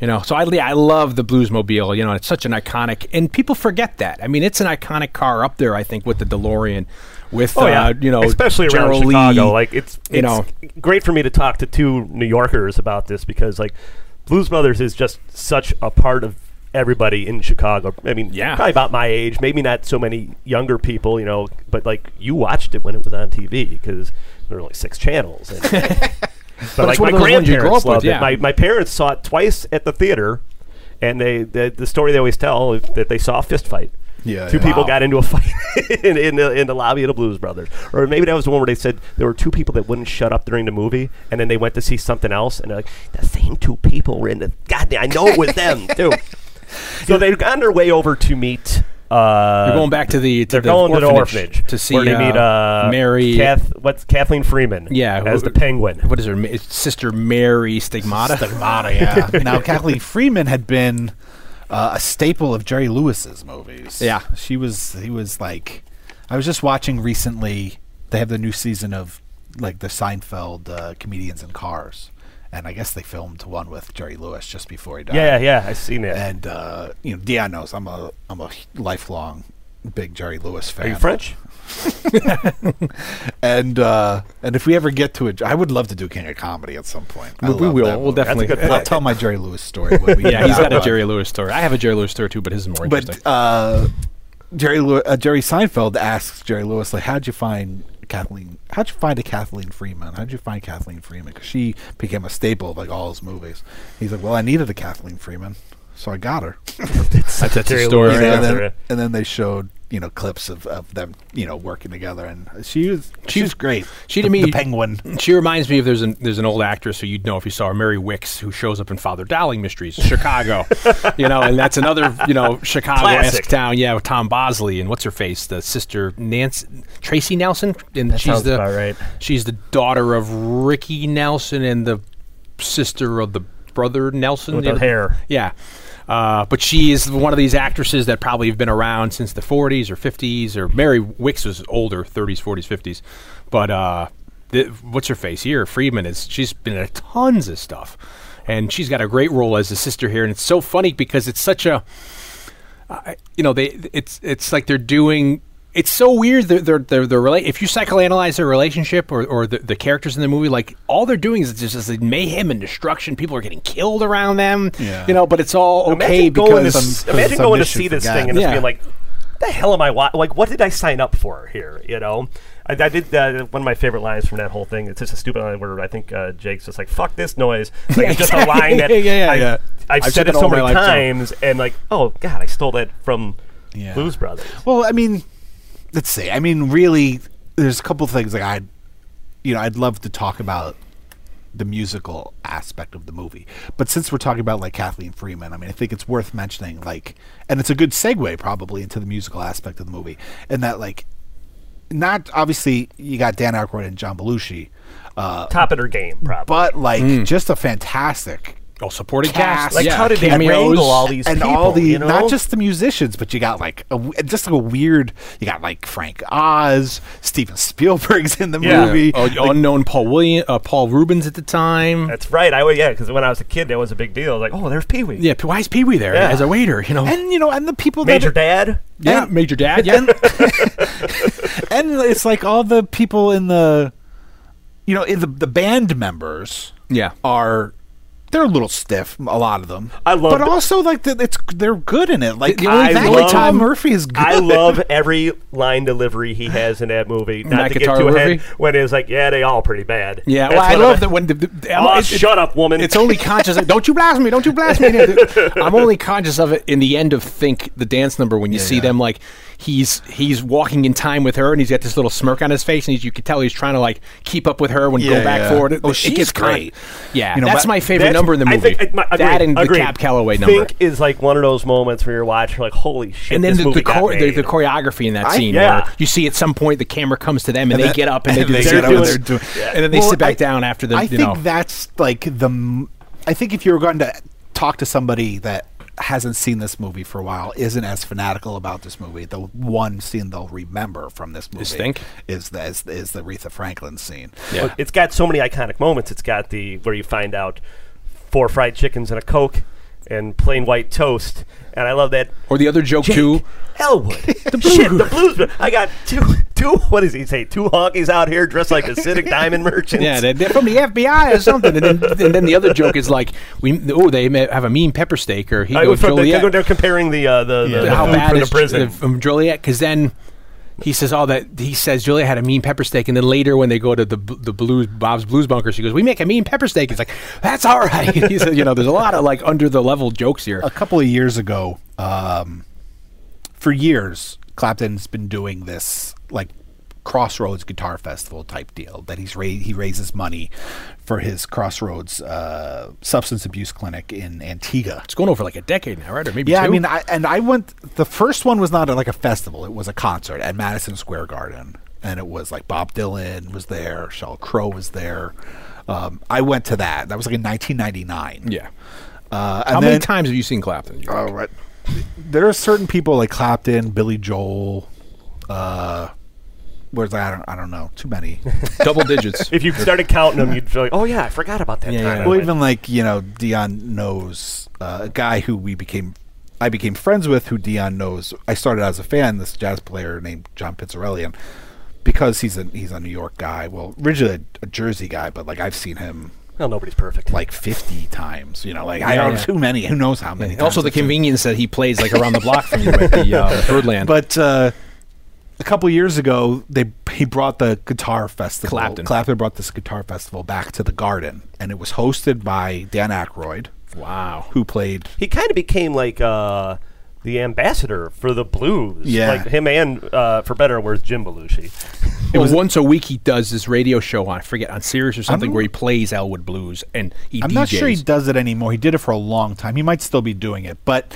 Speaker 4: You know, so I yeah, I love the Bluesmobile. You know, it's such an iconic, and people forget that. I mean, it's an iconic car up there. I think with the DeLorean, with
Speaker 2: Oh yeah,
Speaker 4: uh, you know,
Speaker 2: especially around
Speaker 4: Gerald
Speaker 2: Chicago.
Speaker 4: Lee,
Speaker 2: Like it's,
Speaker 4: you
Speaker 2: it's
Speaker 4: know.
Speaker 2: great for me to talk to two New Yorkers about this because like Blues Brothers is just such a part of everybody in Chicago. I mean,
Speaker 4: Yeah.
Speaker 2: probably about my age, maybe not so many younger people, you know, but like you watched it when it was on TV because there were only six channels. And, but like
Speaker 4: one
Speaker 2: my
Speaker 4: of those ones you grew
Speaker 2: grandparents
Speaker 4: up with,
Speaker 2: loved
Speaker 4: yeah.
Speaker 2: it. My, my parents saw it twice at the theater, and they the, the story they always tell is that they saw a fist fight.
Speaker 6: Yeah,
Speaker 2: two
Speaker 6: yeah.
Speaker 2: people
Speaker 6: Wow.
Speaker 2: got into a fight in, in, the, in the lobby of the Blues Brothers, or maybe that was the one where they said there were two people that wouldn't shut up during the movie, and then they went to see something else, and they're like, the same two people were in the goddamn. I know it was them too. So they've gone their way over to meet. Uh,
Speaker 4: They're going back to the to
Speaker 2: they're
Speaker 4: the
Speaker 2: going
Speaker 4: orphanage
Speaker 2: to the orphanage
Speaker 4: to see
Speaker 2: where they
Speaker 4: uh,
Speaker 2: meet uh,
Speaker 4: Mary.
Speaker 2: Kath, what's Kathleen Freeman?
Speaker 4: Yeah, who-
Speaker 2: as the Penguin.
Speaker 4: what is her ma- it's sister Mary Stigmata? Stigmata,
Speaker 3: Yeah. now Kathleen Freeman had been uh, a staple of Jerry Lewis's movies.
Speaker 4: Yeah.
Speaker 3: she was. He was like, I was just watching recently. They have the new season of like the Seinfeld uh, comedians in cars, and I guess they filmed one with Jerry Lewis just before he died.
Speaker 2: Yeah, yeah, I've seen it.
Speaker 3: And uh, you know, Dion knows I'm a I'm a lifelong big Jerry Lewis fan.
Speaker 2: Are you French?
Speaker 3: And uh, and if we ever get to it, I would love to do King of Comedy at some point. I
Speaker 4: We- we
Speaker 3: love
Speaker 4: will.
Speaker 3: that
Speaker 4: We'll
Speaker 3: movie.
Speaker 4: definitely- That's a good
Speaker 3: I'll tell my Jerry Lewis story. When we
Speaker 4: yeah, he's got a
Speaker 3: But-
Speaker 4: Jerry Lewis story. I have a Jerry Lewis story too, but his is more interesting.
Speaker 3: But uh, Jerry Lew- uh, Jerry Seinfeld asks Jerry Lewis, like, how'd you find Kathleen? How'd you find a Kathleen Freeman? How'd you find Kathleen Freeman? Because she became a staple of like all his movies. He's like, well, I needed a Kathleen Freeman, so I got her.
Speaker 4: that's that's
Speaker 2: Jerry
Speaker 4: a story.
Speaker 2: Lewis.
Speaker 3: You know, and,
Speaker 2: yeah.
Speaker 3: then, and then they showed you know clips of, of them you know working together, and she was she was great.
Speaker 4: she to
Speaker 3: the,
Speaker 4: me-
Speaker 3: the penguin.
Speaker 4: She reminds me of there's an there's an old actress who you'd know if you saw her, Mary Wicks, who shows up in Father Dowling Mysteries, Chicago. you know, and that's another you know Chicago esque
Speaker 2: Classic.
Speaker 4: town. Yeah, with Tom Bosley and what's her face, the sister Nancy Tracy Nelson, and she's
Speaker 2: sounds
Speaker 4: the
Speaker 2: about right.
Speaker 4: she's the daughter of Ricky Nelson and the sister of the brother Nelson
Speaker 2: With
Speaker 4: you
Speaker 2: the
Speaker 4: know?
Speaker 2: hair.
Speaker 4: Yeah. Uh, but she is one of these actresses that probably have been around since the 40s or 50s, or Mary Wicks was older, 30s, 40s, 50s. But uh, th- what's her face here? Friedman is she's been in tons of stuff, and she's got a great role as a sister here. And it's so funny because it's such a I- you know they it's it's like they're doing it's so weird they're they're, they're, they're rela- if you psychoanalyze their relationship or, or the, the characters in the movie like all they're doing is just this mayhem and destruction people are getting killed around them
Speaker 3: Yeah.
Speaker 4: you know but it's all
Speaker 2: Imagine
Speaker 4: okay
Speaker 2: going to,
Speaker 4: because
Speaker 2: s-
Speaker 3: I'm-
Speaker 2: imagine
Speaker 3: because
Speaker 2: going
Speaker 3: I'm
Speaker 2: to
Speaker 3: issue
Speaker 2: see this
Speaker 3: forgotten.
Speaker 2: thing and just
Speaker 4: Yeah.
Speaker 2: being like, "The hell am I? Wa- like, what did I sign up for here?" You know, I, I did uh, one of my favorite lines from that whole thing. It's just a stupid line where I think uh, Jake's just like, "Fuck this noise." Like, it's just a line that
Speaker 4: Yeah, yeah,
Speaker 2: I,
Speaker 4: yeah. I've
Speaker 2: I've,
Speaker 4: said
Speaker 2: said it
Speaker 4: that all
Speaker 2: so
Speaker 4: my life,
Speaker 2: many
Speaker 4: too.
Speaker 2: times, and like, oh god, I stole that from
Speaker 3: Yeah.
Speaker 2: Blues Brothers.
Speaker 3: Well, I mean, let's see. I mean, really, there's a couple things like I, would you know, I'd love to talk about the musical aspect of the movie, but since we're talking about like Kathleen Freeman, I mean, I think it's worth mentioning like, and it's a good segue probably into the musical aspect of the movie, and that like, not obviously you got Dan Aykroyd and John Belushi, uh,
Speaker 2: Top of their game, probably.
Speaker 3: but like just a fantastic
Speaker 4: oh supporting
Speaker 3: cast.
Speaker 4: cast
Speaker 2: Like,
Speaker 4: yeah,
Speaker 2: how did they
Speaker 4: cameos.
Speaker 2: wrangle all these
Speaker 3: and
Speaker 2: people,
Speaker 3: all the
Speaker 2: you know?
Speaker 3: not just the musicians, but you got like a, w- just like a weird. You got like Frank Oz, Steven Spielberg's in the
Speaker 2: Yeah.
Speaker 3: movie.
Speaker 4: Oh, unknown Paul William uh, Paul Rubens at the time
Speaker 2: that's right. I wa- yeah, because when I was a kid, that was a big deal. Like, oh, there's Pee Wee.
Speaker 4: yeah why is Pee Wee there
Speaker 2: Yeah.
Speaker 4: as a waiter you know
Speaker 3: And you know, and the people
Speaker 2: Major
Speaker 3: that
Speaker 2: Dad.
Speaker 4: yeah
Speaker 3: and-
Speaker 4: Major Dad yeah
Speaker 3: and it's like all the people in the you know in the the band members
Speaker 4: yeah
Speaker 3: are they're a little stiff, a lot of them.
Speaker 2: I love
Speaker 3: but
Speaker 2: it.
Speaker 3: also like the, it's they're good in it. Like
Speaker 4: The only
Speaker 3: I
Speaker 4: thing-
Speaker 3: love-
Speaker 2: love-
Speaker 3: Tom Murphy is good.
Speaker 2: I love every line delivery he has in that movie. Not
Speaker 4: Matt
Speaker 2: to get
Speaker 4: Guitar
Speaker 2: too ahead
Speaker 4: Murphy?
Speaker 2: when it's like, yeah, they all pretty bad.
Speaker 4: yeah
Speaker 2: That's
Speaker 4: well I
Speaker 2: one of
Speaker 4: love
Speaker 2: the-
Speaker 4: that when the, the
Speaker 2: Oh,
Speaker 4: it- it-
Speaker 2: shut up, woman.
Speaker 4: It's only conscious. don't you blaspheme me! Don't you blaspheme me! I'm only conscious of it in the end of Think the dance number when you see them like he's he's walking in time with her and he's got this little smirk on his face and he's, you can tell he's trying to like keep up with her when go
Speaker 3: Yeah,
Speaker 4: back
Speaker 3: yeah.
Speaker 4: forward. It-
Speaker 3: Oh,
Speaker 4: it
Speaker 3: she's
Speaker 4: gets kind of-
Speaker 3: great.
Speaker 4: Yeah,
Speaker 3: You know,
Speaker 4: that's
Speaker 3: my-
Speaker 4: my favorite
Speaker 2: That's-
Speaker 4: number in the
Speaker 2: I
Speaker 4: movie.
Speaker 2: think- I- my-
Speaker 4: that
Speaker 2: agreed,
Speaker 4: and
Speaker 2: agreed.
Speaker 4: the Cab Calloway
Speaker 2: Think
Speaker 4: number.
Speaker 2: is like one of those moments where you're watching, like, holy shit!
Speaker 4: and then
Speaker 2: this
Speaker 4: the,
Speaker 2: movie
Speaker 4: the,
Speaker 2: got
Speaker 4: chor- the,
Speaker 2: made.
Speaker 4: the choreography in that scene
Speaker 2: yeah.
Speaker 4: where you see at some point the camera comes to them and, they
Speaker 3: that-
Speaker 4: get up and, they do
Speaker 3: they
Speaker 4: the
Speaker 3: get
Speaker 4: same
Speaker 3: up and
Speaker 4: dance.
Speaker 3: they're doing-
Speaker 4: and then they
Speaker 3: Well,
Speaker 4: sit back
Speaker 3: I-
Speaker 4: down after the
Speaker 3: I
Speaker 4: you
Speaker 3: think
Speaker 4: know
Speaker 3: that's like the. m- I think if you were going to talk to somebody that hasn't seen this movie for a while, isn't as fanatical about this movie, the one scene they'll remember from this movie
Speaker 4: Think?
Speaker 3: is the is, is the Aretha Franklin scene.
Speaker 4: Yeah.
Speaker 2: It's got so many iconic moments. It's got the where you find out four fried chickens and a coke and plain white toast. And I love that.
Speaker 4: or the other joke
Speaker 2: Jake
Speaker 4: too.
Speaker 2: Elwood. the Shit, the blues. Bro- I got two, two. What does he say? Two honkies out here dressed like acidic diamond merchants.
Speaker 4: Yeah, they're, they're from the FBI or something. And then, and then the other joke is like, we oh they may have a mean pepper steak or he
Speaker 2: I
Speaker 3: Uh,
Speaker 4: goes
Speaker 2: was from the,
Speaker 4: Joliet.
Speaker 2: they're, they're comparing the uh, the, the,
Speaker 4: How
Speaker 2: the food
Speaker 4: bad
Speaker 2: from the
Speaker 4: is
Speaker 2: prison.
Speaker 4: from Joliet? Because then he says all that he says Joliet had a mean pepper steak, and then later when they go to the b- the blues Bob's Blues Bunker, she goes, "We make a mean pepper steak." He's like, "That's all right." he said, "You know, there's a lot of like under the level jokes here."
Speaker 3: A couple of years ago, um, for years, Clapton's been doing this like Crossroads Guitar Festival type deal that he's ra- he raises money for his Crossroads uh, substance abuse clinic in Antigua.
Speaker 4: It's going over like a decade now, right? Or maybe
Speaker 3: yeah,
Speaker 4: two?
Speaker 3: I mean, I, and I went. The first one was not a, like a festival; it was a concert at Madison Square Garden, and it was like Bob Dylan was there, Sheryl Crow was there. Um, I went to that. That was like in 1999.
Speaker 4: yeah.
Speaker 3: Uh, and
Speaker 4: How many
Speaker 3: then-
Speaker 4: times have you seen Clapton? You
Speaker 3: Oh, right. There are certain people like Clapton, Billy Joel. Uh, where's I don't I don't know too many.
Speaker 4: Double digits.
Speaker 2: If you started counting them, you'd be like, "Oh yeah, I forgot about that
Speaker 4: Yeah,
Speaker 2: time."
Speaker 4: yeah.
Speaker 2: I
Speaker 3: well,
Speaker 2: went."
Speaker 3: even like you know Dion knows uh, a guy who we became, I became friends with, who Dion knows. I started out as a fan. This jazz player named John Pizzarelli, and because he's a he's a New York guy. Well, originally a, a Jersey guy, but like I've seen him
Speaker 2: Well, nobody's perfect.
Speaker 3: like fifty times. You know, like I
Speaker 4: Yeah,
Speaker 3: don't
Speaker 4: yeah.
Speaker 3: too many. Who knows how many?
Speaker 4: And also,
Speaker 3: times
Speaker 4: the
Speaker 3: I've seen-
Speaker 4: convenience that he plays like around the block from you at the uh, Birdland.
Speaker 3: But uh, a couple years ago, they he brought the guitar festival.
Speaker 4: Clapton.
Speaker 3: brought this guitar festival back to the Garden, and it was hosted by Dan Aykroyd,
Speaker 4: wow,
Speaker 3: who played.
Speaker 2: he kind of became like uh, the ambassador for the blues.
Speaker 3: Yeah.
Speaker 2: like him and uh, for better or worse, Jim Belushi.
Speaker 4: it was once a week he does this radio show on I forget on Sirius or something where he plays Elwood Blues and he
Speaker 3: I'm
Speaker 4: DJs.
Speaker 3: not sure he does it anymore. He did it for a long time. He might still be doing it, but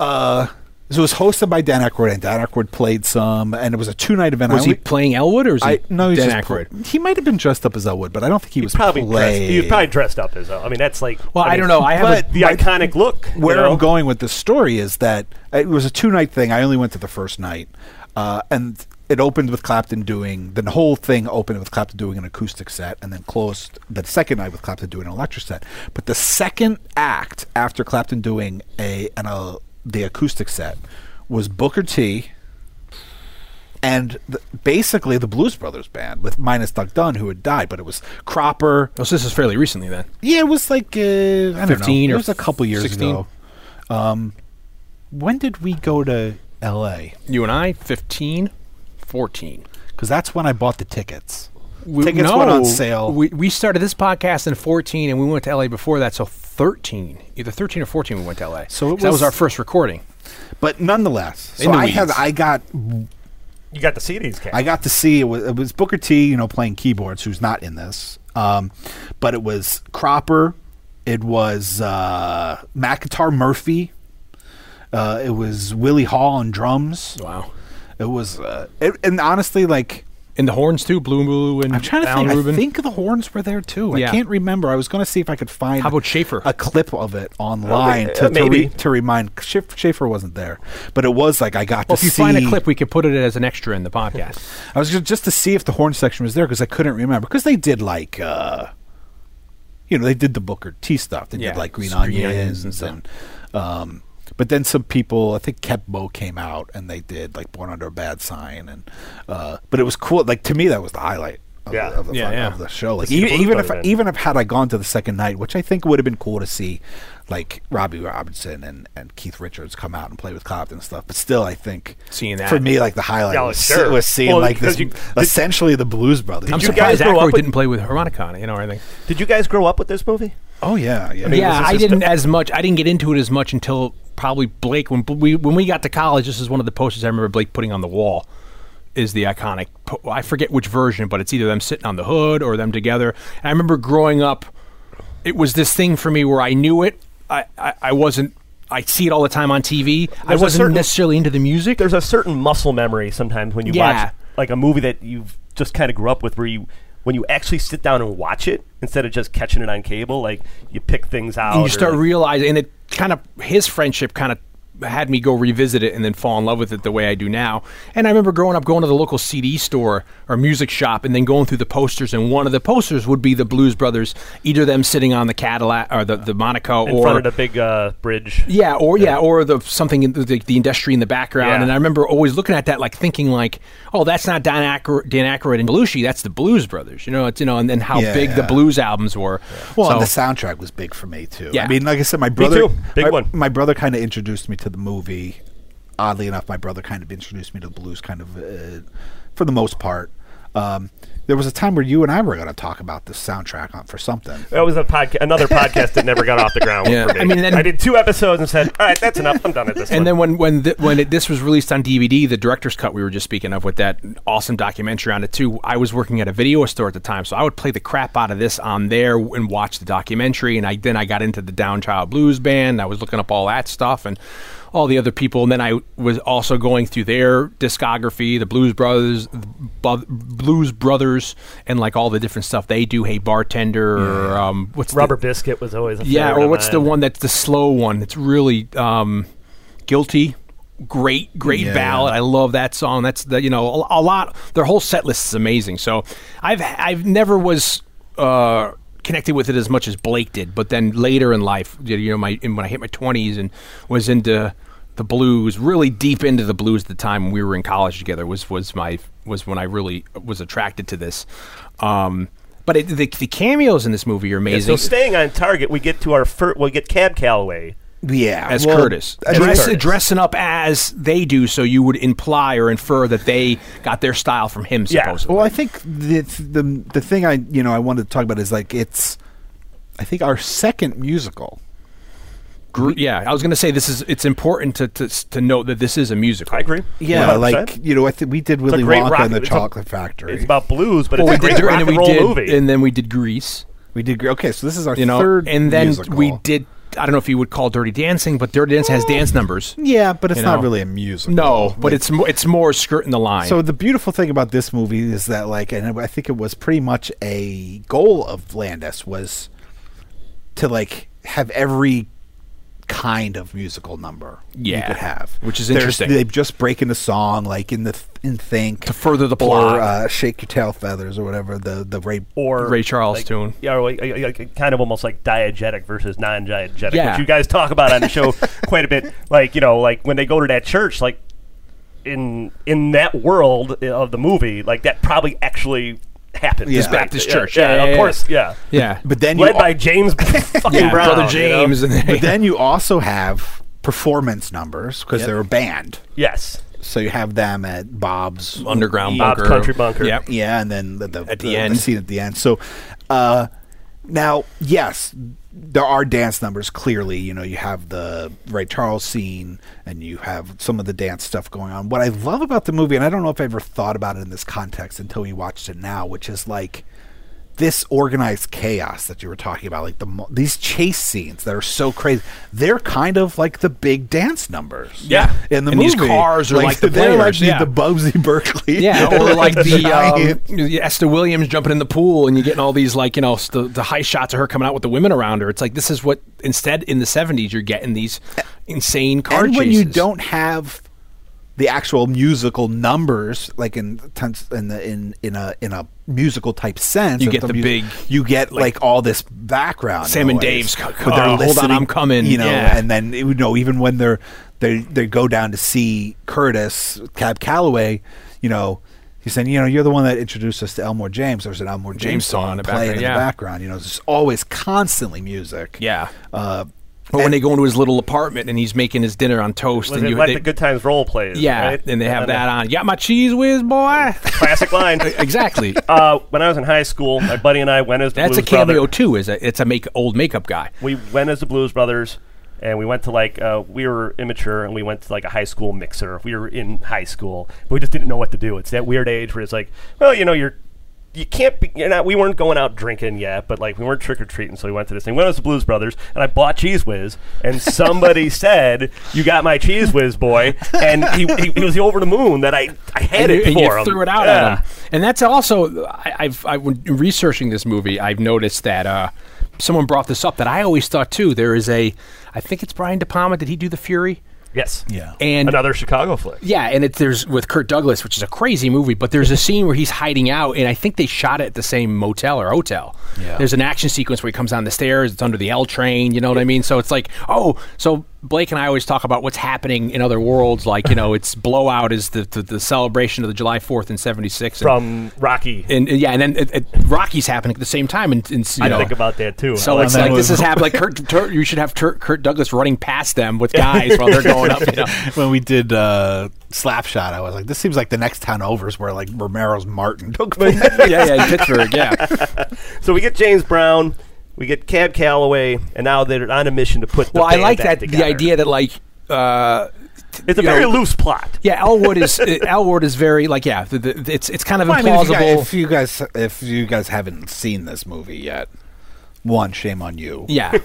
Speaker 3: uh, so it was hosted by Dan Aykroyd, and Dan Aykroyd played some, and it was a two night event. I
Speaker 4: was he
Speaker 3: only-
Speaker 4: playing Elwood or is
Speaker 3: I
Speaker 4: he
Speaker 3: no, he's
Speaker 4: Dan
Speaker 3: just pl-
Speaker 4: Aykroyd?
Speaker 3: he might have been dressed up as Elwood, but I don't think he was
Speaker 2: Probably dressed,
Speaker 3: playing.
Speaker 2: he was probably dressed up as. uh, I mean, that's like.
Speaker 4: Well, I
Speaker 2: mean,
Speaker 4: don't know. I have a-
Speaker 2: but the iconic look. you
Speaker 3: where
Speaker 2: know?
Speaker 3: I'm going with this story is that it was a two night thing. I only went to the first night, uh, and it opened with Clapton doing the whole thing opened with Clapton doing an acoustic set, and then closed the second night with Clapton doing an electric set. But the second act after Clapton doing a an uh, the acoustic set was Booker T. And the, basically, the Blues Brothers band with minus Doug Dunn, who had died, but it was Cropper,
Speaker 4: Oh, so this is fairly recently then.
Speaker 3: yeah, it was like uh, I don't
Speaker 4: 15
Speaker 3: know.
Speaker 4: or
Speaker 3: it was a couple years
Speaker 4: 16?
Speaker 3: ago. Um, when did we go to L.A.?
Speaker 4: You and I, 15, 14.
Speaker 3: Because that's when I bought the tickets.
Speaker 4: We,
Speaker 3: Tickets went on sale.
Speaker 4: We, we started this podcast in 14 and we went to LA before that, so 13. Either 13 or 14 we went to LA.
Speaker 3: So it
Speaker 4: 'Cause that was
Speaker 3: was-
Speaker 4: our first recording.
Speaker 3: But nonetheless,
Speaker 4: In
Speaker 3: so
Speaker 4: the
Speaker 3: I had
Speaker 4: weeds.
Speaker 3: I got
Speaker 2: you got the CDs. Cat.
Speaker 3: I got to see it was, it was Booker T, you know, playing keyboards, who's not in this. Um, but it was Cropper, it was uh, McIntyre Murphy, uh, it was Willie Hall on drums.
Speaker 4: Wow.
Speaker 3: It was, uh, it, and honestly, like
Speaker 4: And the horns too, Blue Blue and
Speaker 3: I'm trying to
Speaker 4: Alan
Speaker 3: think.
Speaker 4: Rubin.
Speaker 3: I think the horns were there too.
Speaker 4: Yeah.
Speaker 3: I can't remember. I was going to see if I could find
Speaker 4: How about Schaefer?
Speaker 3: a clip of it online
Speaker 2: uh,
Speaker 3: to, to,
Speaker 2: maybe.
Speaker 3: re- to remind. Schaefer, Schaefer wasn't there, but it was like I got
Speaker 4: well,
Speaker 3: to
Speaker 4: if you
Speaker 3: see.
Speaker 4: find a clip, we could put it as an extra in the podcast.
Speaker 3: I was ju- just to see if the horn section was there because I couldn't remember because they did like. uh you know, they did the Booker T stuff. They
Speaker 4: Yeah,
Speaker 3: did like green,
Speaker 4: some green onions
Speaker 3: onions,
Speaker 4: and
Speaker 3: and, um, but then some people, I think Kep Bo came out and they did like Born Under a Bad Sign, and uh, but it was cool. Like to me, that was the highlight. Of
Speaker 2: Yeah.
Speaker 3: the, of the,
Speaker 4: Yeah,
Speaker 3: fun-
Speaker 4: yeah.
Speaker 3: Of the show. Like
Speaker 2: see the
Speaker 3: even,
Speaker 2: Blues
Speaker 3: even if
Speaker 2: Brothers then.
Speaker 3: even if had I gone to the second night, which I think would have been cool to see, like Robbie Robinson and, and Keith Richards come out and play with Clapton and stuff. But still, I think
Speaker 4: Seeing that.
Speaker 3: for me, like the highlight
Speaker 2: Yeah,
Speaker 3: was,
Speaker 2: sure.
Speaker 3: was seeing
Speaker 2: Well,
Speaker 3: like
Speaker 2: because
Speaker 3: this,
Speaker 2: you-
Speaker 3: essentially the Blues Brothers.
Speaker 4: I'm
Speaker 2: you
Speaker 4: surprised
Speaker 2: guys grow up
Speaker 4: Aykroyd
Speaker 2: with-
Speaker 4: didn't play with harmonica, you know, or anything.
Speaker 2: Did you guys grow up with this movie?
Speaker 3: oh yeah, yeah.
Speaker 4: yeah,
Speaker 2: was
Speaker 4: I
Speaker 2: this
Speaker 4: didn't as much. I didn't get into it as much until probably Blake when we when we got to college. This is one of the posters I remember Blake putting on the wall. Is the iconic? po- I forget which version, but it's either them sitting on the hood or them together. And I remember growing up, it was this thing for me where I knew it. I I, I wasn't. I see it all the time on TV. I
Speaker 2: There's a
Speaker 4: wasn't
Speaker 2: certain-
Speaker 4: necessarily into the music.
Speaker 2: There's a certain muscle memory sometimes when you
Speaker 4: Yeah.
Speaker 2: watch like a movie that you've just kind of grew up with, where you when you actually sit down and watch it instead of just catching it on cable, like you pick things out.
Speaker 4: and you start
Speaker 2: or-
Speaker 4: realizing and it kind of his friendship kind of had me go revisit it and then fall in love with it the way I do now. And I remember growing up going to the local CD store or music shop and then going through the posters and one of the posters would be the Blues Brothers, either them sitting on the Cadillac or the, the Monaco
Speaker 2: in
Speaker 4: or
Speaker 2: front of the big uh, bridge.
Speaker 4: yeah, or yeah, or the something in the, the, the industry in the background.
Speaker 2: Yeah.
Speaker 4: And I remember always looking at that, like thinking, like, oh, that's not Dan Aykroyd, Dan Aykroyd and Belushi. That's the Blues Brothers. You know, it's you know, and then how
Speaker 3: Yeah,
Speaker 4: big the
Speaker 3: yeah.
Speaker 4: blues albums were.
Speaker 3: Well,
Speaker 4: So-
Speaker 3: and the soundtrack was big for me too.
Speaker 4: Yeah.
Speaker 3: I mean, like I said, my brother,
Speaker 2: too. Big
Speaker 3: my,
Speaker 2: one.
Speaker 3: My brother kind of introduced me to the movie. Oddly enough, my brother kind of introduced me to the blues, kind of uh, for the most part. Um, there was a time where you and I were going to talk about this soundtrack on, for something.
Speaker 2: That was a podca- another podcast that never got off the ground.
Speaker 4: Yeah.
Speaker 2: for me.
Speaker 4: I mean, then-
Speaker 2: I did two episodes and said, "All right, that's enough. I'm done at this."
Speaker 4: And
Speaker 2: one."
Speaker 4: then when when th- when it, this was released on DVD, the director's cut we were just speaking of with that awesome documentary on it too. I was working at a video store at the time, so I would play the crap out of this on there and watch the documentary. And I then I got into the Down Child Blues band. I was looking up all that stuff and all the other people, and then I was also going through their discography, the Blues Brothers, the Bu- Blues Brothers, and like all the different stuff they do. Hey bartender, or um, what's the-
Speaker 2: Rubber Biscuit was always a
Speaker 4: yeah,
Speaker 2: favorite
Speaker 4: or
Speaker 2: of
Speaker 4: what's the
Speaker 2: mine.
Speaker 4: one that's the slow one? It's really um, guilty. Great, great ballad. I love that song. That's the you know a, a lot. Their whole set list is amazing. So I've I've never was uh, connected with it as much as Blake did. But then later in life, you know, my and when I hit my twenties and was into the blues, really deep into the blues at the time when we were in college together was was my was when I really was attracted to this. Um, but it, the, the cameos in this movie are
Speaker 2: Yeah,
Speaker 4: amazing.
Speaker 2: so staying on target, we get to our first. We get Cab Calloway.
Speaker 3: Yeah,
Speaker 4: as
Speaker 3: well,
Speaker 4: Curtis.
Speaker 3: I mean,
Speaker 4: Dress-
Speaker 2: Curtis.
Speaker 4: Dressing up as they do, so you would imply or infer that they got their style from him,
Speaker 2: Yeah.
Speaker 4: supposedly.
Speaker 3: Well, I think the the the thing I you know I wanted to talk about is like it's, I think our second musical.
Speaker 4: Gr- yeah, I was going to say this is. It's important to, to to note that this is a musical.
Speaker 2: I agree.
Speaker 3: Yeah,
Speaker 2: 100%.
Speaker 3: like you know I think we did Willy
Speaker 2: great
Speaker 3: Wonka
Speaker 2: rock-
Speaker 3: and the
Speaker 2: it's a-
Speaker 3: Chocolate Factory.
Speaker 2: it's about blues, but
Speaker 4: Well,
Speaker 2: it's a great
Speaker 4: did,
Speaker 2: rock
Speaker 4: and
Speaker 2: and
Speaker 4: we
Speaker 2: roll
Speaker 4: did,
Speaker 2: movie.
Speaker 4: and then we did Grease.
Speaker 3: we did gr- okay, so this is our
Speaker 4: You know,
Speaker 3: third
Speaker 4: and then
Speaker 3: musical.
Speaker 4: we did. I don't know if you would call Dirty Dancing, but Dirty Dancing has dance numbers.
Speaker 3: Yeah, but it's
Speaker 4: you
Speaker 3: not
Speaker 4: know.
Speaker 3: really a musical.
Speaker 4: No, but it's mo- it's more skirting the line.
Speaker 3: So the beautiful thing about this movie is that like, and I think it was pretty much a goal of Landis was to like have every kind of musical number you
Speaker 4: Yeah,
Speaker 3: could have,
Speaker 4: which is
Speaker 3: There's-
Speaker 4: interesting.
Speaker 3: They just break into song like in the th- in Think
Speaker 4: to further the plot,
Speaker 3: or uh, Shake Your Tail Feathers or whatever the the rape.
Speaker 2: or
Speaker 4: Ray Charles
Speaker 2: like,
Speaker 4: tune.
Speaker 2: Yeah, or like, uh, like, kind of almost like diegetic versus non-diegetic,
Speaker 4: Yeah.
Speaker 2: which you guys talk about on the show quite a bit. Like you know, like when they go to that church, like in in that world uh, of the movie, like that probably actually happened.
Speaker 3: This
Speaker 2: Like,
Speaker 4: Baptist
Speaker 2: yeah,
Speaker 4: church.
Speaker 2: yeah,
Speaker 4: Yeah, yeah,
Speaker 2: of
Speaker 4: yeah.
Speaker 2: course, yeah.
Speaker 4: yeah,
Speaker 3: But then
Speaker 2: Led
Speaker 3: you
Speaker 2: by James fucking
Speaker 4: yeah,
Speaker 2: Brown,
Speaker 4: brother
Speaker 2: you know?
Speaker 4: James, and
Speaker 3: but then you also have performance numbers because they're a band,
Speaker 2: Yes,
Speaker 3: so you have them at Bob's
Speaker 4: underground
Speaker 2: Bob's
Speaker 4: bunker,
Speaker 2: Country Bunker.
Speaker 4: Yep.
Speaker 3: Yeah, and then the, the,
Speaker 4: At the end.
Speaker 3: scene at the end. So uh, now, yes, there are dance numbers. Clearly, you know, you have the Ray Charles scene, and you have some of the dance stuff going on. What I love about the movie, and I don't know if I ever thought about it in this context until we watched it now, which is like this organized chaos that you were talking about like the mo- these chase scenes that are so crazy they're kind of like the big dance numbers
Speaker 4: Yeah.
Speaker 3: in the
Speaker 4: And these
Speaker 3: movie
Speaker 4: cars are like the
Speaker 3: they're like
Speaker 4: players,
Speaker 3: the-
Speaker 4: yeah.
Speaker 3: the Bugsy Berkeley
Speaker 4: Yeah, or like the
Speaker 3: Giant-
Speaker 4: um, the Esther Williams jumping in the pool, and you're getting all these like you know s- the, the high shots of her coming out with the women around her. It's like this is what instead in the '70s you're getting these insane car
Speaker 3: and when
Speaker 4: chases.
Speaker 3: you don't have the actual musical numbers like in tense in the in in a in a musical type sense
Speaker 4: You
Speaker 3: of
Speaker 4: get the big,
Speaker 3: you get like, all this background
Speaker 4: Sam and
Speaker 3: noise,
Speaker 4: Dave's,
Speaker 3: but
Speaker 4: uh, "Hold on,
Speaker 3: listening,
Speaker 4: I'm coming,"
Speaker 3: you know
Speaker 4: yeah.
Speaker 3: and then you know even when they're they they go down to see Curtis Cab Calloway you know he's saying you know you're the one that introduced us to Elmore James there's an Elmore James,
Speaker 4: James song in the
Speaker 3: playing
Speaker 4: background,
Speaker 3: in
Speaker 4: yeah.
Speaker 3: the background you know there's always constantly music
Speaker 4: yeah.
Speaker 3: uh
Speaker 4: But when they go into his little apartment and he's making his dinner on toast,
Speaker 2: was
Speaker 4: and
Speaker 2: it
Speaker 4: you,
Speaker 2: like
Speaker 4: they-
Speaker 2: the Good Times Roll plays?
Speaker 4: yeah,
Speaker 2: right?
Speaker 4: and they have
Speaker 2: And a
Speaker 4: that on. Got my cheese whiz, boy.
Speaker 2: classic line.
Speaker 4: exactly.
Speaker 2: Uh, when I was in high school, my buddy and I went as the
Speaker 4: That's a
Speaker 2: Blues
Speaker 4: cameo
Speaker 2: Brothers.
Speaker 4: too. Is a, it's a make old makeup guy.
Speaker 2: we went as the Blues Brothers, and we went to like uh, we were immature, and we went to like a high school mixer. We were in high school, but we just didn't know what to do. It's that weird age where it's like, well, you know, you're you can't be. You're not. We weren't going out drinking yet, but like we weren't trick or treating, so we went to this thing. We went as the Blues Brothers, and I bought Cheese Whiz, and somebody said, "You got my Cheese Whiz, boy," and he, he, he was over the moon that I I
Speaker 4: and,
Speaker 2: had it
Speaker 4: you, and you
Speaker 2: for him.
Speaker 4: threw it out
Speaker 2: Yeah.
Speaker 4: at him. And that's also I, I've I, when researching this movie, I've noticed that uh, someone brought this up that I always thought too. There is a, I think it's Brian De Palma. Did he do the Fury?
Speaker 2: Yes.
Speaker 4: And
Speaker 2: Another Chicago flick.
Speaker 4: yeah, and it's there's with Kurt Douglas, which is a crazy movie, but there's a scene where he's hiding out, and I think they shot it at the same motel or hotel. Yeah. There's an action sequence where he comes down the stairs, it's under the L train, you know what I mean? So it's like, oh, so Blake and I always talk about what's happening in other worlds. Like you know, it's blowout is the the, the celebration of the July Fourth in '76 and,
Speaker 2: from Rocky.
Speaker 4: and, and, yeah, and then it, it, Rocky's happening at the same time. And, and you
Speaker 2: I
Speaker 4: know,
Speaker 2: think about that too.
Speaker 4: so
Speaker 2: I like
Speaker 4: it's
Speaker 2: that
Speaker 4: like
Speaker 2: one.
Speaker 4: this is happening. Like Kurt, Tur- you should have Tur- Kurt Douglas running past them with guys while they're going up. You know.
Speaker 3: when we did uh, Slapshot, I was like, this seems like the next town over is where like Romero's Martin took place.
Speaker 4: yeah, yeah, in Pittsburgh. Yeah,
Speaker 2: So we get James Brown, we get Cab Calloway, and now they're on a mission to put. The
Speaker 1: well, I
Speaker 2: band
Speaker 1: like
Speaker 2: back
Speaker 1: that the
Speaker 2: together.
Speaker 1: idea that like uh,
Speaker 2: It's a
Speaker 1: you
Speaker 2: very
Speaker 1: know-
Speaker 2: loose plot.
Speaker 1: yeah, Elwood is uh, Elwood is very like yeah, the, the, it's it's kind of
Speaker 3: Well, I mean, if, you
Speaker 1: implausible.
Speaker 3: guys, if you guys if you guys haven't seen this movie yet, one, shame on you.
Speaker 1: yeah,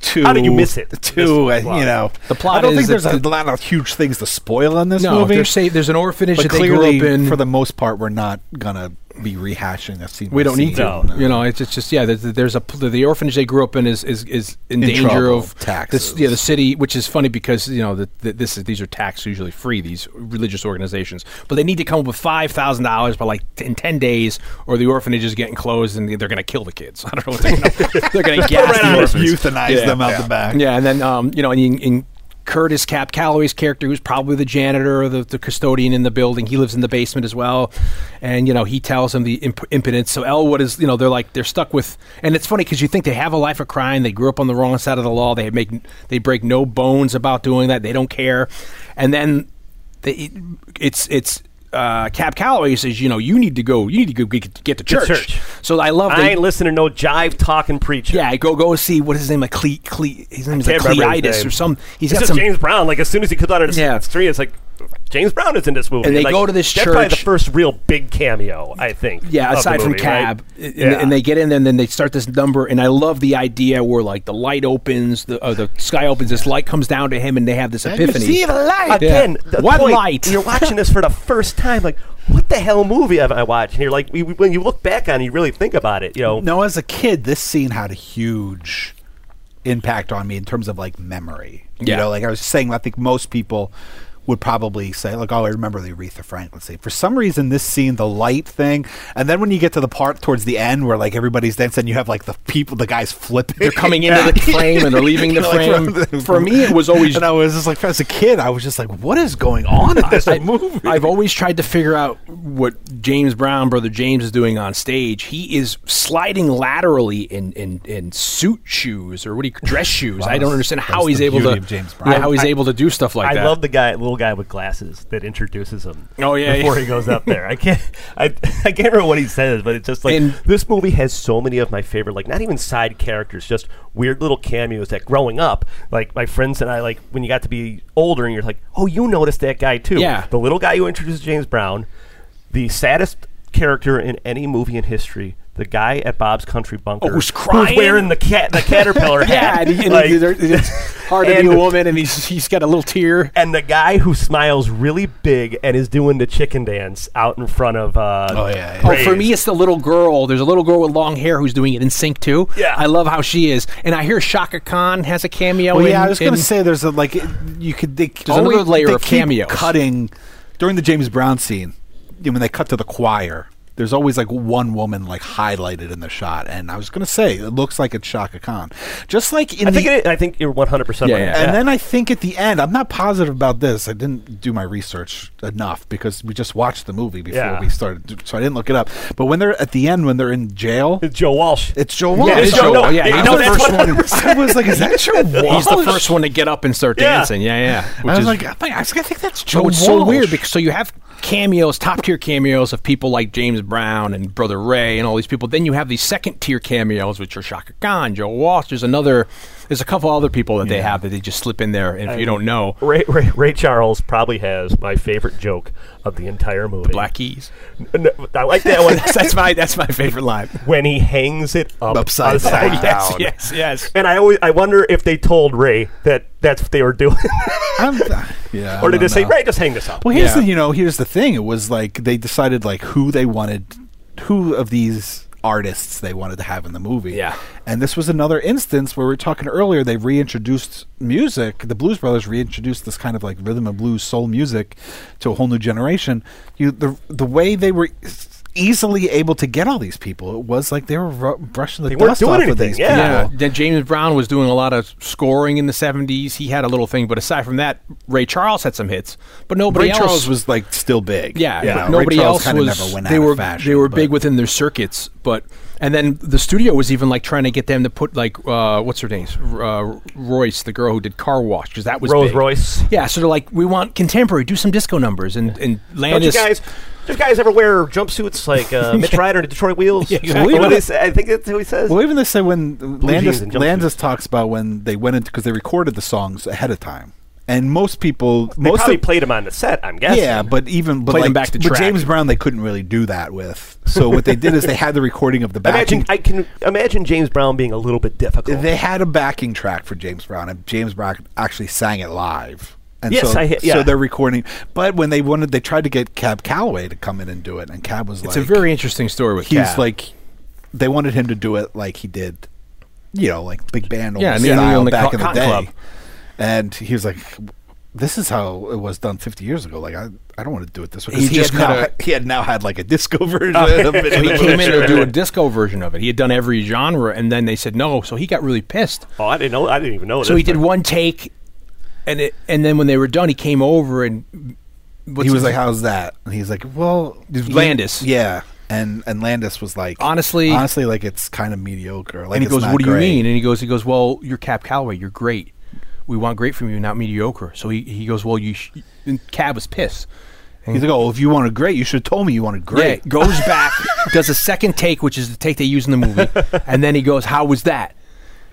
Speaker 3: Two,
Speaker 2: How did you miss it?
Speaker 3: Two, uh,
Speaker 2: This plot.
Speaker 3: you know,
Speaker 1: The plot
Speaker 3: I don't
Speaker 1: is
Speaker 3: think there's
Speaker 1: that
Speaker 3: a lot of huge things to spoil in this
Speaker 1: no,
Speaker 3: movie.
Speaker 1: they're safe. There's an orphanage
Speaker 3: but
Speaker 1: that they grew
Speaker 3: clearly,
Speaker 1: up in.
Speaker 3: for the most part, we're not gonna be rehashing that scene.
Speaker 4: we
Speaker 3: by
Speaker 4: don't need
Speaker 3: scene.
Speaker 4: to. You know, it's, it's just yeah. There's, there's a pl- the orphanage they grew up in is is, is in,
Speaker 3: In
Speaker 4: danger
Speaker 3: trouble.
Speaker 4: of
Speaker 3: Taxes.
Speaker 4: This, yeah, the city, which is funny because you know the, the, this is these are tax usually free these religious organizations, but they need to come up with five thousand dollars by like t- in ten days, or the orphanage is getting closed and they're going to kill the kids. I don't know what they're going to. They're going to gas
Speaker 2: right
Speaker 4: the
Speaker 2: on
Speaker 4: orphans.
Speaker 2: his
Speaker 3: euthanize
Speaker 4: Yeah,
Speaker 3: them out the back.
Speaker 4: Yeah, and then um, you know, and in, in Curtis Cap Calloway's character, who's probably the janitor or the, the custodian in the building, he lives in the basement as well, and you know, he tells him the imp- impotence. So Elwood is, you know, they're like they're stuck with, and it's funny because you think they have a life of crime, they grew up on the wrong side of the law, they make they break no bones about doing that, they don't care, and then they, it's it's. Uh, Cap Calloway says, "You know, you need to go. You need to go get, get to church."
Speaker 2: church.
Speaker 4: So I love.
Speaker 2: I
Speaker 4: they-
Speaker 2: ain't listening to no jive talking preacher.
Speaker 4: yeah, go go see what is his name like Cle, Cle his name is like
Speaker 2: Can't remember his
Speaker 4: Cleitis
Speaker 2: name.
Speaker 4: or some. He's got
Speaker 2: It's just
Speaker 4: some.
Speaker 2: James Brown. Like as soon as he comes out of the
Speaker 4: Yeah.
Speaker 2: yeah. street, it's like James Brown is in this movie.
Speaker 4: And they
Speaker 2: Like,
Speaker 4: go to this
Speaker 2: that's probably the
Speaker 4: church.
Speaker 2: first real big cameo, I think.
Speaker 4: yeah,
Speaker 2: of the
Speaker 4: aside from
Speaker 2: movie, right?
Speaker 4: Cab, and,
Speaker 2: Yeah.
Speaker 4: and they get in there and then they start this number. And I love the idea where like the light opens, the uh, the sky opens, this light comes down to him, and they have this epiphany.
Speaker 2: light again. the
Speaker 4: What
Speaker 2: point,
Speaker 4: light?
Speaker 2: You're watching this for the first time. Like, what the hell movie have I watched? And you're like, we, we- when you look back on it, you really think about it. You know,
Speaker 3: No, as a kid, this scene had a huge impact on me in terms of like memory.
Speaker 4: Yeah.
Speaker 3: You know, like I was saying, I think most people would probably say, like, oh, I remember the Aretha Franklin scene. For some reason, this scene, the light thing, and then when you get to the part towards the end where like everybody's dancing, you have like the people, the guys flipping.
Speaker 4: They're coming into the frame and they're leaving the
Speaker 3: Like,
Speaker 4: frame.
Speaker 3: from-
Speaker 4: For me, it was always
Speaker 3: and I was just like, as a kid, I was just like, what is going on in this movie?
Speaker 4: I've always tried to figure out what James Brown, brother James, is doing on stage. He is sliding laterally in in, in suit shoes or what do you dress shoes? I don't understand how
Speaker 3: that's
Speaker 4: he's
Speaker 3: the
Speaker 4: able to
Speaker 3: beauty of James Brown.
Speaker 4: Yeah, how he's
Speaker 2: I-
Speaker 4: able to do stuff like
Speaker 2: I
Speaker 4: that.
Speaker 2: love the guy, little guy with glasses that introduces him.
Speaker 4: Oh, yeah,
Speaker 2: before
Speaker 4: yeah.
Speaker 2: he goes up there, I can't, I, I can't remember what he says, but it's just like
Speaker 4: And-
Speaker 2: this movie has so many of my favorite, like not even side characters, just weird little cameos. That growing up, like my friends and I, like when you got to be older, and you're like, oh, you noticed that guy too.
Speaker 4: Yeah.
Speaker 2: the little guy who introduces James Brown, the saddest character in any movie in history. The guy at Bob's Country Bunker
Speaker 4: Oh, who's crying?
Speaker 2: wearing the cat, the caterpillar
Speaker 4: yeah,
Speaker 2: hat.
Speaker 4: and, he, and
Speaker 2: Like-
Speaker 4: he- there- it's hard to be
Speaker 2: And-
Speaker 4: a woman, and he's he's got a little tear.
Speaker 2: and the guy who smiles really big and is doing the chicken dance out in front of uh
Speaker 3: Oh, yeah, yeah.
Speaker 4: Oh,
Speaker 2: Ray's.
Speaker 4: for me, it's the little girl. There's a little girl with long hair who's doing it in sync too.
Speaker 2: Yeah.
Speaker 4: I love how she is, and I hear Shaka Khan has a cameo. in,
Speaker 3: Well, Oh, yeah, I was
Speaker 4: in-
Speaker 3: going to say there's a like it- you could they
Speaker 4: There's another layer
Speaker 3: they
Speaker 4: of
Speaker 3: keep
Speaker 4: cameos.
Speaker 3: cutting during the James Brown scene you know, when they cut to the choir. There's always like one woman like highlighted in the shot, and I was going to say it looks like it's Shaka Khan, just like in
Speaker 2: I
Speaker 3: the
Speaker 2: think it, I think you're 100 percent
Speaker 4: Yeah,
Speaker 2: right.
Speaker 4: yeah.
Speaker 3: and then I think at the end, I'm not positive about this. I didn't do my research enough because we just watched the movie before
Speaker 2: Yeah.
Speaker 3: we started, so I didn't look it up. But when they're at the end, when they're in jail,
Speaker 2: It's Joe Walsh.
Speaker 3: it's Joe
Speaker 2: Yeah,
Speaker 3: Walsh.
Speaker 2: it's
Speaker 4: Joe-
Speaker 2: no,
Speaker 4: yeah,
Speaker 2: it-
Speaker 4: he's
Speaker 2: no,
Speaker 4: the
Speaker 2: that's
Speaker 4: first
Speaker 2: 100%
Speaker 3: I was like, is that Joe Walsh?
Speaker 4: he's the first one to get up and start
Speaker 2: Yeah.
Speaker 4: dancing. Yeah, yeah.
Speaker 3: I
Speaker 4: Which
Speaker 3: was
Speaker 4: is
Speaker 3: like, I think- I was gonna think that's Joe
Speaker 4: So it's so
Speaker 3: Walsh.
Speaker 4: weird because so you have cameos, top tier cameos of people like James Brown and Brother Ray and all these people. Then you have these second tier cameos, which are Shaka Khan, Joe Walsh. There's another, there's a couple other people that they have that they just slip in there. And if you don't know,
Speaker 2: Ray, Ray, Ray Charles probably has my favorite joke of the entire movie.
Speaker 4: Black Keys.
Speaker 2: No, I like that one
Speaker 4: That's, that's my that's my favorite line.
Speaker 2: when he hangs it up
Speaker 3: Upside down.
Speaker 2: Yes,
Speaker 3: Down.
Speaker 2: yes.
Speaker 4: Yes, yes.
Speaker 2: And I always I wonder if they told Ray that that's what they were doing,
Speaker 3: I'm, yeah, I
Speaker 2: or did
Speaker 3: don't
Speaker 2: they say
Speaker 3: know.
Speaker 2: Ray just hang this up?
Speaker 3: Well, here's
Speaker 4: Yeah.
Speaker 3: the you know here's the thing. It was like they decided like who they wanted, who of these artists they wanted to have in the movie.
Speaker 4: Yeah.
Speaker 3: and this was another instance where we were talking earlier. They reintroduced music. The Blues Brothers reintroduced this kind of like rhythm and blues soul music to a whole new generation. You the the way they were easily able to get all these people. It was like they were ru- brushing the
Speaker 2: They weren't
Speaker 3: dust
Speaker 2: doing
Speaker 3: off of
Speaker 2: anything,
Speaker 3: these
Speaker 2: yeah.
Speaker 3: people.
Speaker 4: Yeah. Then James Brown was doing a lot of scoring in the 70s. He had a little thing, but aside from that, Ray Charles had some hits. But nobody
Speaker 3: Ray
Speaker 4: else
Speaker 3: Charles was like still big.
Speaker 4: Yeah,
Speaker 2: Yeah.
Speaker 4: but
Speaker 3: Ray
Speaker 4: nobody
Speaker 3: Charles
Speaker 4: else
Speaker 3: kinda
Speaker 4: was.
Speaker 3: never went
Speaker 4: they
Speaker 3: out of
Speaker 4: were
Speaker 3: fashion,
Speaker 4: they were
Speaker 3: but-
Speaker 4: big within their circuits, but and then the studio was even like trying to get them to put like uh, what's her name, uh, Royce, the girl who did Car Wash, because that was
Speaker 2: Rolls
Speaker 4: big.
Speaker 2: Royce.
Speaker 4: Yeah, so they're like, we want contemporary, do some disco numbers, and and
Speaker 2: Don't
Speaker 4: Landis.
Speaker 2: you guys? Do you guys ever wear jumpsuits like uh, Mitch Ryder and Detroit Wheels?
Speaker 4: Yeah,
Speaker 2: Is that
Speaker 3: exactly.
Speaker 2: what he sa- I think that's who he says.
Speaker 3: Well, even they say when
Speaker 2: jeans
Speaker 3: Landis,
Speaker 2: and jumpsuits.
Speaker 3: Landis talks about when they went into because they recorded the songs ahead of time, and most people,
Speaker 2: they
Speaker 3: most
Speaker 2: probably
Speaker 3: of,
Speaker 2: played him on the set. I'm guessing.
Speaker 3: yeah, but even but
Speaker 4: Played them
Speaker 3: like
Speaker 4: back to
Speaker 3: but
Speaker 4: track.
Speaker 3: James Brown, they couldn't really do that with. So what they did is they had the recording of the backing.
Speaker 2: Imagine I can imagine James Brown being a little bit difficult.
Speaker 3: they had a backing track for James Brown, and James Brown actually sang it live. And
Speaker 2: Yes,
Speaker 3: so,
Speaker 2: I hit-
Speaker 3: so
Speaker 2: yeah.
Speaker 3: they're recording. But when they wanted, they tried to get Cab Calloway to come in and do it, and Cab was
Speaker 4: it's
Speaker 3: like,
Speaker 4: a very interesting story with
Speaker 3: he's
Speaker 4: Cab.
Speaker 3: like they wanted him to do it like he did you know like big band old
Speaker 4: Yeah, and the
Speaker 3: style
Speaker 4: Indian on the
Speaker 3: back
Speaker 4: Co-
Speaker 3: in the
Speaker 4: Cotton
Speaker 3: day
Speaker 4: Club.
Speaker 3: and he was like this is how it was done 50 years ago like i, I don't want to do it this way 'Cause
Speaker 4: He
Speaker 3: he,
Speaker 4: just
Speaker 3: had now,
Speaker 4: kinda-
Speaker 3: he had now had like a disco version of it
Speaker 4: So
Speaker 3: in
Speaker 4: he
Speaker 3: the
Speaker 4: came in to
Speaker 3: future.
Speaker 4: do a disco version of it. He had done every genre, and then they said no, so he got really pissed.
Speaker 2: oh, I didn't know. I didn't even know.
Speaker 4: So
Speaker 2: this,
Speaker 4: he did
Speaker 2: but-
Speaker 4: one take, and it, and then when they were done, he came over and what's
Speaker 3: he was
Speaker 4: his-
Speaker 3: like how's that and he's like well
Speaker 4: Landis.
Speaker 3: yeah and and landis was like
Speaker 4: Honestly-
Speaker 3: honestly like it's kind of mediocre like
Speaker 4: and he
Speaker 3: it's
Speaker 4: goes,
Speaker 3: not
Speaker 4: "What do you
Speaker 3: great."
Speaker 4: mean?" And he goes, "He goes, well, you're Cab Calloway. You're great. We want great from you, not mediocre." So he, he goes, "Well, you." Sh-, and Cab was pissed. And
Speaker 3: he's like oh if you wanted great you should have told me you wanted great
Speaker 4: Yeah, goes back, does a second take, which is the take they use in the movie, and then he goes, "How was that?"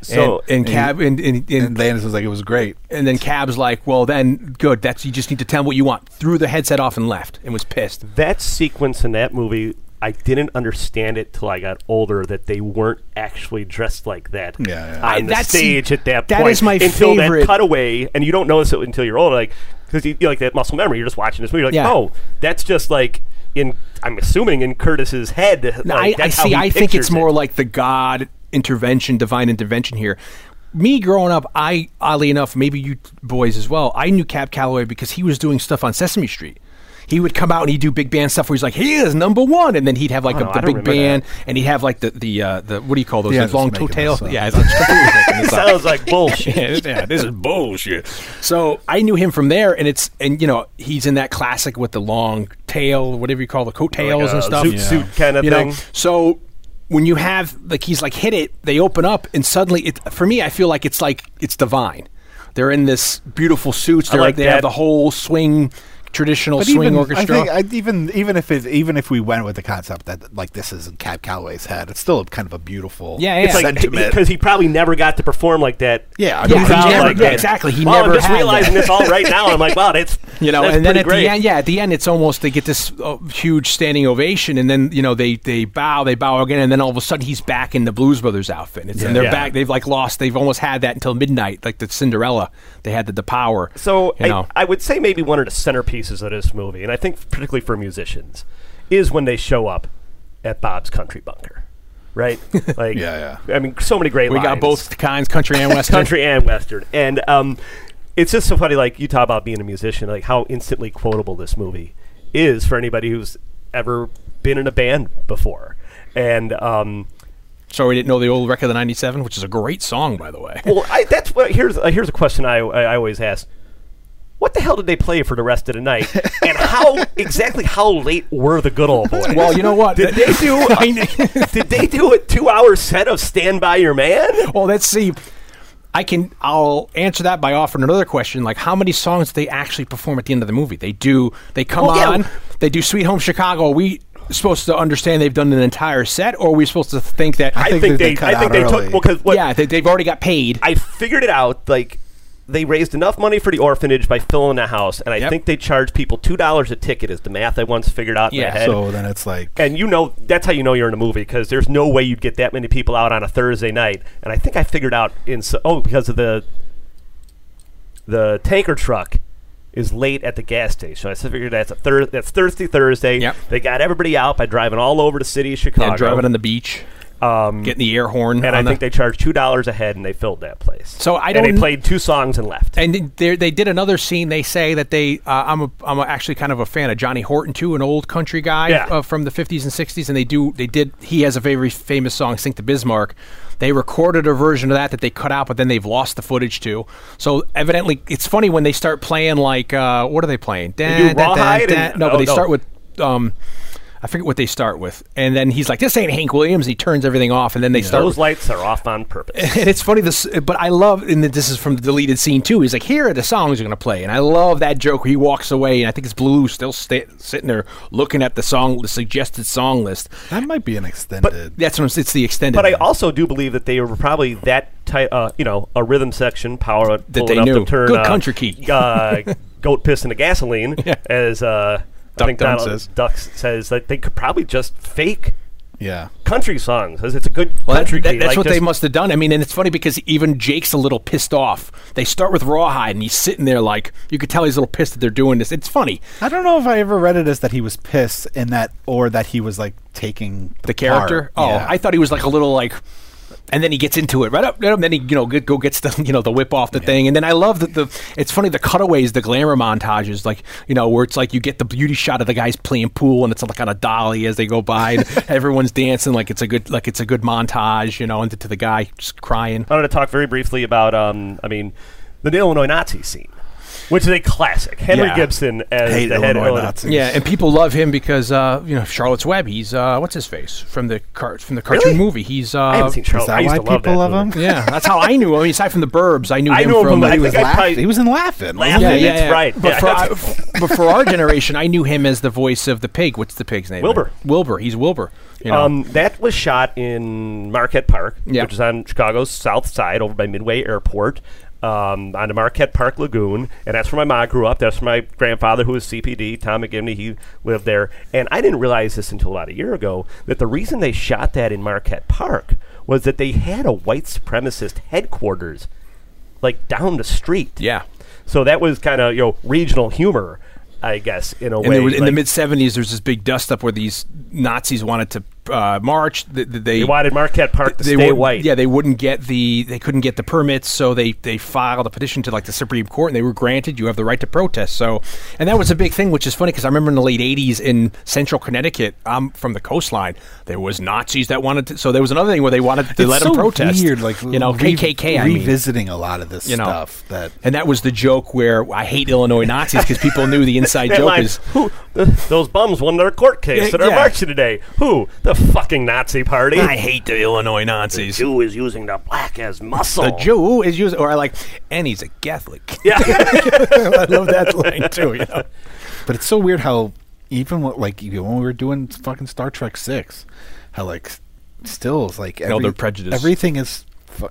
Speaker 2: So-
Speaker 4: and, and Cab and and, and,
Speaker 3: and landis was like it was great
Speaker 4: and then Cab's like, "Well, then good. That's you just need to tell him what you want." Threw the headset off and left, and was pissed.
Speaker 2: that sequence in that movie. I didn't understand it till I got older that they weren't actually dressed like that
Speaker 3: Yeah, yeah.
Speaker 2: on
Speaker 4: I-
Speaker 2: the
Speaker 4: that's-
Speaker 2: stage at that
Speaker 4: that
Speaker 2: point.
Speaker 4: is my
Speaker 2: until
Speaker 4: favorite.
Speaker 2: that cutaway, and you don't notice it until you're older, like because you, you like that muscle memory. You're just watching this movie, you're like
Speaker 4: Yeah.
Speaker 2: oh, that's just like in I'm assuming in Curtis's head.
Speaker 4: No,
Speaker 2: like,
Speaker 4: I, I
Speaker 2: that's how
Speaker 4: see.
Speaker 2: he
Speaker 4: I think
Speaker 2: pictures
Speaker 4: it's more
Speaker 2: it.
Speaker 4: like the God intervention, divine intervention here. Me growing up, I oddly enough, maybe you boys as well. I knew Cab Calloway because he was doing stuff on Sesame Street. He would come out and he'd do big band stuff where he's like, "He is number one," and then he'd have like
Speaker 2: Oh, no,
Speaker 4: the, the
Speaker 2: I don't
Speaker 4: big
Speaker 2: remember
Speaker 4: band, and he'd have like the the uh, the what do you call those?
Speaker 3: Yeah,
Speaker 4: the
Speaker 3: just
Speaker 4: long
Speaker 3: making
Speaker 4: toe tail.
Speaker 3: this up.
Speaker 4: Yeah, it's it's completely making this up
Speaker 2: sounds like bullshit.
Speaker 4: yeah, this- yeah, this is bullshit. So I knew him from there, and it's and you know he's in that classic with the long tail, whatever you call the coattails
Speaker 2: Like a
Speaker 4: and stuff,
Speaker 2: zoot suit kinda
Speaker 4: You
Speaker 2: thing.
Speaker 4: Know? So when you have like he's like hit it, they open up, and suddenly it for me I feel like it's like it's divine. They're in this beautiful suits. They're
Speaker 2: like
Speaker 4: they have
Speaker 2: that.
Speaker 4: the whole swing traditional swing
Speaker 3: even,
Speaker 4: orchestra.
Speaker 3: I think, I, even even if it even if we went with the concept that like this is in Cab Calloway's head, it's still kind of a beautiful
Speaker 4: Yeah, yeah.
Speaker 2: It's like
Speaker 3: sentiment.
Speaker 2: because he probably never got to perform like that.
Speaker 3: Yeah, I
Speaker 2: the
Speaker 3: mean, he
Speaker 2: crowd
Speaker 3: never-
Speaker 2: like that.
Speaker 4: exactly, he
Speaker 2: Wow,
Speaker 4: never
Speaker 2: I'm just
Speaker 4: had that.
Speaker 2: realizing this all right now. I'm like, wow, that's
Speaker 4: you know,
Speaker 2: that's
Speaker 4: and then at
Speaker 2: pretty great.
Speaker 4: the end, yeah, at the end, it's almost they get this uh, huge standing ovation, and then you know they they bow, they bow again, and then all of a sudden he's back in the Blues Brothers outfit, It's- and they're
Speaker 2: Yeah.
Speaker 4: back. They've like lost, they've almost had that until midnight, like the Cinderella. They had the, the power.
Speaker 2: So
Speaker 4: you know,
Speaker 2: I, I would say maybe one of the centerpieces of this movie, and I think particularly for musicians, is when they show up at Bob's Country Bunker, right? Like,
Speaker 3: Yeah,
Speaker 2: I mean, so many great.
Speaker 4: we got
Speaker 2: lines.
Speaker 4: both kinds, country and western.
Speaker 2: country and western, and um, it's just so funny. Like you talk about being a musician, like how instantly quotable this movie is for anybody who's ever been in a band before, and um,
Speaker 4: So we didn't know the old record of the '97, which is a great song, by the way.
Speaker 2: well, I, that's what here's uh, here's a question I, I I always ask. What the hell did they play for the rest of the night? And how exactly how late were the good old boys?
Speaker 4: Well, you know what?
Speaker 2: Did they do? did they do a two-hour set of "Stand by Your Man"?
Speaker 4: Well, let's see. I can. I'll answer that by offering another question. Like, how many songs do they actually perform at the end of the movie? They do. They come
Speaker 2: Well, yeah.
Speaker 4: on. They do "Sweet Home Chicago." Are we supposed to understand they've done an entire set, or are we supposed to think that?
Speaker 2: I
Speaker 3: think that they cut
Speaker 2: I think
Speaker 3: out
Speaker 2: they
Speaker 3: early.
Speaker 2: took. Well, 'cause what,
Speaker 4: yeah, they, they've already got paid.
Speaker 2: I figured it out. Like they raised enough money for the orphanage by filling the house, and I
Speaker 4: Yep.
Speaker 2: think they charged people two dollars a ticket. Is the math I once figured out in
Speaker 4: Yeah.
Speaker 2: my head.
Speaker 3: so then it's like
Speaker 2: and you know that's how you know you're in a movie because there's no way you'd get that many people out on a Thursday night. And I think I figured out in so, oh because of the the tanker truck is late at the gas station. I figured that's a thir- that's Thursday Thursday.
Speaker 4: Yep.
Speaker 2: They got everybody out by driving all over the city of Chicago.
Speaker 4: yeah, driving on the beach.
Speaker 2: Um,
Speaker 4: Getting the air horn.
Speaker 2: and I
Speaker 4: on the-
Speaker 2: think they charged two dollars a head, and they filled that place.
Speaker 4: So I
Speaker 2: And
Speaker 4: don't-
Speaker 2: they played two songs and left.
Speaker 4: And they they did another scene. They say that they uh, I'm a, I'm a actually kind of a fan of Johnny Horton too, an old country guy
Speaker 2: Yeah.
Speaker 4: uh, from the 50s and 60s. And they do they did he has a very famous song, "Sink the Bismarck." They recorded a version of that that they cut out, but then they've lost the footage too. So evidently, it's funny when they start playing like uh, what are they playing? They
Speaker 2: do Rawhide and-
Speaker 4: no, but
Speaker 2: oh,
Speaker 4: they
Speaker 2: no.
Speaker 4: start with um, I forget what they start with, and then he's like, "This ain't Hank Williams." And he turns everything off, and then they start
Speaker 2: Those lights are off on purpose.
Speaker 4: and it's funny this but i love and this is from the deleted scene too he's like here are the songs you're going to play and i love that joke where he walks away and i think it's blue still sta sitting there looking at the song the suggested song list
Speaker 3: That might be an extended.
Speaker 4: that's when it's, it's the extended
Speaker 2: But I
Speaker 4: one.
Speaker 2: also do believe that they were probably that type, uh, you know, a rhythm section power
Speaker 4: That
Speaker 2: pull
Speaker 4: they
Speaker 2: it up
Speaker 4: knew.
Speaker 2: To turn,
Speaker 4: Good
Speaker 2: uh,
Speaker 4: country key.
Speaker 2: uh, goat piss into gasoline, as uh,
Speaker 3: Duck
Speaker 2: I think
Speaker 3: Dunn
Speaker 2: Donald
Speaker 3: says.
Speaker 2: Duck says that they could probably just fake
Speaker 3: yeah.
Speaker 2: country songs, as it's a good
Speaker 4: Well, that-
Speaker 2: country.
Speaker 4: that-
Speaker 2: key,
Speaker 4: that's
Speaker 2: like
Speaker 4: what they
Speaker 2: just-
Speaker 4: must have done. I mean, and it's funny because even Jake's a little pissed off. They start with Rawhide, and he's sitting there like you could tell he's a little pissed that they're doing this. It's funny.
Speaker 3: I don't know if I ever read it as that he was pissed and that, or that he was like taking
Speaker 4: the character.
Speaker 3: part.
Speaker 4: Oh,
Speaker 3: Yeah.
Speaker 4: I thought he was like a little like, and then he gets into it right up. Right up and then he you know get, go gets the you know the whip off the thing, and then I love that the it's funny the cutaways, the glamour montages, like you know where it's like you get the beauty shot of the guys playing pool, and it's like on a dolly as they go by, and everyone's dancing like it's a good like it's a good montage, you know, and to the guy just crying.
Speaker 2: I wanted to talk very briefly about, um, I mean, the Illinois Nazi scene, which is a classic. Henry
Speaker 3: Yeah.
Speaker 2: Gibson as
Speaker 3: Hate
Speaker 2: the head
Speaker 3: Illinois
Speaker 2: Illinois-
Speaker 3: Nazis.
Speaker 4: Yeah, and people love him because uh, you know Charlotte's Web. He's uh, what's his face from the car- from the cartoon
Speaker 2: Really?
Speaker 4: movie. He's uh,
Speaker 2: I haven't seen Charlotte.
Speaker 3: Is that
Speaker 2: I used
Speaker 3: why
Speaker 2: to love
Speaker 3: people
Speaker 2: that
Speaker 3: love
Speaker 2: movie.
Speaker 3: him?
Speaker 4: yeah, that's how I knew him. I mean, aside from the Burbs, I knew
Speaker 2: I
Speaker 4: him
Speaker 2: knew him
Speaker 4: from
Speaker 2: from, I
Speaker 3: He was,
Speaker 2: think I
Speaker 3: laugh-
Speaker 2: probably-
Speaker 3: he was in laughing.
Speaker 2: Laugh- Yeah, that's right.
Speaker 4: But,
Speaker 2: Yeah,
Speaker 4: for
Speaker 2: that's-
Speaker 4: our, but for our generation, I knew him as the voice of the pig. What's the pig's name?
Speaker 2: Wilbur.
Speaker 4: Wilbur. He's Wilbur. You know.
Speaker 2: Um, that was shot in Marquette Park,
Speaker 4: Yeah.
Speaker 2: which is on Chicago's south side, over by Midway Airport, um, on the Marquette Park Lagoon, and that's where my mom grew up. That's where my grandfather, who was CPD, Tom McGivney, he lived there. And I didn't realize this until about a year ago that the reason they shot that in Marquette Park was that they had a white supremacist headquarters, like down the street.
Speaker 4: yeah.
Speaker 2: So that was kind of you know regional humor, I guess, in a
Speaker 4: And
Speaker 2: way.
Speaker 4: there was, in the
Speaker 2: like,
Speaker 4: mid '70s, there's this big dust up where these Nazis wanted to uh, march. Th- th- They,
Speaker 2: they wanted Marquette Park to
Speaker 4: they
Speaker 2: stay
Speaker 4: wouldn't-
Speaker 2: white.
Speaker 4: Yeah, they wouldn't get the they couldn't get the permits, so they they filed a petition to like the Supreme Court, and they were granted. You have the right to protest. So, and that was a big thing, which is funny because I remember in the late '80s in Central Connecticut, I'm from the coastline. There was Nazis that wanted to. So there was another thing where they wanted to
Speaker 3: It's
Speaker 4: let
Speaker 3: so
Speaker 4: them protest.
Speaker 3: Weird, like
Speaker 4: you know,
Speaker 3: re-
Speaker 4: KKK. I mean.
Speaker 3: Revisiting a lot of this
Speaker 4: You know.
Speaker 3: stuff that
Speaker 4: And that was the joke where I hate Illinois Nazis because people knew the inside
Speaker 2: That
Speaker 4: joke
Speaker 2: line,
Speaker 4: is
Speaker 2: who th- those bums won their court case
Speaker 4: Yeah,
Speaker 2: and are
Speaker 4: yeah.
Speaker 2: marching today. Who the fucking Nazi party?
Speaker 4: I hate the Illinois Nazis.
Speaker 2: Jew is using the black as muscle.
Speaker 4: The Jew is used, or I like, and he's a Catholic.
Speaker 2: Yeah,
Speaker 4: I love that line too. You know?
Speaker 3: But it's so weird how even what, like even when we were doing fucking Star Trek Six, how like s- still it's like
Speaker 4: they're prejudiced.
Speaker 3: Everything is fu-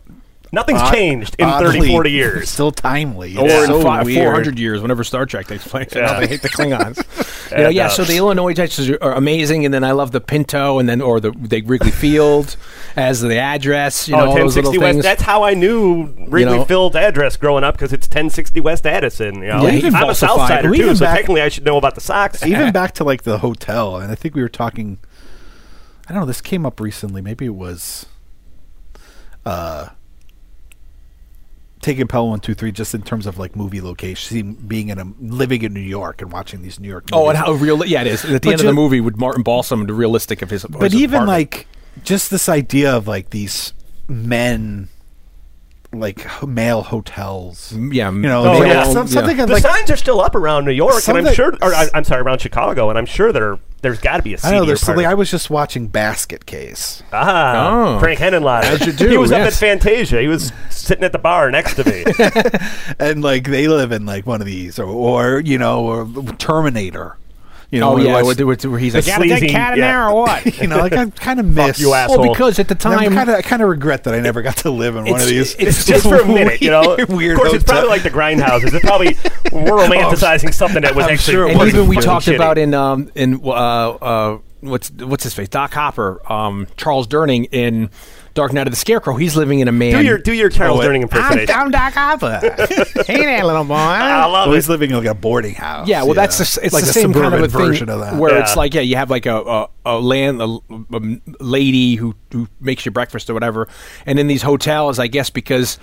Speaker 2: nothing's
Speaker 3: odd-
Speaker 2: changed in 30,
Speaker 3: oddly
Speaker 2: 40 years. Oh,
Speaker 3: Still timely.
Speaker 4: or
Speaker 3: It's
Speaker 4: in
Speaker 3: so
Speaker 4: fi-
Speaker 3: weird.
Speaker 4: 400 years, whenever Star Trek takes place.
Speaker 2: Yeah.
Speaker 4: Now they hate the Klingons. you know,
Speaker 2: And,
Speaker 4: yeah,
Speaker 2: uh,
Speaker 4: so the Illinois Texas are amazing, and then I love the Pinto, and then or the, the Wrigley Field as the address, you know,
Speaker 2: Oh,
Speaker 4: all those
Speaker 2: 1060
Speaker 4: little
Speaker 2: West.
Speaker 4: things.
Speaker 2: That's how I knew Wrigley
Speaker 4: know.
Speaker 2: Field's address growing up because it's 1060 West Addison. You know?
Speaker 4: Yeah, he
Speaker 2: I'm a
Speaker 4: falsified-
Speaker 2: Southsider
Speaker 3: we
Speaker 2: too,
Speaker 3: even
Speaker 2: so
Speaker 3: back-
Speaker 2: technically I should know about the Sox.
Speaker 3: even back to like the hotel, and I think we were talking. I don't know. This came up recently. Maybe it was. Uh, taking Pell one two three just in terms of like movie location, being in a living in New York and watching these New York. Movies.
Speaker 4: oh, and how real? Yeah, it is. At the
Speaker 3: But
Speaker 4: end of the
Speaker 3: you-
Speaker 4: movie, with Martin Balsam, the realistic of his. of
Speaker 3: but
Speaker 4: his
Speaker 3: even
Speaker 4: apartment.
Speaker 3: like just this idea of like these men like h- male hotels
Speaker 4: yeah,
Speaker 3: you know
Speaker 2: Oh,
Speaker 3: they-
Speaker 2: yeah.
Speaker 3: some- something
Speaker 2: the
Speaker 3: like
Speaker 2: signs are still up around New York, and I'm
Speaker 3: Something-
Speaker 2: sure, or I, I'm sorry, around Chicago, and I'm sure there there's got to be a.
Speaker 3: i don't know
Speaker 2: seedier
Speaker 3: there's
Speaker 2: part
Speaker 3: something
Speaker 2: of
Speaker 3: i was just watching basket case
Speaker 2: Ah,
Speaker 4: Oh.
Speaker 2: Frank Henenlotter.
Speaker 4: As you do,
Speaker 2: he was up
Speaker 4: yes.
Speaker 2: at Fantasia. He was sitting at the bar next to me.
Speaker 3: and like they live in like one of these or, or you know or terminator you know
Speaker 4: Oh
Speaker 3: we
Speaker 4: yeah,
Speaker 3: watched-
Speaker 4: where, where, where he's like,
Speaker 2: The
Speaker 4: "Got a dead
Speaker 2: sleazy-
Speaker 4: cat in
Speaker 2: yeah.
Speaker 4: there or what?"
Speaker 3: you know like i kind of miss
Speaker 2: you, asshole.
Speaker 4: well, because at the
Speaker 3: i
Speaker 4: time,
Speaker 3: kind of i kind of regret that i never got to live in one of these
Speaker 2: It's just for a minute, you know.
Speaker 3: weird
Speaker 2: of course, it's probably
Speaker 3: hotel.
Speaker 2: like the grindhouses. It's probably
Speaker 4: Oh,
Speaker 2: we're romanticizing something that was
Speaker 3: I'm
Speaker 2: actually.
Speaker 3: sure it
Speaker 2: pretty
Speaker 4: and
Speaker 3: wasn't
Speaker 4: even we
Speaker 2: shitty.
Speaker 4: talked about in um in uh uh what's what's his face? Doc Hopper, um, Charles Durning in Dark Knight of the Scarecrow. He's living in a man.
Speaker 2: Do your do your
Speaker 3: Oh,
Speaker 2: Carol Durning
Speaker 3: I'm,
Speaker 2: impersonation.
Speaker 3: I'm Doc Hopper. hey there, little boy. I
Speaker 2: love
Speaker 3: well, He's living in like a boarding house.
Speaker 4: yeah, well, that's the, s- it's
Speaker 3: like
Speaker 4: the
Speaker 3: a
Speaker 4: same kind of
Speaker 3: suburban
Speaker 4: a thing
Speaker 3: version of that.
Speaker 4: where
Speaker 2: Yeah.
Speaker 4: it's like yeah, you have like a a, a land a, a lady who who makes you breakfast or whatever, and in these hotels, I guess because.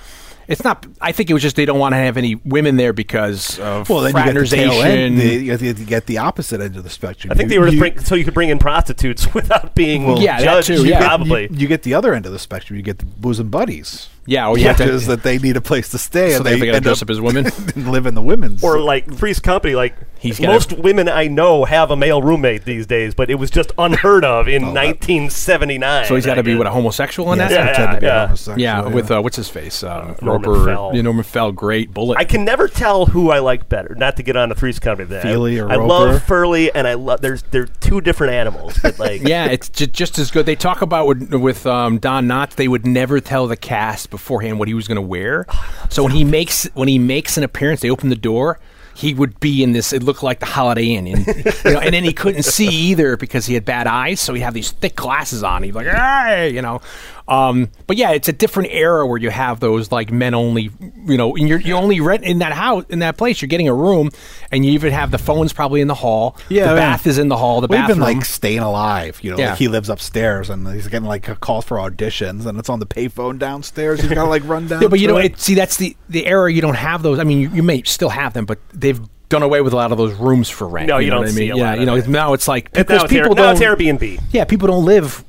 Speaker 4: It's not. I think it was just they don't want to have any women there because of
Speaker 3: well, then you get the tail
Speaker 4: fraternization.
Speaker 3: end. The, you, get, you get the opposite end of the spectrum.
Speaker 2: I think
Speaker 3: You-
Speaker 2: they were just
Speaker 3: you-
Speaker 2: bring, so you could bring in prostitutes without being
Speaker 4: yeah, that
Speaker 2: judged.
Speaker 4: too,
Speaker 2: you
Speaker 4: yeah.
Speaker 3: you-
Speaker 2: Probably.
Speaker 3: You, get the other end of the spectrum. You get the bosom buddies.
Speaker 4: yeah, oh yeah,
Speaker 3: which is that they need a place to stay,
Speaker 4: so
Speaker 3: and
Speaker 4: they,
Speaker 3: they,
Speaker 4: have to
Speaker 3: end
Speaker 4: dress
Speaker 3: up
Speaker 4: up as women.
Speaker 3: and live in the women's.
Speaker 2: or like Three's Company, like
Speaker 4: He's got
Speaker 2: most women I know have a male roommate these days, but it was just unheard of in 1979.
Speaker 4: Oh, So he's got to be
Speaker 2: I
Speaker 4: what a
Speaker 2: guess.
Speaker 4: homosexual in
Speaker 3: yeah,
Speaker 4: that.
Speaker 2: Yeah,
Speaker 3: pretend to be
Speaker 2: yeah.
Speaker 3: homosexual,
Speaker 4: Yeah, with uh, what's his face, um,
Speaker 2: Norman
Speaker 4: Roper,
Speaker 2: Fell.
Speaker 4: yeah, Norman Fell, great bullet.
Speaker 2: I can never tell who I like better. Not to get on a Three's Company, there.
Speaker 3: Feely or
Speaker 2: I
Speaker 3: Roper?
Speaker 2: love Furley, and I love there's they're two different animals. But like,
Speaker 4: yeah, it's ju- just as good. They talk about with, with um, Don Knotts, they would never tell the cast beforehand what he was going to wear. So when he makes when he makes an appearance, they open the door. He would be in this. It looked like the Holiday Inn, and, you know, and then he couldn't see either because he had bad eyes. So he'd have these thick glasses on. He'd be like, "Hey," you know. Um, but yeah, it's a different era where you have those like men only. You know, and you're you only rent in that house in that place. You're getting a room, and you even have the phones probably in the hall.
Speaker 3: Yeah,
Speaker 4: the
Speaker 3: yeah.
Speaker 4: bath is in the hall. The
Speaker 3: Well,
Speaker 4: bathroom.
Speaker 3: even like staying alive, you know,
Speaker 4: Yeah.
Speaker 3: like he lives upstairs and he's getting like a call for auditions and it's on the payphone downstairs. You've got to like run down.
Speaker 4: Yeah, but you
Speaker 3: to
Speaker 4: know,
Speaker 3: it.
Speaker 4: it, see, that's the the era. You don't have those. I mean, you, you may still have them, but they've done away with a lot of those rooms for rent.
Speaker 2: No, you
Speaker 4: know
Speaker 2: don't
Speaker 4: what I
Speaker 2: see
Speaker 4: mean?
Speaker 2: a
Speaker 4: yeah,
Speaker 2: lot of
Speaker 4: you know,
Speaker 2: that.
Speaker 4: it's- now it's like
Speaker 2: And
Speaker 4: because
Speaker 2: now it's Air-
Speaker 4: people
Speaker 2: now
Speaker 4: don't.
Speaker 2: it's Airbnb.
Speaker 4: Yeah, people don't live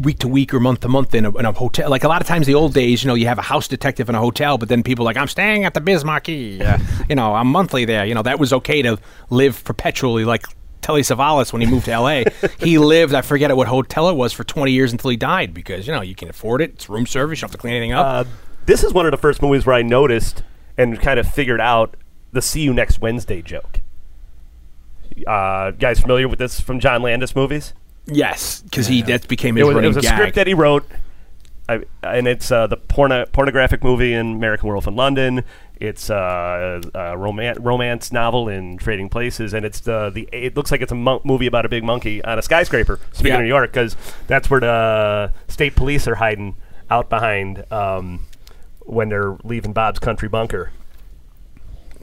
Speaker 4: week to week or month to month in a, in a hotel. Like a lot of times, the old days, you know, you have a house detective in a hotel, but then people are like, I'm staying at the Bismarcky. Uh, you know, I'm monthly there. You know, that was okay to live perpetually, like. Telly Savalas, when he moved to LA, he lived, I forget at what hotel it was, for 20 years until he died because, you know, you can afford it. It's room service. You don't have to clean anything up.
Speaker 2: Uh, this is one of the first movies where I noticed and kind of figured out the "see you next Wednesday" joke. Uh, guys, familiar with this from John Landis movies?
Speaker 4: Yes, because he that became his
Speaker 2: It was, it
Speaker 4: running
Speaker 2: was a
Speaker 4: gag.
Speaker 2: script that he wrote, I, and it's uh, the porno, pornographic movie in American Werewolf in London. It's uh, a romance, romance novel in Trading Places, and it's the, the it looks like it's a monk movie about a big monkey on a skyscraper. Speaking
Speaker 4: Yeah.
Speaker 2: of New York, because that's where the state police are hiding out behind um, when they're leaving Bob's country bunker.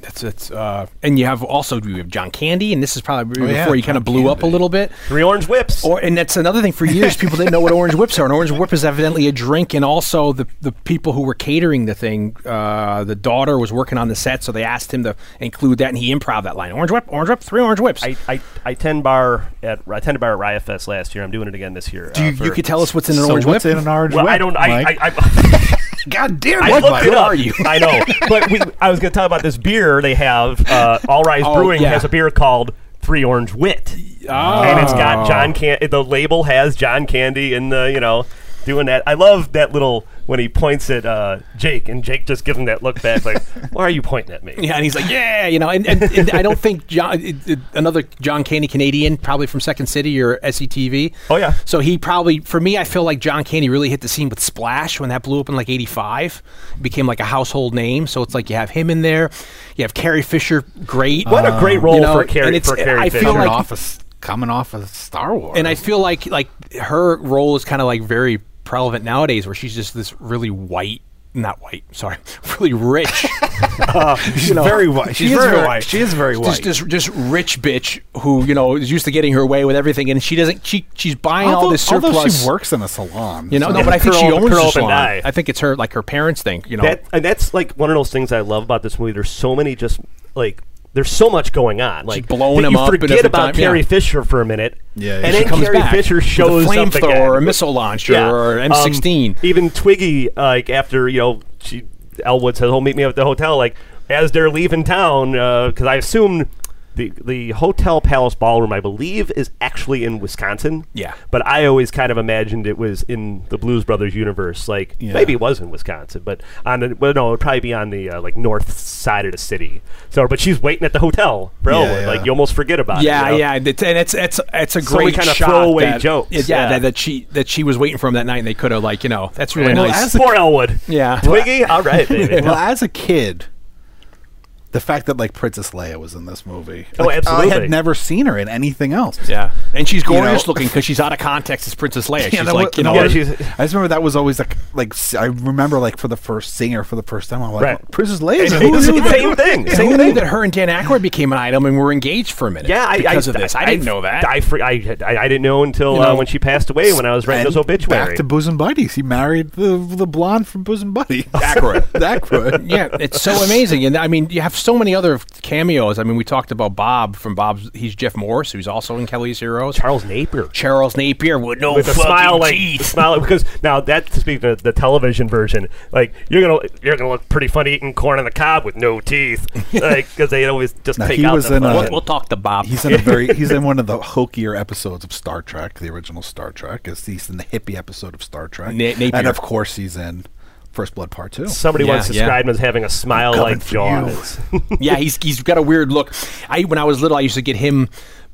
Speaker 4: that's it's, uh, and you have also you have John Candy, and this is probably
Speaker 2: Oh,
Speaker 3: yeah,
Speaker 4: before he kind
Speaker 3: John
Speaker 4: of blew up a
Speaker 3: Candy.
Speaker 4: little bit.
Speaker 2: Three orange whips.
Speaker 4: Or and that's another thing. For years, people didn't know what orange whips are. An orange whip is evidently a drink, and also the the people who were catering the thing, uh, the daughter was working on the set, so they asked him to include that, and he improv that line: orange whip, orange whip, three orange whips.
Speaker 2: I, I, I ten bar at I ten bar at Riot Fest last year. I'm doing it again this year.
Speaker 4: Do
Speaker 2: uh,
Speaker 4: you,
Speaker 2: for-
Speaker 4: you could tell us what's in an
Speaker 3: so
Speaker 4: orange
Speaker 3: what's
Speaker 4: whip?
Speaker 3: in an orange
Speaker 2: Well,
Speaker 3: whip?
Speaker 2: I don't. I,
Speaker 3: Mike?
Speaker 2: I, I
Speaker 3: God damn
Speaker 2: I
Speaker 3: it,
Speaker 2: looked
Speaker 3: Mike.
Speaker 2: it up. I know, but we, I was going to talk about this beer they have. Uh, All Rise
Speaker 4: Oh,
Speaker 2: Brewing
Speaker 4: yeah.
Speaker 2: has a beer called Three Orange Wit,
Speaker 4: Oh.
Speaker 2: and it's got John Candy. The label has John Candy in the you know doing that. I love that little when he points at uh, Jake, and Jake just gives him that look back, like, "Why are you pointing at me?"
Speaker 4: Yeah, and he's like, yeah, you know, and, and, and I don't think John, it, it- another John Candy Canadian, probably from Second City or SETV.
Speaker 2: Oh, yeah.
Speaker 4: So he probably, for me, I feel like John Candy really hit the scene with Splash when that blew up in like '85, became like a household name. So it's like you have him in there, you have Carrie Fisher, great. Uh,
Speaker 2: What a great role
Speaker 4: you know,
Speaker 2: for Carrie.
Speaker 4: and it's-
Speaker 2: for Carrie
Speaker 4: I
Speaker 2: Fisher.
Speaker 4: feel
Speaker 3: Coming
Speaker 4: like-
Speaker 3: off of s- coming off of Star Wars.
Speaker 4: and I feel like like her role is kind of like very prevalent nowadays, where she's just this really white. Not white, sorry. Really rich.
Speaker 3: she's very white. She's
Speaker 4: is
Speaker 3: very, white. She is very white.
Speaker 4: Just this just rich bitch who you know is used to getting her way with everything, and she doesn't. She she's buying all
Speaker 3: although,
Speaker 4: this
Speaker 3: although
Speaker 4: surplus.
Speaker 3: she works in a salon,
Speaker 4: you know,
Speaker 3: so-
Speaker 4: no, but I think she
Speaker 2: Curl-
Speaker 4: owns
Speaker 2: curl
Speaker 4: the
Speaker 2: up and
Speaker 4: salon.
Speaker 2: die.
Speaker 4: I think it's her, like her parents think. You know,
Speaker 2: That and that's like one of those things I love about this movie. There's so many just like there's so much going on. Like
Speaker 4: blowing
Speaker 2: that
Speaker 4: him
Speaker 2: you
Speaker 4: up at
Speaker 2: forget
Speaker 4: every
Speaker 2: about
Speaker 4: time, yeah.
Speaker 2: Carrie Fisher for a minute.
Speaker 3: Yeah,
Speaker 2: and
Speaker 3: she
Speaker 2: then
Speaker 4: comes
Speaker 2: Carrie
Speaker 4: back
Speaker 2: Fisher
Speaker 4: with a
Speaker 2: shows up
Speaker 4: flamethrower
Speaker 2: again
Speaker 4: or a
Speaker 2: with-
Speaker 4: missile launcher or
Speaker 2: Um,
Speaker 4: M16.
Speaker 2: even Twiggy, like after you know, she Elwood says, "Oh, meet me up at the hotel." Like as they're leaving town, because I assume. The, the Hotel Palace Ballroom, I believe, is actually in Wisconsin.
Speaker 4: Yeah.
Speaker 2: But I always kind of imagined it was in the Blues Brothers universe. Like, maybe it was in Wisconsin, but on the, well, no, it would probably be on the uh, like north side of the city. So, but she's waiting at the hotel for
Speaker 3: Yeah,
Speaker 2: Elwood.
Speaker 3: yeah.
Speaker 2: Like, you almost forget about
Speaker 4: yeah,
Speaker 2: it. you know?
Speaker 4: yeah, and it's and it's it's, it's a
Speaker 2: So
Speaker 4: great
Speaker 2: we kinda
Speaker 4: shot
Speaker 2: throwaway
Speaker 4: that-
Speaker 2: jokes,
Speaker 4: Yeah,
Speaker 2: yeah.
Speaker 4: That, that she that she was waiting for him that night, and they could have like you know that's really
Speaker 3: Well,
Speaker 4: nice.
Speaker 3: as
Speaker 2: Poor Elwood.
Speaker 4: Yeah.
Speaker 2: Twiggy, all right, baby.
Speaker 3: Well, as a kid, the fact that like Princess Leia was in this movie.
Speaker 2: Oh,
Speaker 3: Like, I
Speaker 2: absolutely.
Speaker 3: had never seen her in anything else.
Speaker 4: Yeah, and she's
Speaker 3: You know-
Speaker 4: gorgeous looking because she's out of context as Princess Leia.
Speaker 3: Yeah,
Speaker 4: she's like,
Speaker 3: that wa-
Speaker 4: you
Speaker 3: that
Speaker 4: know,
Speaker 2: yeah,
Speaker 3: was-
Speaker 2: she's-
Speaker 3: I just remember that was always like, like s- I remember like for the first singer for the first time. I'm like,
Speaker 2: Right.
Speaker 3: Princess Leia's in
Speaker 2: Who
Speaker 3: this.
Speaker 2: knew Same thing.
Speaker 4: And
Speaker 2: Same
Speaker 4: who knew
Speaker 2: thing.
Speaker 4: that her and Dan Aykroyd became an item and were engaged for a minute?
Speaker 2: Yeah, I,
Speaker 4: because
Speaker 2: I,
Speaker 4: of this, I, didn't know that.
Speaker 2: I, fr- I, I, I didn't know until
Speaker 3: You
Speaker 2: uh,
Speaker 3: know,
Speaker 2: when she passed away when I was writing
Speaker 3: And
Speaker 2: those obituary.
Speaker 3: Back to Bosom Buddies. He married the the blonde from Bosom Buddies.
Speaker 4: Aykroyd.
Speaker 3: Aykroyd.
Speaker 4: yeah, it's so amazing, and I mean, you have so many other cameos. I mean, we talked about Bob from Bob's. He's Jeff Morris, who's also in Kelly's Heroes.
Speaker 2: Charles Napier.
Speaker 4: Charles Napier with no
Speaker 2: with a
Speaker 4: fucking
Speaker 2: smile like
Speaker 4: teeth.
Speaker 2: a smile like- because now that to speak to the television version like you're gonna you're gonna look pretty funny eating corn on the cob with no teeth like because they always just
Speaker 3: Now,
Speaker 2: take
Speaker 3: he
Speaker 2: out
Speaker 3: was
Speaker 2: the
Speaker 3: in a-
Speaker 2: fucking-
Speaker 4: We'll, we'll talk to Bob.
Speaker 3: He's in a very he's in one of the hokier episodes of Star Trek, the original Star Trek. Is he's in the hippie episode of Star Trek,
Speaker 4: Na- Napier.
Speaker 3: and of course he's in First Blood Part Two.
Speaker 2: somebody
Speaker 4: Yeah,
Speaker 2: once
Speaker 4: yeah.
Speaker 2: described him as having a smile
Speaker 3: coming
Speaker 2: like
Speaker 3: for you.
Speaker 2: Jaws
Speaker 4: yeah, he's he's got a weird look. I when I was little, I used to get him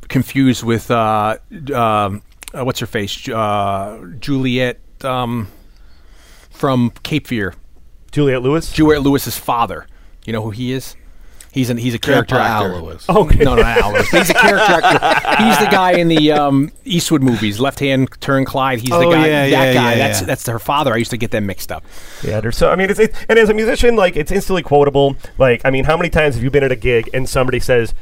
Speaker 4: confused with uh, um, uh, what's her face, Ju- uh, Juliet um, from Cape Fear,
Speaker 2: Juliet Lewis
Speaker 4: Juliet Lewis's father. You know who he is? He's an he's a character
Speaker 3: Grandpa
Speaker 4: actor.
Speaker 3: Al Lewis.
Speaker 2: Okay.
Speaker 4: No, not Al Lewis. but He's a character actor. He's the guy in the um, Eastwood movies, Left Hand Turn Clyde. He's the
Speaker 3: Oh,
Speaker 4: guy.
Speaker 3: yeah,
Speaker 4: that
Speaker 3: yeah,
Speaker 4: guy.
Speaker 3: yeah,
Speaker 4: that's
Speaker 3: yeah.
Speaker 4: that's her father. I used to get them mixed up.
Speaker 2: yeah there's so I mean it's, it's and as a musician like it's instantly quotable like I mean how many times have you been at a gig and somebody says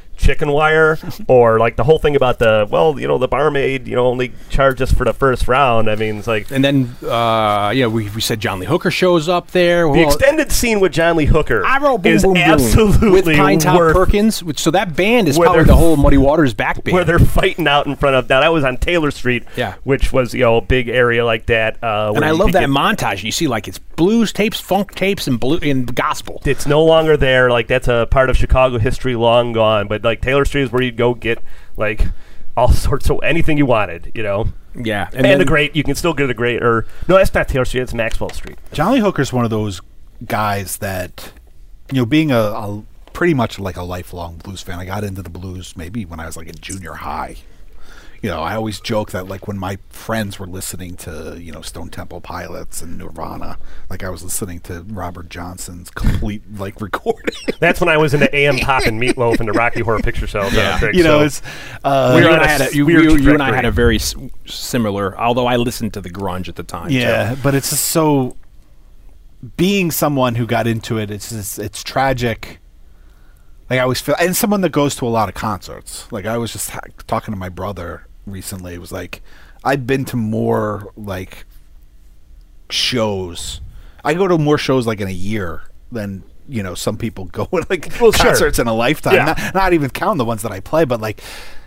Speaker 2: chicken wire or like the whole thing about the well you know the barmaid you know only charged us for the first round I mean it's like
Speaker 4: And then uh, you know we, we said John Lee Hooker shows up there.
Speaker 2: The
Speaker 4: Well,
Speaker 2: extended scene with John Lee Hooker
Speaker 4: I wrote boom,
Speaker 2: is
Speaker 4: boom, boom
Speaker 2: absolutely
Speaker 4: with Pine Top
Speaker 2: worth
Speaker 4: Perkins. Which, so that band is
Speaker 2: Where
Speaker 4: probably
Speaker 2: they're-
Speaker 4: the whole Muddy Waters back band.
Speaker 2: where they're fighting out in front of that. I was on Taylor Street,
Speaker 4: Yeah.
Speaker 2: which was you know a big area like that. Uh,
Speaker 4: and
Speaker 2: where
Speaker 4: I
Speaker 2: you
Speaker 4: love
Speaker 2: could
Speaker 4: that
Speaker 2: get-
Speaker 4: montage. You see, like it's blues tapes, funk tapes, and blue and gospel.
Speaker 2: it's no longer there. Like that's a part of Chicago history long gone. But like Taylor Street is where you'd go get like all sorts of anything you wanted. You know.
Speaker 4: Yeah,
Speaker 2: And,
Speaker 4: then-
Speaker 2: the great, you can still get a great, or no, that's not Taylor Street. It's Maxwell Street.
Speaker 3: Johnny Hooker's one of those guys that, you know, being a, a pretty much like a lifelong blues fan, I got into the blues maybe when I was like in junior high. You know, I always joke that like when my friends were listening to, you know, Stone Temple Pilots and Nirvana, like I was listening to Robert Johnson's complete like recording.
Speaker 2: That's when I was into AM Pop and Meatloaf and the Rocky Horror Picture Show. Soundtrack,
Speaker 3: you know,
Speaker 2: so-
Speaker 3: it's uh,
Speaker 2: We
Speaker 4: you
Speaker 2: were
Speaker 4: and,
Speaker 2: on
Speaker 4: I
Speaker 2: a
Speaker 4: had a, you,
Speaker 2: weird
Speaker 4: you- you and I
Speaker 2: trajectory.
Speaker 4: had a very s- similar. Although I listened to the grunge at the time. too.
Speaker 3: Yeah, but it's just so being someone who got into it, it's just, it's tragic. Like I always feel, and someone that goes to a lot of concerts. Like I was just ha- talking to my brother recently. It was like I've been to more like shows. I go to more shows like in a year than you know some people go to like
Speaker 2: Well, sure.
Speaker 3: concerts in a lifetime.
Speaker 2: Yeah.
Speaker 3: Not, not even counting the ones that I play, but like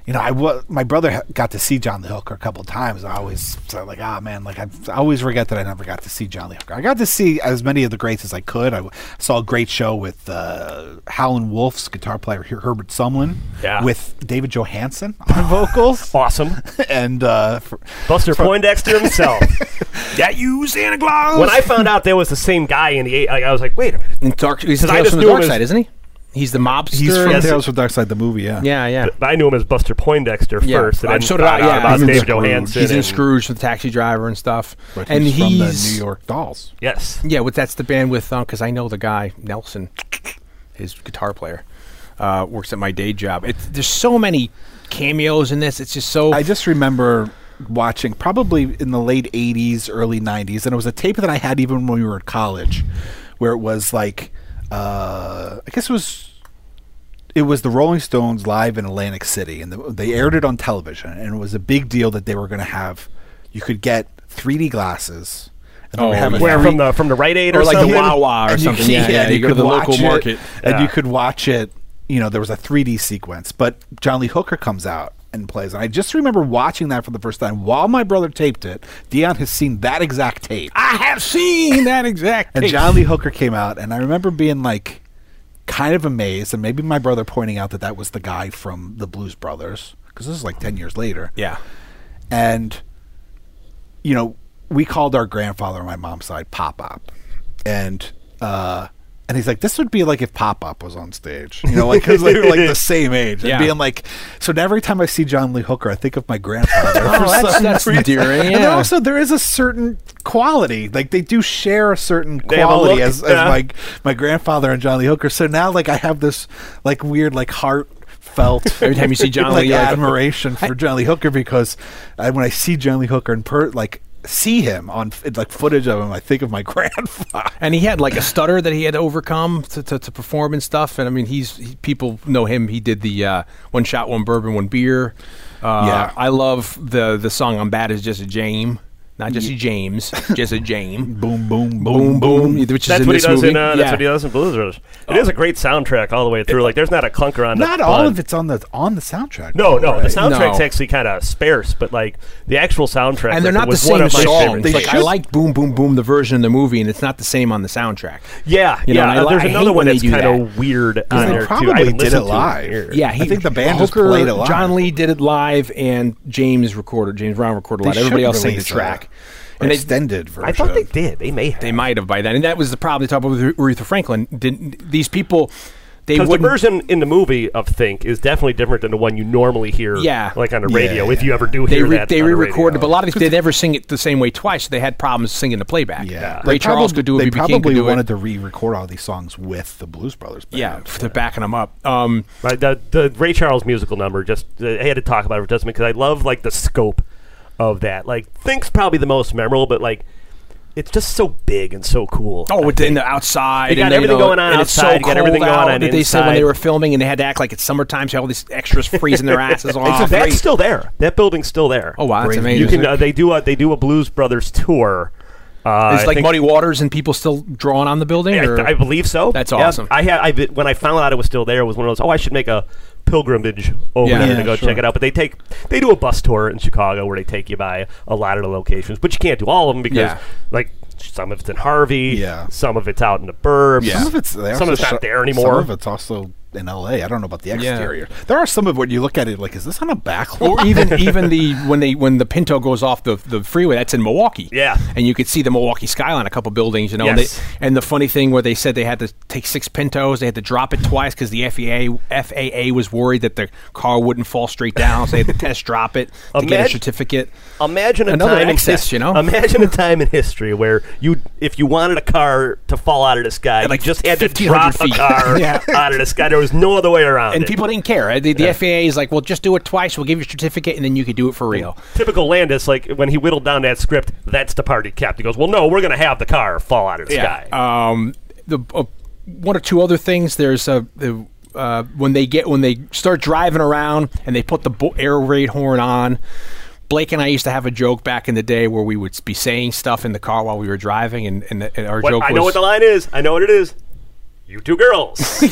Speaker 3: you know, I wa- my brother ha- got to see John Lee Hooker a couple times. I always so like, ah man, like I, I always forget that I never got to see John Lee Hooker. I got to see as many of the greats as I could. I w- saw a great show with uh, Howlin' Wolf's guitar player Her- Herbert Sumlin,
Speaker 2: Yeah.
Speaker 3: with David Johansen on vocals,
Speaker 2: awesome.
Speaker 3: and uh, fr-
Speaker 2: Buster Poindexter himself.
Speaker 4: that you Santa Claus.
Speaker 2: when I found out there was the same guy in the eight, I, I was like, wait a minute.
Speaker 4: in dark, he's
Speaker 2: Because I
Speaker 4: Tales
Speaker 2: just
Speaker 4: from the
Speaker 2: knew
Speaker 4: Dark
Speaker 2: him as-
Speaker 4: Side, isn't he? He's the mobster.
Speaker 3: he's from
Speaker 2: Yes.
Speaker 3: Tales from Dark Side, the movie. Yeah,
Speaker 4: yeah, yeah.
Speaker 2: I knew him as Buster Poindexter
Speaker 4: Yeah.
Speaker 2: first, and
Speaker 4: Uh,
Speaker 2: then
Speaker 4: so did
Speaker 2: found
Speaker 4: I,
Speaker 2: out
Speaker 4: yeah.
Speaker 2: about
Speaker 4: He's in
Speaker 2: Dave
Speaker 3: Scrooge.
Speaker 2: Johansen.
Speaker 4: He's in
Speaker 2: and-
Speaker 4: Scrooge, the taxi driver, and stuff.
Speaker 3: But
Speaker 4: and
Speaker 3: he's, from
Speaker 4: he's-
Speaker 3: the New York Dolls.
Speaker 2: Yes.
Speaker 4: Yeah, well, that's the band with because I know the guy Nelson, his guitar player, uh, works at my day job. It's, there's so many cameos in this. It's just so
Speaker 3: I just remember watching probably in the late 80s, early 90s, and it was a tape that I had even when we were in college where it was like uh I guess it was it was the Rolling Stones live in Atlantic City and the, they aired it on television and it was a big deal that they were going to have you could get 3D glasses and they were
Speaker 4: Oh,
Speaker 3: having
Speaker 2: Where
Speaker 3: every-
Speaker 2: from the from the right aid or,
Speaker 4: or like the
Speaker 2: something?
Speaker 4: Wawa or
Speaker 3: and you
Speaker 4: something.
Speaker 3: could-
Speaker 4: yeah, yeah,
Speaker 3: and
Speaker 4: you go to
Speaker 3: could
Speaker 4: the local
Speaker 3: watch it,
Speaker 4: market.
Speaker 3: and you
Speaker 2: Yeah.
Speaker 3: could watch it. You know, there was a 3D sequence, but John Lee Hooker comes out and plays. And I just remember watching that for the first time while my brother taped it. Dion has seen that exact tape,
Speaker 4: I have seen that exact.
Speaker 3: and
Speaker 4: tape.
Speaker 3: John Lee Hooker came out, and I remember being like, kind of amazed, and maybe my brother pointing out that that was the guy from the Blues Brothers because this is like 10 years later
Speaker 4: yeah,
Speaker 3: and you know we called our grandfather on my mom's side pop up and uh and he's like this would be like if pop up was on stage you know like because they were like the same age and
Speaker 4: Yeah.
Speaker 3: being like so now every time i see john lee hooker i think of my grandfather
Speaker 4: Oh, that's that's endearing.
Speaker 3: Oh, and then
Speaker 4: Yeah.
Speaker 3: also there is a certain quality. Like they do share a certain
Speaker 1: have a
Speaker 3: quality
Speaker 1: look,
Speaker 3: as, as
Speaker 1: yeah.
Speaker 3: my my grandfather and John Lee Hooker. So now like I have this like weird like heartfelt
Speaker 4: Every time you see John
Speaker 3: like
Speaker 4: Lee, you're like,
Speaker 3: admiration for John Lee Hooker because I, when I see John Lee Hooker and per like see him on f- like footage of him, I think of my grandfather.
Speaker 4: And he had like a stutter that he had to overcome to, to, to perform and stuff. And I mean, he's he, people know him. He did the uh, one shot, one bourbon, one beer. Uh,
Speaker 3: Yeah.
Speaker 4: I love the the song "I'm Bad" is just a James, not just a James, just a James.
Speaker 3: Boom, boom,
Speaker 4: boom, boom. Which is
Speaker 2: That's
Speaker 4: in
Speaker 2: what he
Speaker 4: this
Speaker 2: does
Speaker 4: movie.
Speaker 2: in. Uh,
Speaker 4: Yeah. Oh.
Speaker 2: That's what he does in Blues Brothers. It is a great soundtrack all the way through. Like, there's not a clunker on.
Speaker 3: Not
Speaker 2: the
Speaker 3: all
Speaker 2: bun.
Speaker 3: of it's on the on the soundtrack.
Speaker 2: No,
Speaker 3: though,
Speaker 2: no. The
Speaker 3: right?
Speaker 2: soundtrack's
Speaker 4: No.
Speaker 2: actually kind of sparse, but like the actual soundtrack.
Speaker 4: and they're not the
Speaker 2: record was one
Speaker 4: same
Speaker 2: of my
Speaker 4: songs.
Speaker 2: favorites.
Speaker 3: They
Speaker 4: Like I
Speaker 3: should-
Speaker 4: like "Boom Boom Boom" the version in the movie, and it's not the same on the soundtrack.
Speaker 2: Yeah,
Speaker 4: You know,
Speaker 2: yeah.
Speaker 4: and I
Speaker 2: uh,
Speaker 4: li-
Speaker 2: there's
Speaker 4: I
Speaker 2: another
Speaker 4: hate
Speaker 2: one
Speaker 4: when they
Speaker 2: that's
Speaker 4: do
Speaker 2: kind
Speaker 4: that.
Speaker 2: of weird.
Speaker 3: Because
Speaker 2: on
Speaker 3: they
Speaker 2: there, too. I
Speaker 3: probably
Speaker 2: haven't
Speaker 3: did
Speaker 2: listened
Speaker 3: it
Speaker 2: to in
Speaker 3: live.
Speaker 2: years.
Speaker 4: Yeah, he,
Speaker 3: I think the band just
Speaker 4: Hooker,
Speaker 3: played it live.
Speaker 4: John Lee did it live, and James recorded. James Brown recorded
Speaker 3: They
Speaker 4: live. Everybody
Speaker 3: should
Speaker 4: else sang the
Speaker 3: release a-
Speaker 4: track.
Speaker 3: an
Speaker 4: And they-
Speaker 3: extended version.
Speaker 2: I thought they did. They may have.
Speaker 4: They might have by then, and that was the problem. They talked about with Aretha Franklin. Didn't these people? They
Speaker 2: Because the
Speaker 4: wouldn't.
Speaker 2: version in the movie of Think is definitely different than the one you normally hear,
Speaker 4: Yeah.
Speaker 2: like on the
Speaker 3: Yeah,
Speaker 2: radio,
Speaker 3: yeah,
Speaker 2: if you ever do
Speaker 4: they
Speaker 2: hear
Speaker 4: re-
Speaker 2: that.
Speaker 4: they
Speaker 2: on the radio.
Speaker 4: re-recorded, but a lot of these they never sing it the same way twice. So they had problems singing the playback.
Speaker 3: Yeah,
Speaker 4: Ray
Speaker 3: They
Speaker 4: Charles
Speaker 3: probab-
Speaker 4: could do it.
Speaker 3: They
Speaker 4: B.B. King could
Speaker 3: probably
Speaker 4: do
Speaker 3: wanted
Speaker 4: it.
Speaker 3: to re-record all these songs with the Blues Brothers. Band.
Speaker 4: yeah, f- they're backing them up. Um,
Speaker 2: Right, the, the Ray Charles musical number, just uh, I had to talk about it for just a minute because I love like the scope of that. Like, Think's probably the most memorable, but like, it's just so big and so cool.
Speaker 4: Oh,
Speaker 2: I
Speaker 4: within
Speaker 2: think.
Speaker 4: the outside.
Speaker 2: They got
Speaker 4: and, you
Speaker 2: everything
Speaker 4: know,
Speaker 2: going on
Speaker 4: and it's so
Speaker 2: outside, you got everything
Speaker 4: cold
Speaker 2: going
Speaker 4: out
Speaker 2: on
Speaker 4: that They said when
Speaker 2: inside.
Speaker 4: they were filming and they had to act like it's summertime, so all these extras freezing their asses
Speaker 2: It's-
Speaker 4: off.
Speaker 2: that's still there. That building's still there.
Speaker 4: Oh, wow, that's
Speaker 2: Brave.
Speaker 4: amazing.
Speaker 2: You can uh, they do a they do a Blues Brothers tour. Uh,
Speaker 4: It's
Speaker 2: I
Speaker 4: like
Speaker 2: think-
Speaker 4: muddy waters and people still drawing on the building.
Speaker 2: Yeah,
Speaker 4: or?
Speaker 2: I, I believe so.
Speaker 4: That's
Speaker 2: Yeah,
Speaker 4: awesome.
Speaker 2: I had I bi- when I found out it was still there it was one of those. Oh, I should make a pilgrimage over
Speaker 4: Yeah.
Speaker 2: there
Speaker 4: Yeah,
Speaker 2: to go
Speaker 3: sure.
Speaker 2: check it out. But they take they do a bus tour in Chicago where they take you by a lot of the locations, but you can't do all of them because
Speaker 4: Yeah.
Speaker 2: like some of it's in Harvey,
Speaker 3: Yeah.
Speaker 2: some of it's out in the burbs,
Speaker 3: Some of it's
Speaker 2: some
Speaker 3: they also
Speaker 2: of it's
Speaker 3: shot-
Speaker 2: not there anymore.
Speaker 3: Some of it's also in L.A. I don't know about the
Speaker 4: Yeah.
Speaker 3: exterior. There are some of when you look at it like, is this on a back lot?
Speaker 4: or even even the when they when the Pinto goes off the, the freeway, that's in Milwaukee.
Speaker 2: Yeah.
Speaker 4: and you could see the Milwaukee skyline, a couple buildings, you know. and they-
Speaker 2: Yes.
Speaker 4: And, the funny thing where they said they had to take six Pintos, they had to drop it twice because the FAA FAA was worried that the car wouldn't fall straight down, so they had to test drop it to get a
Speaker 2: Imagine-
Speaker 4: certificate.
Speaker 2: Imagine a
Speaker 4: Another
Speaker 2: time in
Speaker 4: excess,
Speaker 2: his-
Speaker 4: you know?
Speaker 2: Imagine a time in history where you, if you wanted a car to fall out of the sky,
Speaker 4: like,
Speaker 2: you just had to
Speaker 4: 1,500
Speaker 2: drop
Speaker 4: feet.
Speaker 2: a car
Speaker 4: Yeah.
Speaker 2: out of the sky. There was no other way around.
Speaker 4: And
Speaker 2: it.
Speaker 4: people didn't care. Uh, The, the FAA is like, well, just do it twice. We'll give you a certificate, and then you could do it for real.
Speaker 2: typical Landis, like when he whittled down that script, that's the part he kept. He goes, "Well, no, we're going to have the car fall out of the sky."
Speaker 4: Um, the uh, one or two other things. There's a the, uh, when they get when they start driving around and they put the bo- air raid horn on. Blake and I used to have a joke back in the day where we would be saying stuff in the car while we were driving, and, and, the, and our
Speaker 2: What-
Speaker 4: joke
Speaker 2: I
Speaker 4: was.
Speaker 2: know what the line is. I know what it is. You two girls.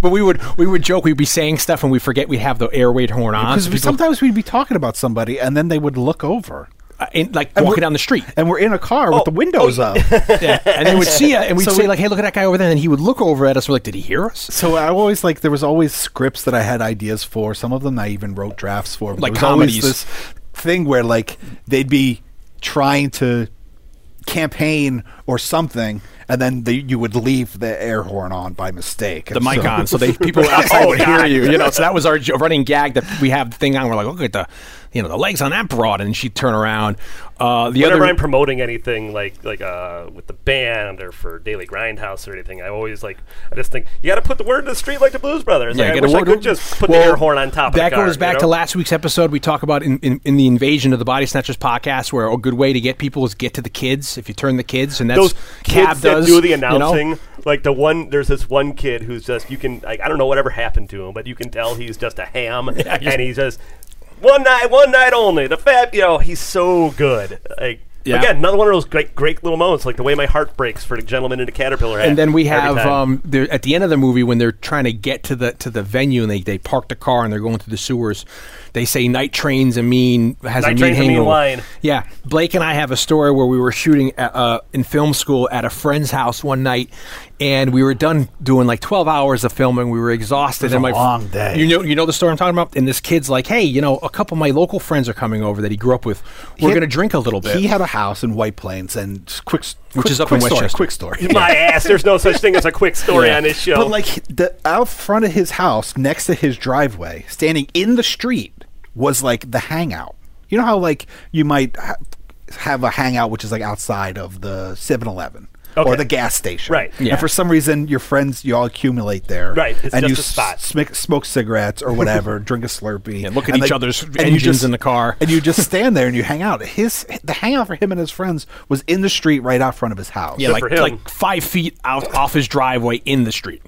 Speaker 4: but we would we would joke we'd be saying stuff and we forget we have the air raid horn on.
Speaker 3: Because
Speaker 4: So people,
Speaker 3: sometimes we'd be talking about somebody and then they would look over,
Speaker 4: uh, in, like
Speaker 3: And
Speaker 4: walking
Speaker 3: we're-
Speaker 4: down the street,
Speaker 3: and we're in a car
Speaker 2: Oh,
Speaker 3: with the windows up.
Speaker 4: yeah. and they would see us, and we'd
Speaker 3: So
Speaker 4: say
Speaker 3: we-
Speaker 4: like, "Hey, look at that guy over there," and he would look over at us. We're like, "Did he hear us?"
Speaker 3: So I always like there was always scripts that I had ideas for. Some of them I even wrote drafts for. but
Speaker 4: Like
Speaker 3: there was always
Speaker 4: comedies.
Speaker 3: this thing where like they'd be trying to campaign or something, and then they, you would leave the air horn on by mistake.
Speaker 4: the
Speaker 3: And
Speaker 4: mic
Speaker 3: so-
Speaker 4: on, so they people outside
Speaker 2: Oh,
Speaker 4: would hear you. You know, so that was our jo- running gag that we have the thing on. We're like, look at the, you know, the legs on that broad, and she'd turn around. Uh, the
Speaker 2: Whenever
Speaker 4: other,
Speaker 2: I'm promoting anything like like uh, with the band or for Daily Grindhouse or anything, I always like I just think you got to put the word in the street like the Blues Brothers.
Speaker 4: Yeah,
Speaker 2: Like, I
Speaker 4: get a
Speaker 2: wish I
Speaker 4: word-
Speaker 2: could just put
Speaker 4: Well,
Speaker 2: the air horn on top.
Speaker 4: That
Speaker 2: of the car,
Speaker 4: goes back
Speaker 2: you know?
Speaker 4: to last week's episode. We talk about in, in, in the invasion of the Body Snatchers podcast, where a good way to get people is get to the kids. If you turn the kids, and that's
Speaker 2: Those
Speaker 4: Cab
Speaker 2: kids
Speaker 4: does
Speaker 2: that do the
Speaker 4: you know?
Speaker 2: announcing, like the one, there's this one kid who's just you can like I don't know whatever happened to him, but you can tell he's just a ham, and he's just one night, one night only. The fab, you know, he's so good. Like
Speaker 4: Yeah.
Speaker 2: again, another one of those great, great little moments, like the way my heart breaks for the gentleman in the caterpillar. hat
Speaker 4: And then we
Speaker 2: every
Speaker 4: have
Speaker 2: time.
Speaker 4: um, the- at the end of the movie when they're trying to get to the to the venue and they, they park the car and they're going through the sewers. They say night trains a mean has
Speaker 2: Night
Speaker 4: a mean
Speaker 2: train's a mean
Speaker 4: hangover.
Speaker 2: line.
Speaker 4: Yeah, Blake and I have a story where we were shooting at, uh, in film school at a friend's house one night, and we were done doing like twelve hours of filming. We were exhausted. and
Speaker 3: a
Speaker 4: my f-
Speaker 3: long day.
Speaker 4: You know, you know the story I'm talking about. And this kid's like, "Hey, you know, a couple of my local friends are coming over that he grew up with. We're
Speaker 3: He-
Speaker 4: going to drink a little bit."
Speaker 3: He had a house in White Plains, and just quick, s-
Speaker 4: Which
Speaker 3: quick-
Speaker 4: is up
Speaker 3: quick
Speaker 4: in
Speaker 3: story,
Speaker 4: Westchester.
Speaker 3: Quick story.
Speaker 2: my ass. There's no such thing as a quick story
Speaker 4: Yeah.
Speaker 2: on this show.
Speaker 3: But like h- the out front of his house, next to his driveway, standing in the street, was like the hangout. You know how like you might ha- have a hangout, which is like outside of the 7-Eleven. Or
Speaker 2: Okay.
Speaker 3: the gas station,
Speaker 2: Right.
Speaker 4: Yeah.
Speaker 3: And for some reason, your friends you all accumulate there,
Speaker 2: Right, it's
Speaker 3: and
Speaker 2: just
Speaker 3: you
Speaker 2: a spot.
Speaker 3: smic- smoke cigarettes or whatever, drink a Slurpee,
Speaker 4: And look at each other's
Speaker 3: and
Speaker 4: engines
Speaker 3: you just,
Speaker 4: in the car.
Speaker 3: and you just stand there and you hang out. His the hangout for him and his friends was in the street right out front of his house.
Speaker 4: Yeah,
Speaker 2: Good
Speaker 4: like
Speaker 2: for him.
Speaker 4: like five feet out off his driveway in the street,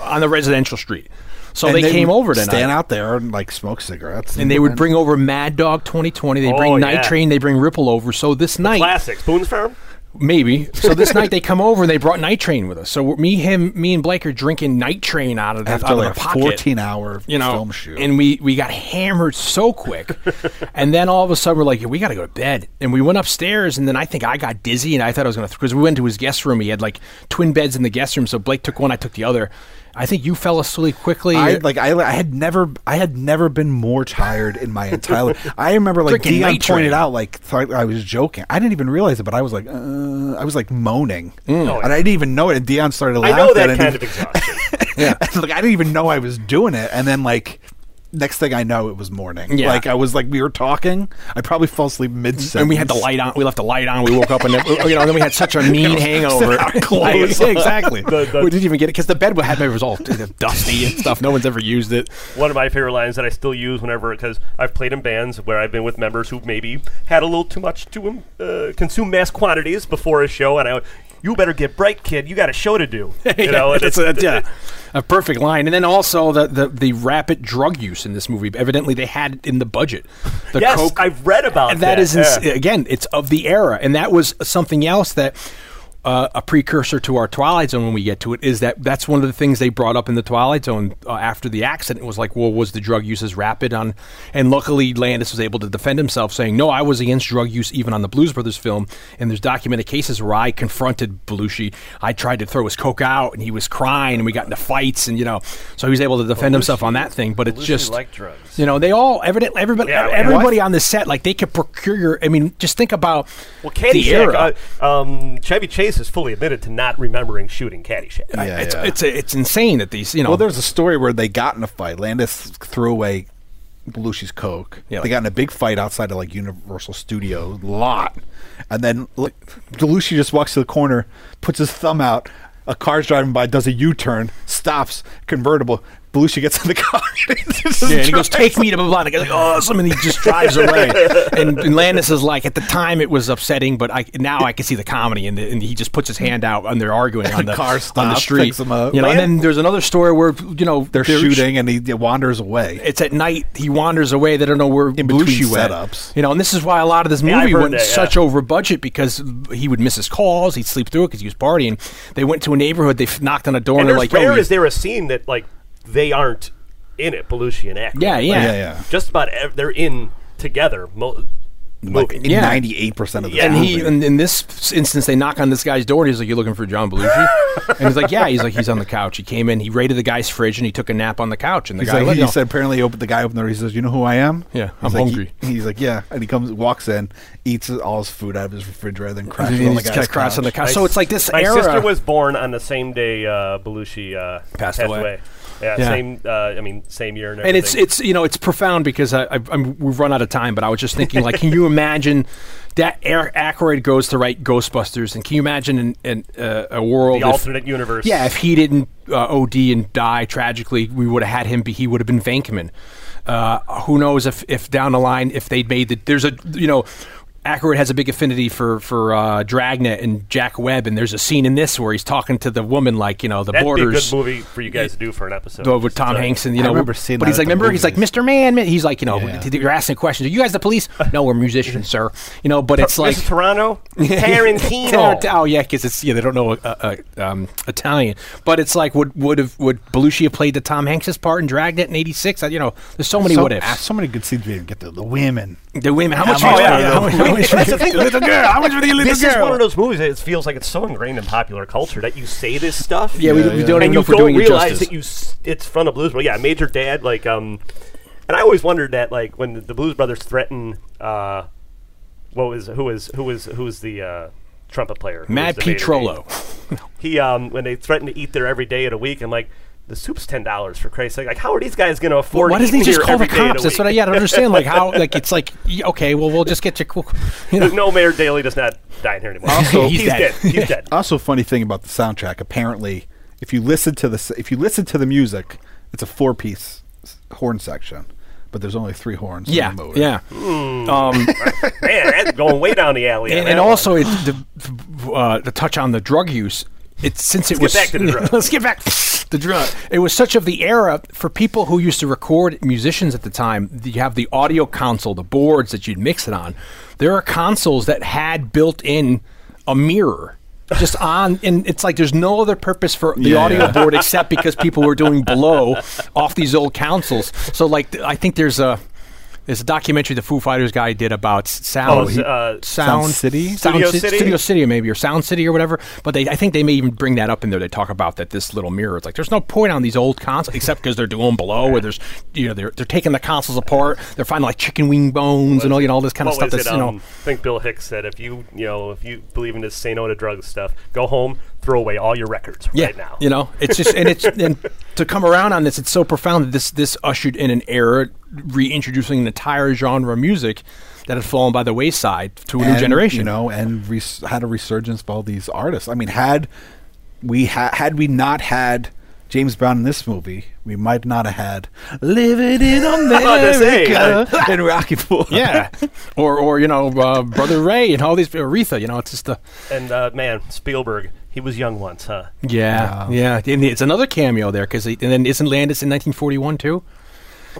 Speaker 4: on the residential street. So
Speaker 3: And
Speaker 4: they, came
Speaker 3: would
Speaker 4: over tonight,
Speaker 3: stand out there and like smoke cigarettes,
Speaker 4: and they would bring over Mad Dog 2020. They
Speaker 2: Oh,
Speaker 4: bring
Speaker 2: yeah.
Speaker 4: Night Train. They bring Ripple over. So this night,
Speaker 2: Classic. Spoon's Farm?
Speaker 4: maybe. So this night they come over and they brought Night Train with us. So we're- me, him, me, and Blake are drinking Night Train out of the, out
Speaker 3: after
Speaker 4: of
Speaker 3: like
Speaker 4: the
Speaker 3: a
Speaker 4: pocket.
Speaker 3: fourteen hour
Speaker 4: you know,
Speaker 3: film shoot.
Speaker 4: and we we got hammered so quick, and then all of a sudden we're like, "Yeah, we got to go to bed, and we went upstairs, and then I think I got dizzy, and I thought I was gonna because we went to his guest room, he had like twin beds in the guest room, so Blake took one, I took the other. I think you fell asleep quickly.
Speaker 3: I like I, I had never I had never been more tired in my entire life. I remember like
Speaker 4: Drinking
Speaker 3: Dion
Speaker 4: Night Train.
Speaker 3: pointed out like thought I was joking. I didn't even realize it, but I was like uh, I was like moaning,
Speaker 4: Mm.
Speaker 2: Oh,
Speaker 3: and I didn't even know it. And Dion started
Speaker 2: I
Speaker 3: laughing.
Speaker 2: know that
Speaker 3: and
Speaker 2: kind
Speaker 3: he-
Speaker 2: of exhaustion.
Speaker 3: yeah. like I didn't even know I was doing it, and then like. Next thing I know, it was morning.
Speaker 4: Yeah.
Speaker 3: Like I was like we were talking. I probably fell asleep mid sentence.
Speaker 4: and we had the light on. We left the light on. We woke up and then, you know. Then we had such a mean hangover.
Speaker 3: clothes.
Speaker 4: Yeah, exactly.
Speaker 2: The- the-
Speaker 4: we didn't even get it because the bed had it was all dusty and stuff. No one's ever used it.
Speaker 2: one of my favorite lines that I still use whenever because I've played in bands where I've been with members who maybe had a little too much to um, uh, consume mass quantities before a show, and I would, you better get bright, kid. You got a show to do. You know, and
Speaker 4: it's a, yeah, a perfect line. And then also the, the the rapid drug use in this movie. Evidently, they had it in the budget. The
Speaker 2: yes,
Speaker 4: coke,
Speaker 2: I've read about
Speaker 4: and that is ins-
Speaker 2: yeah.
Speaker 4: again, it's of the era, and that was something else that. Uh, a precursor to our Twilight Zone when we get to it is that that's one of the things they brought up in the Twilight Zone uh, after the accident was like, well, was the drug use as rapid on? And luckily, Landis was able to defend himself, saying, no, I was against drug use even on the Blues Brothers film. And there's documented cases where I confronted Belushi. I tried to throw his coke out, and he was crying, and we got into fights, and you know, so he was able to defend himself on that thing. But it's just
Speaker 7: like drugs.
Speaker 4: you know, they all evident everybody
Speaker 2: Yeah,
Speaker 4: everybody on the set like they could procure your. I mean, just think about
Speaker 2: Well,
Speaker 4: the era.
Speaker 2: Caddyshack. Uh, um, Chevy Chase has fully admitted to not remembering shooting Caddyshack.
Speaker 3: yeah,
Speaker 4: it's
Speaker 3: yeah.
Speaker 4: it's it's insane that these you know.
Speaker 3: Well, there's a story where they got in a fight. Landis threw away Belushi's coke.
Speaker 4: Yeah,
Speaker 3: they
Speaker 4: like-
Speaker 3: got in a big fight outside of like Universal Studio lot, and then like, Belushi just walks to the corner, puts his thumb out. A car's driving by, does a U-turn, stops, convertible. Belushi gets in the car.
Speaker 4: yeah, and he goes, "Take me to blah blah." And the guy's like, "Oh, "Awesome!" And he just drives away. and, and Landis is like, at the time it was upsetting, but I now I can see the comedy, and, the, and he just puts his hand out, and they're arguing on the on
Speaker 3: car
Speaker 4: the
Speaker 3: stops,
Speaker 4: street.
Speaker 3: picks him up.
Speaker 4: You know, and
Speaker 2: Land-
Speaker 4: then there's another story where you know
Speaker 3: They're shooting, and he, he wanders away.
Speaker 4: it's at night he wanders away. They don't know where in
Speaker 3: between
Speaker 4: Belushi went.
Speaker 3: setups.
Speaker 4: You know, and this is why a lot of this
Speaker 2: Yeah, I've
Speaker 4: movie
Speaker 2: heard
Speaker 4: went
Speaker 2: that, yeah.
Speaker 4: such over budget because he would miss his calls. He'd sleep through it because he was partying. They went to a neighborhood. They f- knocked on a door and,
Speaker 2: And
Speaker 4: they're
Speaker 2: there's
Speaker 4: like,
Speaker 2: rare
Speaker 4: "Yo,
Speaker 2: is there a scene that like they aren't in it, Belushi and Ackman.
Speaker 4: yeah, yeah,
Speaker 2: Like,
Speaker 3: Yeah, yeah.
Speaker 2: Just about ev- they're in together. Mo- movie.
Speaker 4: Yeah.
Speaker 3: Ninety-eight percent of the
Speaker 4: And
Speaker 3: time.
Speaker 4: he, and in this instance, they knock on this guy's door, and he's like, "You looking for John Belushi?" and he's like, "Yeah." He's like, "He's on the couch." He came in, he raided the guy's fridge, and he took a nap on the couch. And the
Speaker 3: He's
Speaker 4: guy,
Speaker 3: like,
Speaker 4: let-
Speaker 3: he
Speaker 4: no.
Speaker 3: said, apparently, he opened the guy opened the door. He says, "You know who I am?"
Speaker 4: Yeah,
Speaker 3: He's
Speaker 4: I'm
Speaker 3: like,
Speaker 4: hungry.
Speaker 3: he- he's like, "Yeah," and he comes, walks in, eats all his food out of his refrigerator, then crashes
Speaker 4: And
Speaker 3: on the
Speaker 4: he's
Speaker 3: guy's
Speaker 4: just crashed on the couch.
Speaker 2: My
Speaker 4: Uh, So
Speaker 2: s-
Speaker 4: it's like this
Speaker 2: My
Speaker 4: era.
Speaker 2: sister was born on the same day uh, Belushi uh,
Speaker 4: Passed
Speaker 2: passed,
Speaker 4: away.
Speaker 2: away. Yeah,
Speaker 4: Yeah.
Speaker 2: same. Uh, I mean, same year and
Speaker 4: and
Speaker 2: everything.
Speaker 4: it's it's you know it's profound because I, I I'm, we've run out of time. But I was just thinking, like, can you imagine that Eric Aykroyd goes to write Ghostbusters, and can you imagine in, in uh, a world
Speaker 2: the
Speaker 4: if-
Speaker 2: alternate universe.
Speaker 4: yeah, if he didn't uh, OD and die tragically, we would have had him. Be, he would have been Venkman. Uh, who knows if, if down the line if they'd made the there's a you know. Ackroyd has a big affinity for for uh, Dragnet and Jack Webb, and there's a scene in this where he's talking to the woman like you know the
Speaker 2: that'd be a
Speaker 4: borders
Speaker 2: good movie for you guys to do for an episode.
Speaker 4: Oh, with Tom
Speaker 2: So-
Speaker 4: Hanks and you know,
Speaker 3: remember seeing
Speaker 4: but
Speaker 3: that
Speaker 4: he's
Speaker 3: at
Speaker 4: like,
Speaker 3: the
Speaker 4: remember, he's like,
Speaker 3: movies.
Speaker 4: Mr. Man, man," he's like, you know,
Speaker 3: Yeah.
Speaker 4: th- you're asking questions. Are you guys the police? no, we're musicians, sir. You know, but it's
Speaker 2: Mrs.
Speaker 4: like
Speaker 2: Toronto,
Speaker 4: Tarant-
Speaker 2: Tarantino.
Speaker 4: Oh yeah, because it's yeah they don't know uh, uh, um, Italian, but it's like would would have would Belushi have played the Tom Hanks's part in Dragnet in '86? You know, there's so many
Speaker 3: so,
Speaker 4: what ifs.
Speaker 3: ah, so many good scenes we didn't get to. The women.
Speaker 4: the women, how much?
Speaker 2: Oh,
Speaker 4: money-
Speaker 2: yeah,
Speaker 4: how
Speaker 2: yeah.
Speaker 4: much- how much-
Speaker 2: That's the thing, like,
Speaker 4: Little girl, how much for the little
Speaker 2: This is
Speaker 4: girl?
Speaker 2: one of those movies that it feels like it's so ingrained in popular culture that you say this stuff.
Speaker 4: Yeah, we, we don't
Speaker 2: and
Speaker 4: even know
Speaker 2: you
Speaker 4: if we're
Speaker 2: don't
Speaker 4: doing it
Speaker 2: realize
Speaker 4: justice.
Speaker 2: that you s- it's from the Blues Brothers. Yeah, Major Dad, like, um, and I always wondered that, like, when the, the Blues Brothers threaten, uh, what was who was who was who was the uh, trumpet player? Who
Speaker 4: Matt
Speaker 2: was the Vader
Speaker 4: Petrollo.
Speaker 2: He um, when they threatened to eat there every day of the week, I'm like. The soup's ten dollars for Christ's sake. Like, how are these guys going to afford?
Speaker 7: Why doesn't he
Speaker 2: eating
Speaker 7: just
Speaker 2: here
Speaker 7: call the
Speaker 2: every day of
Speaker 7: cops? That's what I
Speaker 2: week?
Speaker 7: yeah, I don't understand. Like how like it's like y- okay, well we'll just get you. cool- You know,
Speaker 2: no, Mayor Daley does not die in here anymore.
Speaker 7: Also-
Speaker 2: he's,
Speaker 7: He's
Speaker 2: dead.
Speaker 7: dead.
Speaker 2: He's dead.
Speaker 3: Also, funny thing about the soundtrack. Apparently, if you listen to the s- if you listen to the music, it's a four piece horn section, but there's only three horns. in
Speaker 4: Yeah,
Speaker 3: the motor.
Speaker 4: yeah.
Speaker 2: Um, man, that's going way down the alley. on
Speaker 4: and,
Speaker 2: that
Speaker 4: and
Speaker 2: one.
Speaker 4: also it, the, uh, the touch on the drug use. It since it
Speaker 2: Let's
Speaker 4: was
Speaker 2: get back to the drug.
Speaker 4: let's get back the drug. It was such of the era for people who used to record musicians at the time. th- You have the audio console, the boards that you'd mix it on. There are consoles that had built in a mirror. Just on, and it's like there's no other purpose for the
Speaker 3: Yeah,
Speaker 4: audio
Speaker 3: yeah.
Speaker 4: board except because people were doing below off these old consoles. So, like, th- I think there's a there's a documentary the Foo Fighters guy did about s- sound,
Speaker 2: s- uh,
Speaker 3: Sound City?
Speaker 4: Sound
Speaker 2: Studio
Speaker 4: Ci-
Speaker 2: City?
Speaker 4: Studio City, maybe or Sound City or whatever. But they, I think they may even bring that up in there. They talk about that this little mirror. It's like there's no point on these old consoles except because they're doing below where there's you know they're they're taking the consoles apart. They're finding like chicken wing bones and all you know all this kind of
Speaker 2: What
Speaker 4: stuff.
Speaker 2: was
Speaker 4: That's you
Speaker 2: it?
Speaker 4: know
Speaker 2: um, I think Bill Hicks said, "If you, you know, if you believe in this, say no to drugs stuff. Go home, throw away all your records
Speaker 4: yeah,
Speaker 2: right now.
Speaker 4: you know it's just and it's and to come around on this, it's so profound that this this ushered in an era reintroducing an entire genre of music that had fallen by the wayside to a new
Speaker 3: And,
Speaker 4: generation.
Speaker 3: you know, and res- had a resurgence of all these artists. I mean, had we ha- had we not had James Brown in this movie, we might not have had "Living in
Speaker 2: to say,
Speaker 3: America" in Rocky Four.
Speaker 4: yeah, or or you know, uh, Brother Ray and all these Aretha. You know, it's just the
Speaker 2: And uh, man, Spielberg, he was young once, huh?
Speaker 4: yeah, yeah. And it's another cameo there because and then isn't Landis in 1941 too?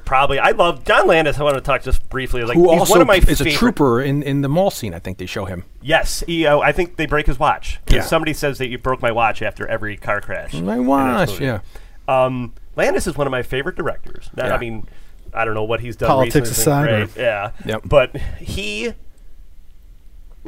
Speaker 2: Probably. I love John Landis. I want to talk just briefly. Like,
Speaker 4: Who
Speaker 2: he's
Speaker 4: also
Speaker 2: one of my
Speaker 4: is a
Speaker 2: favorite-
Speaker 4: trooper in in the mall scene. I think they show him.
Speaker 2: Yes, he, uh, I think they break his watch. 'Cause
Speaker 4: Yeah.
Speaker 2: Somebody says that you broke my watch after every car crash. in
Speaker 4: My
Speaker 2: this
Speaker 4: watch,
Speaker 2: movie.
Speaker 4: yeah.
Speaker 2: Um, Landis is one of my favorite directors. That- I
Speaker 4: Yeah.
Speaker 2: mean, I don't know what he's done.
Speaker 3: Politics
Speaker 2: recently, it's been
Speaker 3: aside,
Speaker 2: great. yeah.
Speaker 4: Yep.
Speaker 2: But he,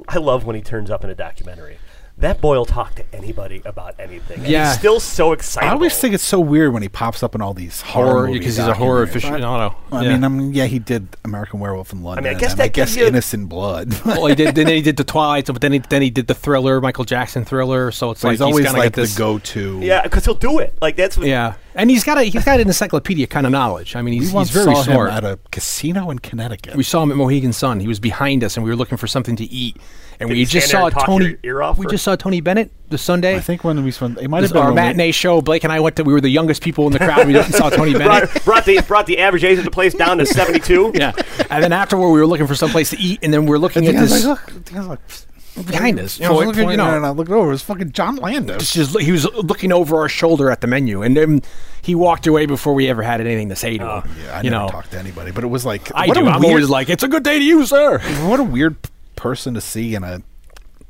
Speaker 2: I love when he turns up in a documentary. That boy will talk to anybody about anything. and
Speaker 4: Yeah.
Speaker 2: he's still so excited.
Speaker 3: I always think it's so weird when he pops up in all these horror
Speaker 4: Horror
Speaker 3: movies
Speaker 4: because he's a horror
Speaker 3: documentaries.
Speaker 4: aficionado.
Speaker 3: I, I
Speaker 4: yeah.
Speaker 3: mean, I mean, yeah, he did American Werewolf in London.
Speaker 2: I mean, I
Speaker 3: and
Speaker 2: guess
Speaker 3: then
Speaker 2: that gives you-
Speaker 3: Innocent Blood.
Speaker 4: well, he did. Then he did the Twilight, but then he then he did the Thriller, Michael Jackson Thriller. So it's
Speaker 3: So
Speaker 4: like
Speaker 3: he's always
Speaker 4: kinda got
Speaker 3: like the
Speaker 4: this-
Speaker 3: go-to.
Speaker 2: yeah, because he'll do it. Like that's what,
Speaker 4: Yeah, and he's got a he's got an encyclopedia kind of knowledge. I mean,
Speaker 3: we
Speaker 4: he's, he's
Speaker 3: once
Speaker 4: very
Speaker 3: saw
Speaker 4: smart.
Speaker 3: him at a casino in Connecticut.
Speaker 4: We saw him at Mohegan Sun. He was behind us, and we were looking for something to eat. And
Speaker 2: Did
Speaker 4: we
Speaker 2: he
Speaker 4: just
Speaker 2: stand there
Speaker 4: saw
Speaker 2: and talk
Speaker 4: Tony.
Speaker 2: your ear off,
Speaker 4: we
Speaker 2: or-
Speaker 4: just saw Tony Bennett the Sunday.
Speaker 3: I think when we spent, it might
Speaker 4: This
Speaker 3: have
Speaker 4: is
Speaker 3: been
Speaker 4: our
Speaker 3: when we-
Speaker 4: matinee show. Blake and I went to. We were the youngest people in the crowd. We saw Tony Bennett.
Speaker 2: Brought, brought the brought the average age of the place down to seventy two.
Speaker 4: Yeah, and then afterward, we were looking for someplace to eat, and then we we're looking at
Speaker 3: Yeah, I was
Speaker 4: this
Speaker 3: like, look, I was like, pfft.
Speaker 4: behind us. You know, I was
Speaker 3: Floyd
Speaker 4: looking, you
Speaker 3: pointed
Speaker 4: know,
Speaker 3: out and I looked over. It was fucking John Landis.
Speaker 4: it's just- he was looking over our shoulder at the menu, and then he walked away before we ever had anything to say to him.
Speaker 3: Oh, Yeah, I
Speaker 4: you
Speaker 3: never
Speaker 4: know,
Speaker 3: talked to anybody, but it was like
Speaker 4: I
Speaker 3: what
Speaker 4: do.
Speaker 3: a
Speaker 4: I'm
Speaker 3: weird,
Speaker 4: always like, "It's a good day to you, sir."
Speaker 3: what a weird p- person to see in a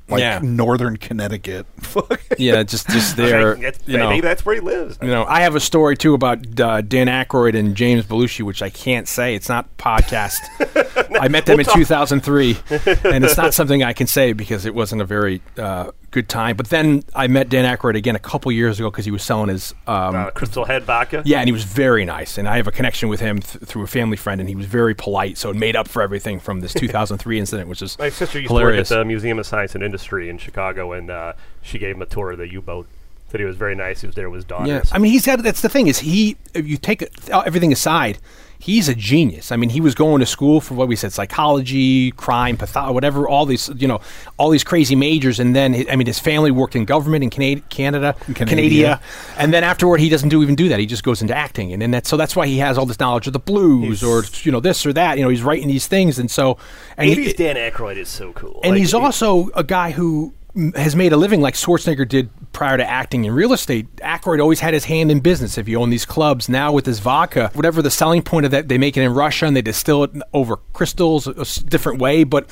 Speaker 3: like
Speaker 4: Yeah.
Speaker 3: northern Connecticut.
Speaker 4: yeah, just just there.
Speaker 2: Like, that's,
Speaker 4: you know.
Speaker 2: maybe that's where he lives.
Speaker 4: You know, I have a story too about uh, Dan Aykroyd and James Belushi, which I can't say. It's not podcast. I met them in 2003, and it's not something I can say because it wasn't a very uh, good time. But then I met Dan Aykroyd again a couple years ago because he was selling his. Um,
Speaker 2: Uh, Crystal Head Vodka.
Speaker 4: yeah, and he was very nice, and I have a connection with him th- through a family friend, and he was very polite, so it made up for everything from this 2003 incident, which is
Speaker 2: My sister used
Speaker 4: hilarious.
Speaker 2: to work at the Museum of Science and Industry in Chicago, and uh, she gave him a tour of the U-boat. Said he was very nice. He was there with his daughters.
Speaker 4: Yeah, I mean, he's got. That's the thing is he. If you take it- uh, everything aside, he's a genius. I mean, he was going to school for what we said psychology, crime, patho, whatever. All these, you know, all these crazy majors, and then hi- I mean, his family worked in government in Canada, Canada,
Speaker 3: Canada.
Speaker 4: Canada, and then afterward, he doesn't do even do that. He just goes into acting, and then that's so that's why he has all this knowledge of the blues or you know this or that. You know, he's writing these things, and so and he-
Speaker 2: 80s Dan Aykroyd is so cool.
Speaker 4: and
Speaker 2: Like,
Speaker 4: he's
Speaker 2: he-
Speaker 4: also a guy who mm, has made a living like Schwarzenegger did prior to acting in real estate. Aykroyd always had his hand in business. If you own these clubs, now with his vodka, whatever the selling point of that, they make it in Russia and they distill it over crystals a s- different way, but.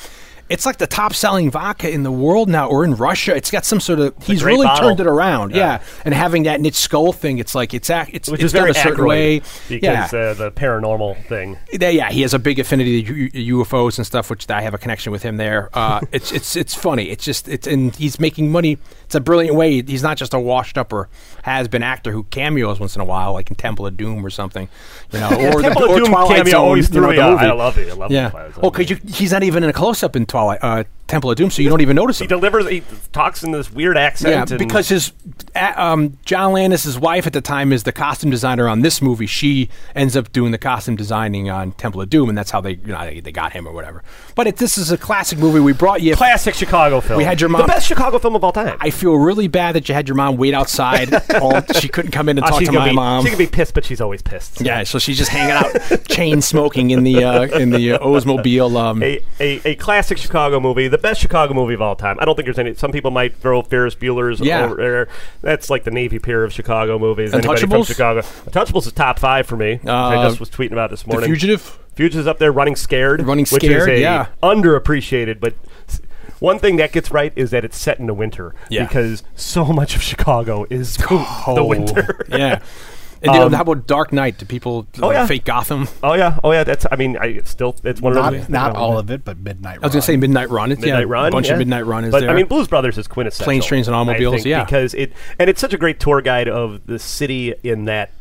Speaker 4: It's like the top selling vodka in the world now, or in Russia. It's got some sort of. he's
Speaker 2: great
Speaker 4: really
Speaker 2: bottle.
Speaker 4: turned it around, yeah. And having that niche skull thing, it's like it's ac- it's,
Speaker 2: which
Speaker 4: it's
Speaker 2: is very
Speaker 4: done a certain
Speaker 2: Aykroyd,
Speaker 4: way. yeah.
Speaker 2: because uh, the paranormal thing.
Speaker 4: Yeah, yeah, he has a big affinity to U- UFOs and stuff, which I have a connection with him there. Uh, it's it's it's funny. It's just it's and he's making money. It's a brilliant way. He's not just a washed up or has been actor who cameos once in a while, like in Temple of Doom or something, you know, or
Speaker 2: Temple
Speaker 4: the,
Speaker 2: of
Speaker 4: or
Speaker 2: Doom
Speaker 4: Twilight
Speaker 2: cameo
Speaker 4: Zone,
Speaker 2: always
Speaker 4: you know,
Speaker 2: threw me
Speaker 4: the
Speaker 2: off.
Speaker 4: movie.
Speaker 2: I love it. I love
Speaker 4: yeah.
Speaker 2: Twilight Zone.
Speaker 4: Oh, because he's not even in a close up in Twilight uh, Temple of Doom, so you don't even notice
Speaker 2: He
Speaker 4: it.
Speaker 2: delivers. He talks in this weird accent.
Speaker 4: Yeah,
Speaker 2: and-
Speaker 4: because his a um, John Landis' wife at the time is the costume designer on this movie. She ends up doing the costume designing on Temple of Doom, and that's how they you know they, they got him or whatever. But it, this is a classic movie. We brought you.
Speaker 2: classic Chicago film.
Speaker 4: We had your
Speaker 2: The
Speaker 4: mom-
Speaker 2: best Chicago film of all time.
Speaker 4: I feel really bad that you had your mom wait outside. all, she couldn't come in and
Speaker 2: Oh,
Speaker 4: talk
Speaker 2: she's
Speaker 4: to
Speaker 2: gonna
Speaker 4: my
Speaker 2: be,
Speaker 4: mom.
Speaker 2: She can be pissed, but she's always pissed.
Speaker 4: yeah, so she's just hanging out, chain smoking in the uh, in the uh, Oldsmobile. Um,
Speaker 2: A, a, a classic Chicago movie, the best Chicago movie of all time. I don't think there's any. Some people might throw Ferris Bueller's
Speaker 4: Yeah.
Speaker 2: over there. That's like the Navy Pier of Chicago movies. Anybody from
Speaker 4: Untouchables?
Speaker 2: Chicago. Untouchables is top five for me. I
Speaker 4: Uh,
Speaker 2: just was tweeting about this
Speaker 4: the
Speaker 2: morning.
Speaker 4: fugitive.
Speaker 2: Fugitive's up there running scared.
Speaker 4: Running
Speaker 2: which is
Speaker 4: Scared,
Speaker 2: a
Speaker 4: yeah.
Speaker 2: underappreciated, but s- one thing that gets right is that it's set in the winter
Speaker 4: Yeah.
Speaker 2: because so much of Chicago is the winter.
Speaker 4: Oh,
Speaker 2: Um,
Speaker 4: yeah. And then how about Dark Knight? Do people like,
Speaker 2: yeah.
Speaker 4: fake Gotham?
Speaker 2: Oh yeah, oh yeah. That's I mean, I it's still it's one of
Speaker 3: Not,
Speaker 2: those.
Speaker 3: not all of it, but Midnight
Speaker 4: I was going to say Midnight Run. It's,
Speaker 2: Um, Midnight
Speaker 4: yeah,
Speaker 2: Run,
Speaker 4: a bunch
Speaker 2: yeah.
Speaker 4: of Midnight Run is
Speaker 2: but,
Speaker 4: there.
Speaker 2: I mean, Blues Brothers is quintessential.
Speaker 4: Planes, Trains, and
Speaker 2: I
Speaker 4: Automobiles,
Speaker 2: think,
Speaker 4: yeah.
Speaker 2: because it and it's such a great tour guide of the city in that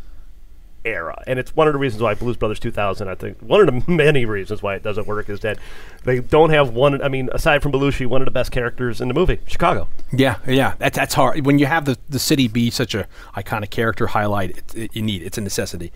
Speaker 2: era, and it's one of the reasons why Blues Brothers 2000. I think one of the many reasons why it doesn't work is that they don't have one. I mean, aside from Belushi, one of the best characters in the movie, Chicago.
Speaker 4: yeah, yeah, that's that's hard. When you have the, the city be such a iconic character highlight, it, it, you need it's a necessity.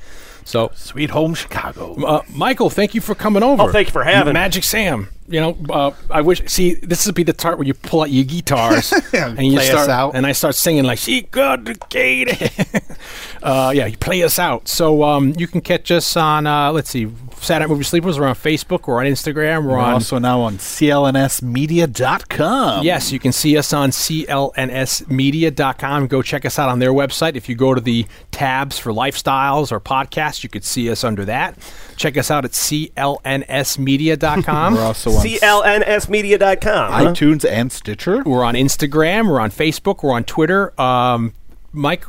Speaker 4: So,
Speaker 3: Sweet Home Chicago.
Speaker 4: uh, Michael, thank you for coming over.
Speaker 2: Oh, thank you for having me.
Speaker 4: Magic Sam. You know, uh, I wish. See, this would be the part where you pull out your guitars and you
Speaker 3: Play us
Speaker 4: start,
Speaker 3: out.
Speaker 4: and I start singing like "She got the gate." uh, yeah, you play us out. So um, you can catch us on uh, let's see, Saturday Night Movie Sleepers. We're on Facebook. We're on Instagram. We're
Speaker 3: We're
Speaker 4: on
Speaker 3: also now on clnsmedia.com.
Speaker 4: Yes, you can see us on clnsmedia.com. Go check us out on their website. If you go to the tabs for lifestyles or podcasts, you could see us under that. Check us out at clnsmedia.com.
Speaker 3: We're also on
Speaker 2: CLNSmedia.com. huh?
Speaker 3: iTunes and Stitcher.
Speaker 4: we're on Instagram, we're on Facebook, we're on Twitter. Um, Mike,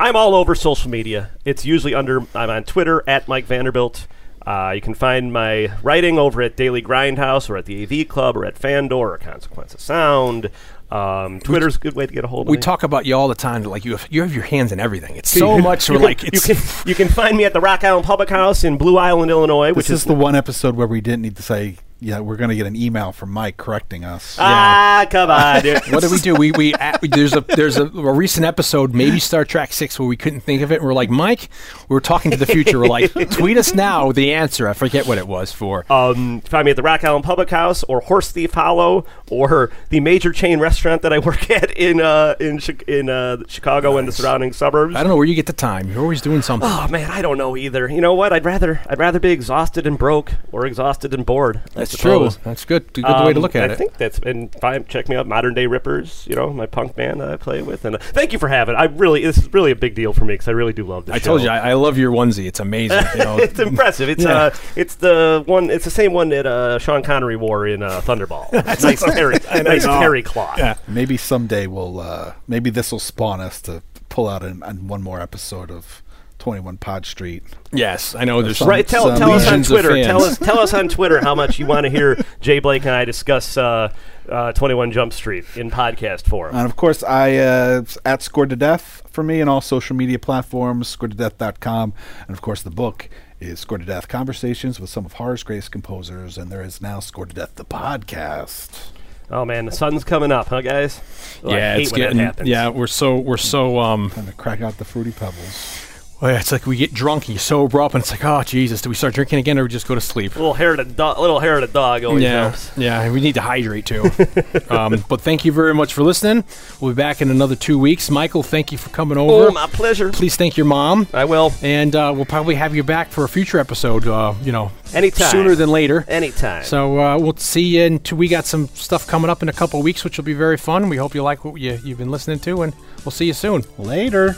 Speaker 2: I'm all over social media. It's usually under I'm on Twitter at Mike Vanderbilt. Uh, you can find my writing over at Daily Grindhouse or at the AV Club or at Fandor or Consequence of Sound. Um, Twitter's a good way to get a hold of
Speaker 4: we
Speaker 2: me.
Speaker 4: talk about you all the time. Like you have, you have your hands in everything. It's so much.
Speaker 2: You
Speaker 4: We're
Speaker 2: can-
Speaker 4: like it's,
Speaker 2: you can you can find me at the Rock Island Public House in Blue Island, Illinois, which
Speaker 3: This is the one episode where we didn't need to say, yeah, we're going to get an email from Mike correcting us.
Speaker 2: ah come on. dude.
Speaker 4: what did we do? We we at, there's a there's a, a recent episode, maybe Star Trek Six, where we couldn't think of it, and we're like, Mike, we were talking to the future. We're like, tweet us now the answer. I forget what it was for.
Speaker 2: Um, find me at the Rock Island Public House or Horse Thief Hollow or the major chain restaurant that I work at in uh, in Chi- in uh, Chicago and the surrounding suburbs.
Speaker 4: I don't know where you get the time. You're always doing something.
Speaker 2: Oh man, I don't know either. You know what? I'd rather I'd rather be exhausted and broke or exhausted and bored. I
Speaker 4: That's true.
Speaker 2: suppose.
Speaker 4: That's good. Good way to
Speaker 2: Um,
Speaker 4: look at
Speaker 2: I
Speaker 4: it.
Speaker 2: think that's and find, check me out, Modern Day Rippers. You know my punk band that I play with, and uh, thank you for having. I really this is really a big deal for me because I really do love this.
Speaker 4: I told you, I, I love your onesie. It's amazing. You know,
Speaker 2: it's impressive. It's
Speaker 4: Yeah.
Speaker 2: uh, it's the one. It's the same one that uh, Sean Connery wore in uh, Thunderball. nice terry, nice terry cloth.
Speaker 4: Yeah.
Speaker 3: Maybe someday we'll, uh, maybe this will spawn us to pull out an, an one more episode of 21 Pod Street.
Speaker 4: yes, I know. There's
Speaker 2: Right. Tell,
Speaker 3: some
Speaker 2: tell us on
Speaker 4: legions of
Speaker 2: Twitter.
Speaker 4: fans.
Speaker 2: Tell us tell us on Twitter how much you want to hear Jay Blake and I discuss uh, uh, Twenty One Jump Street in podcast form.
Speaker 3: And of course, I uh, at Scored to Death for me and all social media platforms, scoredtodeath.com. And of course, the book is Scored to Death Conversations with some of horror's greatest composers. And there is now Scored to Death, the podcast.
Speaker 2: Oh man, the sun's coming up, huh, guys? Oh, I
Speaker 4: yeah,
Speaker 2: hate
Speaker 4: it's
Speaker 2: when that
Speaker 4: getting.
Speaker 2: happens.
Speaker 4: Yeah, we're so we're so um.
Speaker 3: Time to crack out the Fruity Pebbles.
Speaker 4: well, it's like we get drunk and you sober up, and it's like, oh Jesus, do we start drinking again or we just go to sleep?
Speaker 2: Little hair to dog. Little hair to dog always
Speaker 4: yeah,
Speaker 2: helps.
Speaker 4: Yeah, we need to hydrate too. um, but thank you very much for listening. We'll be back in another two weeks. Michael, thank you for coming over.
Speaker 2: Oh, my pleasure.
Speaker 4: Please thank your mom.
Speaker 2: I will
Speaker 4: And uh, we'll probably have you back for a future episode, uh, you know,
Speaker 2: Anytime.
Speaker 4: sooner than later.
Speaker 2: anytime.
Speaker 4: So uh, we'll see you. in two we got some stuff coming up in a couple weeks, which will be very fun. We hope you like what you, you've been listening to, and we'll see you soon.
Speaker 3: Later.